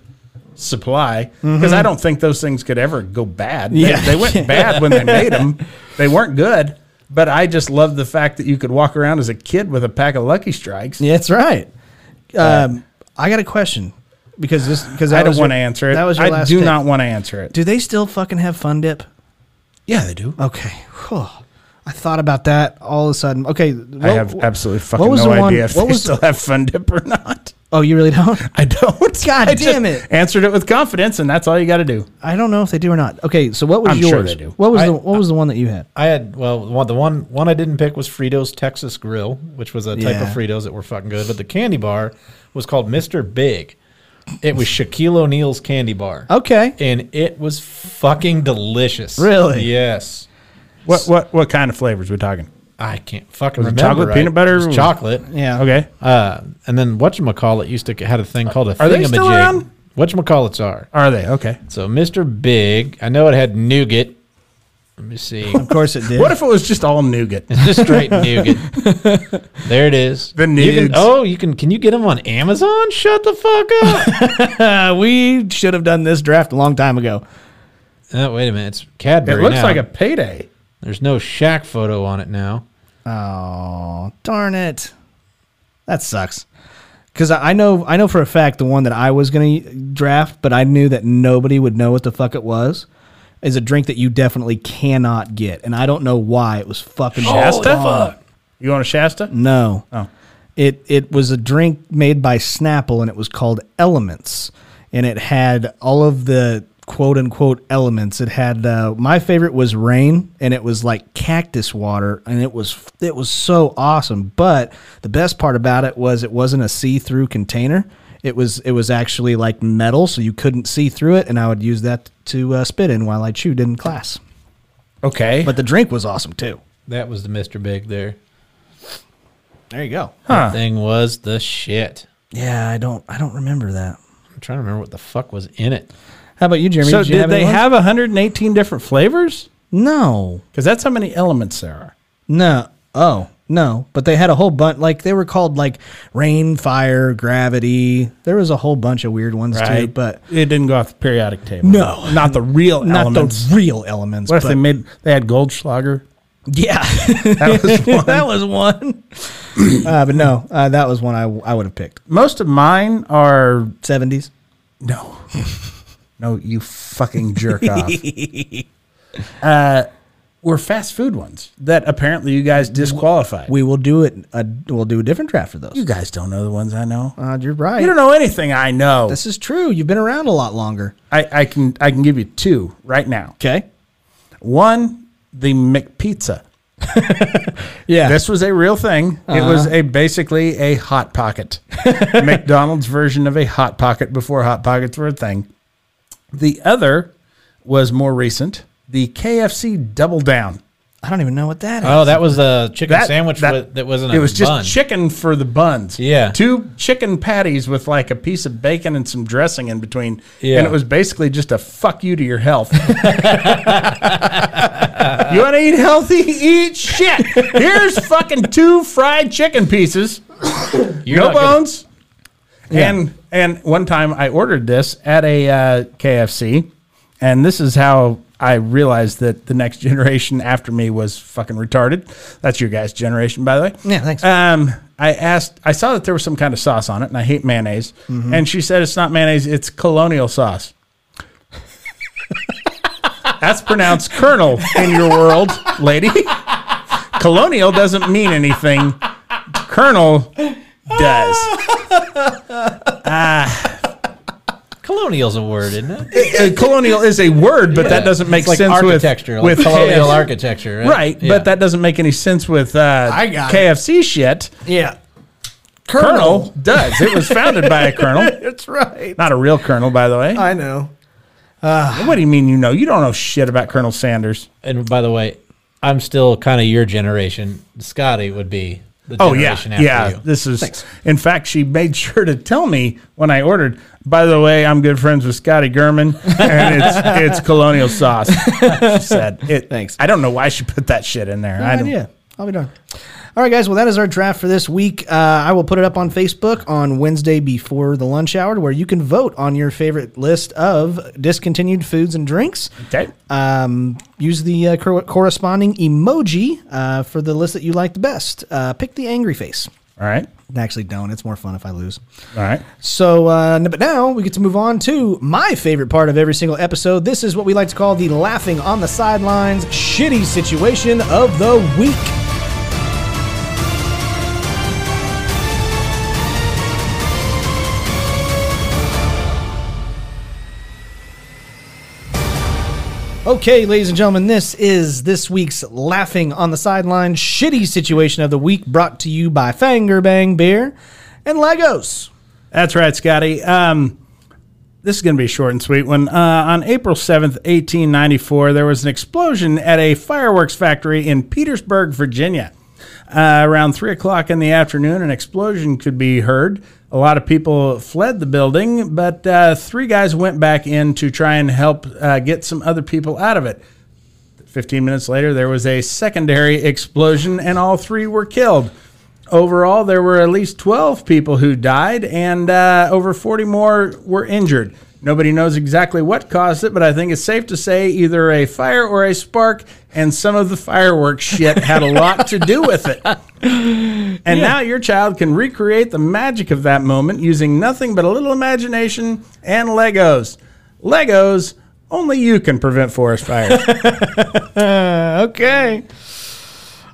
B: supply because I don't think those things could ever go bad. They-
A: Mm-hmm. Yeah. [laughs]
B: They, went bad when they made them. They weren't good. But I just love the fact that you could walk around as a kid with a pack of Lucky Strikes.
A: Yeah, that's right. Um, I got a question because this because
B: Uh, I don't want to answer it.
A: That was your
B: I
A: last
B: do
A: pick.
B: not want to answer it.
A: Do they still fucking have Fun Dip?
B: Yeah, they do.
A: Okay, Whew. I thought about that all of a sudden. Okay,
B: I
A: what-
B: have absolutely fucking
A: was
B: no
A: the
B: idea
A: one-
B: if
A: what
B: they
A: was-
B: still have Fun Dip or not.
A: Oh, you really don't?
B: I don't. [laughs]
A: God
B: I just
A: damn it.
B: Answered it with confidence, and that's all you got to do.
A: I don't know if they do or not. Okay, so what was
B: I'm
A: yours?
B: sure they do.
A: What was
C: I-
A: the what was the one that you had?
C: I had well, one, the one one I didn't pick was Fritos Texas Grill, which was a type
A: Yeah.
C: of Fritos that were fucking good. But the candy bar was called Mister Big. It was Shaquille O'Neal's candy bar.
B: Oh.
A: Okay,
C: and it was fucking delicious.
A: Really?
C: Yes.
B: What what what kind of flavors we talking?
C: I can't fucking
B: Was it
C: remember.
B: chocolate,
C: right.
B: peanut butter?
C: It was chocolate.
A: yeah,
B: Okay.
C: Uh, and then whatchamacallit used to had a thing called a
B: Are they
C: thingamajig.
B: still around?
C: Whatchamacallits are.
B: Are they okay?
C: So Mr. Big, I know it had nougat. Let me see.
A: Of course it did.
B: What if it was just all nougat?
C: It's just
B: [laughs]
C: straight nougat. There it is.
B: The
C: You can-
B: nudes.
C: oh, you can. Can you get them on Amazon? Shut the fuck
B: [laughs]
C: up.
A: uh, we should have done this draft a long time ago?
C: oh, wait a minute. It's
B: It
C: Cadbury.
B: looks
C: now.
B: like a payday.
C: There's no Shaq photo on it now.
A: Oh darn it, that sucks. Because I I know I know for a fact the one that I was going to draft, but I knew that nobody would know what the fuck it was. Is a drink that you definitely cannot get, and I don't know why it was fucking
C: Oh,
B: Shasta?
A: gone.
B: You want a Shasta?
A: No,
B: Oh.
A: it it was a drink made by Snapple, and it was called Elements, and it had all of the quote unquote elements. It had uh, my favorite was rain, and it was like cactus water, and it was it was so awesome. But the best part about it was it wasn't a see through container. It was it was actually like metal, so you couldn't see through it, and I would use that to uh, spit in while I chewed in class.
B: Okay.
A: But the drink was awesome too.
C: That was the Mr. Big there.
A: There you go.
C: That thing was the shit.
A: Yeah, I don't I don't remember that.
C: I'm trying to remember what the fuck was in it.
A: How about you, Jeremy?
B: so
A: you
B: did
A: any
B: they
A: ones?
B: have 118 different flavors?
A: No,
B: Because that's how many elements there are.
A: no. Oh no, but they had a whole bunch. Like they were called like rain, fire, gravity. There was a whole bunch of weird ones too. But
B: it didn't go off the periodic table.
A: No.
B: not the real
A: not
B: elements.
A: the real elements.
B: what if they
A: but-
B: made they had Goldschlager?
A: [laughs] Yeah,
B: That
A: [laughs]
B: was one.
A: that was one. uh, but no, uh, that was one I I would have picked.
B: Most of mine are
A: Seventies. [laughs]
B: no, no. You fucking [laughs] jerk off. uh, were fast food ones that apparently you guys disqualified.
A: We will do it. Uh, we'll do a different draft for those.
B: you guys don't know the ones I know.
A: uh, you're right.
B: you don't know anything I know.
A: This is true. You've been around a lot longer.
B: I, I can I can give you two right now.
A: Okay.
B: One, the McPizza.
A: Yeah.
B: This was a real thing. It was a basically a hot pocket, McDonald's version of a hot pocket before hot pockets were a thing. The other was more recent, the KFC Double Down.
A: I don't even know what that is.
C: Oh, that was a chicken
B: That
C: sandwich
B: that-
C: with, that wasn't. A
B: It was just
C: bun.
B: chicken for the buns.
C: Yeah.
B: two chicken patties with like a piece of bacon and some dressing in between.
C: Yeah.
B: and it was basically just a fuck you to your health. [laughs] you want to eat healthy? Eat shit. Here's fucking two fried chicken pieces.
C: You're
B: no
C: not gonna-
B: bones. And and one time I ordered this at a uh, KFC, and this is how I realized that the next [laughs] generation after me was fucking retarded. That's your guys' generation, by the way.
A: Yeah, thanks.
B: Um, I asked. I saw that there was some kind of sauce on it, and I hate mayonnaise.
A: Mm-hmm.
B: And she said it's not mayonnaise; it's colonial sauce. [laughs] That's pronounced Colonel in your world, lady. Colonial doesn't mean anything. Colonel does.
C: colonial's a word, isn't it?
B: Uh, colonial is a word, but that doesn't make
C: It's like
B: sense
C: architecture,
B: with,
C: like
B: with
C: colonial
B: KFC.
C: architecture, right?
B: Right,
C: Yeah.
B: but that doesn't make any sense with uh,
A: I got it.
B: KFC shit.
A: yeah.
B: Colonel does. It was founded by a colonel,
C: [laughs]
A: That's right.
B: not a real colonel, by the
C: Uh.
B: way.
A: I know.
B: What do you mean you know? You don't know shit about Colonel Sanders.
C: And by the way, I'm still kind of your generation. Scotty would be the
B: Oh yeah,
C: generation after
B: yeah.
C: you.
B: This is. In fact, she made sure to tell me when I ordered. By the way, I'm good friends with Scotty Gurman, and
C: [laughs]
B: it's it's Colonial sauce. She said it.
A: Thanks.
B: I don't know why she put that shit in there. I don't.
A: idea. I'll be darned. All right, guys. Well, that is our draft for this week. Uh, I will put it up on Facebook on Wednesday before the lunch hour, where you can vote on your favorite list of discontinued foods and drinks.
B: Okay.
A: Um, use the uh, cor- corresponding emoji uh, for the list that you like the best. Uh, pick the angry face.
B: All right.
A: Actually, don't. It's more fun if I lose.
B: All right.
A: So, uh, n- but now we get to move on to my favorite part of every single episode. This is what we like to call the laughing on the sidelines shitty situation of the week. Okay, ladies and gentlemen, this is this week's Laughing on the Sideline shitty situation of the week brought to you by Fanger Bang Beer and Legos.
B: That's right, Scotty. Um, this is going to be a short and sweet one. Uh, on April 7th, 1894, there was an explosion at a fireworks factory in Petersburg, Virginia. Uh, around 3 o'clock in the afternoon, an explosion could be heard. A lot of people fled the building, but uh, three guys went back in to try and help uh, get some other people out of it. 15 minutes later, there was a secondary explosion, and all three were killed. Overall, there were at least 12 people who died, and uh, over 40 more were injured. Nobody knows exactly what caused it, but I think it's safe to say either a fire or a spark, and some of the fireworks shit had a lot to do with it. And now your child can recreate the magic of that moment using nothing but a little imagination and Legos. Legos, only you can prevent forest fires.
A: Okay.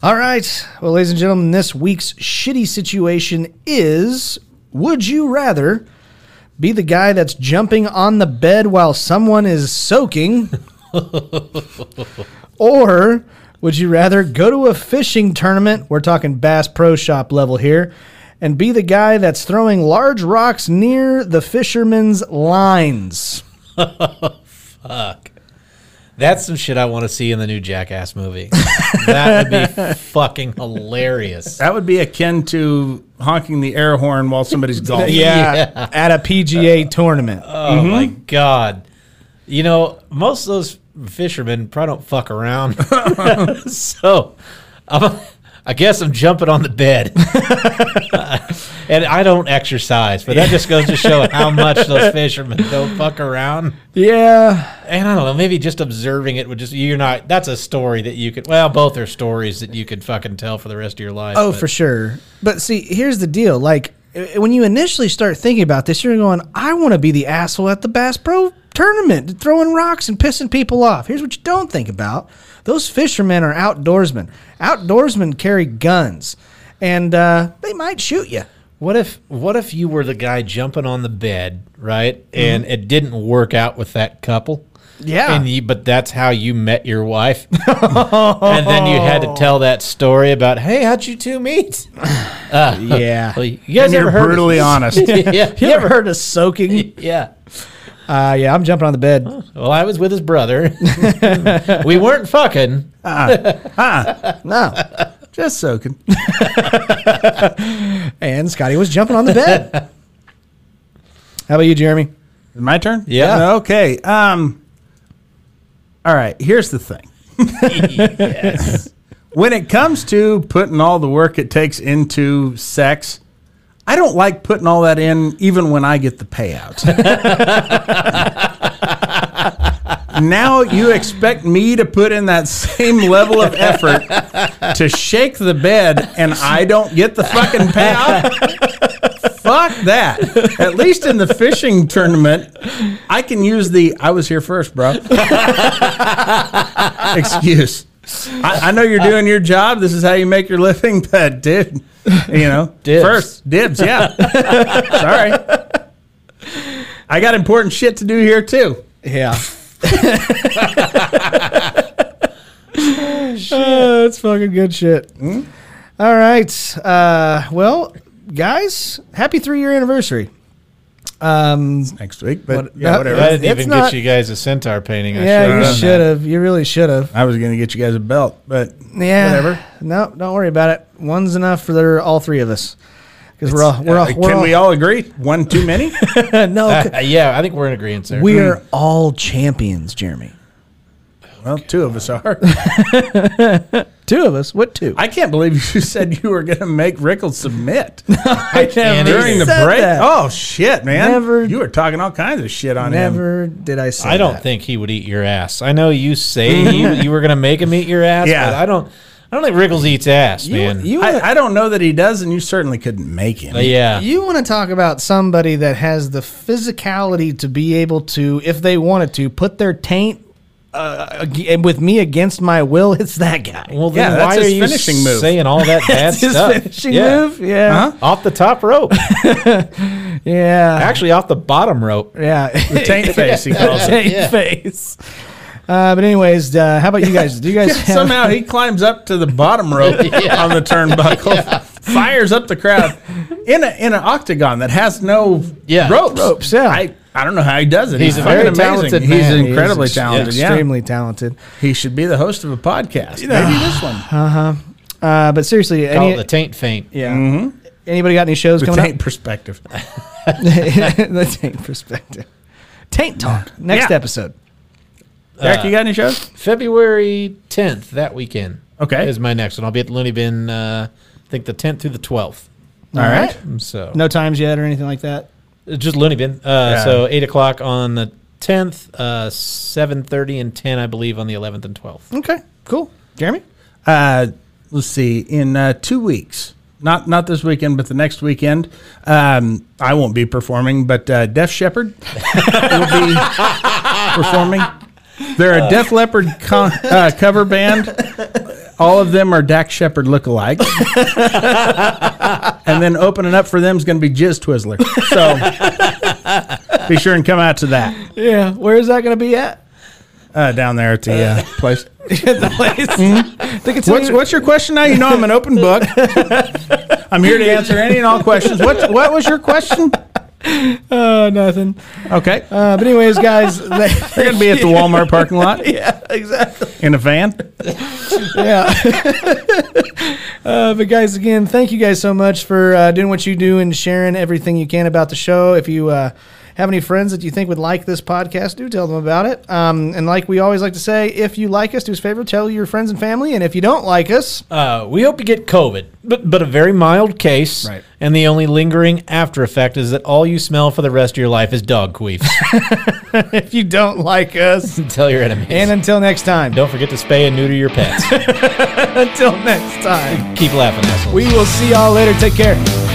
A: All right. Well, ladies and gentlemen, this week's shitty situation is would you rather be the guy that's jumping on the bed while someone is soaking? or would you rather go to a fishing tournament? We're talking Bass Pro Shop level here. and be the guy that's throwing large rocks near the fishermen's lines.
C: That's some shit I want to see in the new Jackass movie. [laughs] that would be fucking hilarious.
B: That would be akin to honking the air horn while somebody's golfing.
A: Yeah, at a PGA tournament.
C: Oh my
B: Mm-hmm.
C: god! You know, most of those fishermen probably don't
B: [laughs]
C: fuck around. so, I'm, I guess I'm jumping on the
B: [laughs]
C: bed, and I don't exercise, but that just goes to show how much those fishermen don't fuck around.
A: yeah,
C: And I don't know, maybe just observing it would just you're not. That's a story that you could. Well, both are stories that you could fucking tell for the rest of your life.
A: Oh,
C: but-
A: for sure. But see, here's the deal. Like i- when you initially start thinking about this, you're going, "I want to be the asshole at the Bass Pro tournament, throwing rocks and pissing people off." Here's what you don't think about: those fishermen are outdoorsmen. Outdoorsmen carry guns, and uh, they might shoot you.
C: What if what if you were the guy jumping on the bed, right? And it didn't work out with that couple.
A: Yeah.
C: And you, but that's how you met your wife. [laughs] and then you had to tell that story about, "Hey, how'd you two meet?"
A: Yeah.
C: Well, you guys
B: And
C: ever
B: you're
C: heard of-
B: brutally honest.
C: [laughs] yeah.
A: You ever heard of soaking?
C: Yeah.
A: Uh, yeah, I'm jumping on the bed.
C: Well, I was with his [laughs] brother. we weren't fucking.
A: No.
B: Just soaking.
A: And Scotty was jumping on the bed. How about you, Jeremy?
B: My turn?
C: Yeah.
B: Okay. Um All right, here's the thing. [laughs] When it comes to putting all the work it takes into sex, I don't like putting all that in even when I get the payout. [laughs] now you expect me to put in that same level of effort to shake the bed and I don't get the fucking payout? Fuck that. At least in the fishing tournament, I can use the I was here first, bro. Excuse. I, I know you're doing your job. This is how you make your living, but dude, you know,
C: Dibs.
B: first dibs. Yeah. Sorry. I got important shit to do here, too.
A: Yeah. Uh, that's fucking good shit. All right. Uh, well, guys, happy three year anniversary. Um,
B: Next week, but
A: What-
B: yeah,
A: that-
B: whatever.
C: I didn't
A: It's
C: even
A: not-
C: get you guys a centaur painting. I
A: yeah,
C: should've
A: you
C: done
A: should have. You really should have.
B: I was going to get you guys a belt, but
A: Yeah.
B: whatever.
A: No, don't worry about it. One's enough for their, all three of us. Because we're all, we're all,
B: Uh,
A: we're
B: can
A: all,
B: we all agree? One too many?
A: [laughs] no,
C: that. Uh, yeah, I think we're in agreement there.
A: we are all champions, Jeremy.
B: well, two of us are.
A: Two of us. What two?
B: I can't believe you said you were going to make
A: [laughs]
B: Rickles submit
A: [laughs] I
C: can't either.
B: during the
A: Said
B: break.
A: that.
B: Oh shit, man!
A: Never-
B: You were talking all kinds of shit on him.
A: Never did I say
C: I don't
A: that.
C: think he would eat your ass. I know
B: [laughs]
C: you say you, you were gonna make him eat your ass,
B: Yeah.
C: but I don't. I don't think Riggles eats ass, man.
A: You wanna-
B: I, I don't know that he does, and you certainly couldn't make him.
C: But yeah,
A: You want to talk about somebody that has the physicality to be able to, if they wanted to, put their taint uh, ag- and with me against my will. [laughs] It's that guy.
C: well, then
B: yeah, that's
C: why are
B: his
C: you
B: finishing move.
C: saying all that
A: [laughs]
C: bad
A: His
C: stuff?
A: finishing
C: Yeah.
A: move. Yeah.
B: Huh?
C: off the top rope,
A: Yeah.
C: actually off the
A: [laughs]
C: bottom rope.
A: Yeah.
B: The taint face, he calls it.
A: Taint face. Uh, but anyways, uh, how about you guys? Do you [laughs] guys have,
B: Somehow he climbs up to the bottom rope on the turnbuckle, fires up the crowd in a in an octagon that has no
C: Yeah.
B: ropes.
A: Ropes, yeah.
B: I, I don't know how he does it.
C: He's
B: He's,
C: a
B: fucking
C: very
B: amazing.
C: talented
B: He's
C: man. He
A: is
B: incredibly
A: ex-
B: talented. Yeah.
A: Extremely talented.
B: He should be the host of a podcast. Maybe this one.
A: Uh, but seriously,
C: Call
A: any,
C: it the taint faint.
A: yeah. Anybody got any shows
B: The
A: coming up?
B: taint perspective.
A: [laughs] the taint perspective. Taint
C: [laughs]
A: talk. Next
B: Yeah.
A: episode.
B: Jack, you got any shows?
C: February tenth, that weekend.
B: Okay.
C: is my next one. I'll be at the Looney Bin. Uh, I think the tenth through the twelfth.
B: All right.
C: So
A: No times yet or anything like that.
C: It's Just Looney Bin. Uh,
B: Yeah.
C: So eight o'clock on the tenth, uh, seven thirty and ten, I believe, on the eleventh and twelfth.
A: Okay, cool. Jeremy?
B: Uh, let's see. In uh, two weeks, not not this weekend, but the next weekend, um, I won't be performing, but uh, Def Shepherd [laughs] will be performing. They're a Def Leppard con- uh, cover band. All of them are Dak Shepherd lookalikes. and then opening up for them is going to be Jizz Twizzler. So be sure and come out to that.
A: Yeah. Where is that going to be at? [laughs]
B: uh, down there at the uh, place.
A: the place. They can tell
B: What's
A: you-
B: what's your question now? You know I'm an
A: [laughs]
B: open book. I'm here to answer any and all questions. What what was your question?
A: Uh, nothing.
B: Okay,
A: Uh, but anyways,
B: [laughs]
A: guys, they,
B: we're
A: [laughs]
B: gonna be at the Walmart parking lot
A: yeah, exactly.
B: in a van.
A: Yeah. uh, but guys, again, thank you guys so much for uh, doing what you do and sharing everything you can about the show. If you uh, have any friends that you think would like this podcast, do tell them about it. Um, and like we always like to say, if you like us, do us a favor, tell your friends and family. And if you don't like us,
C: Uh, we hope you get COVID, but but a very mild case.
B: Right.
C: And the only lingering after effect is that all you smell for the rest of your life is dog queefs. [laughs]
A: if you don't like us,
C: Tell your enemies.
A: and until next time,
C: don't forget to spay and neuter your pets.
A: until next time,
C: Keep laughing, assholes.
A: we will see y'all later. Take care.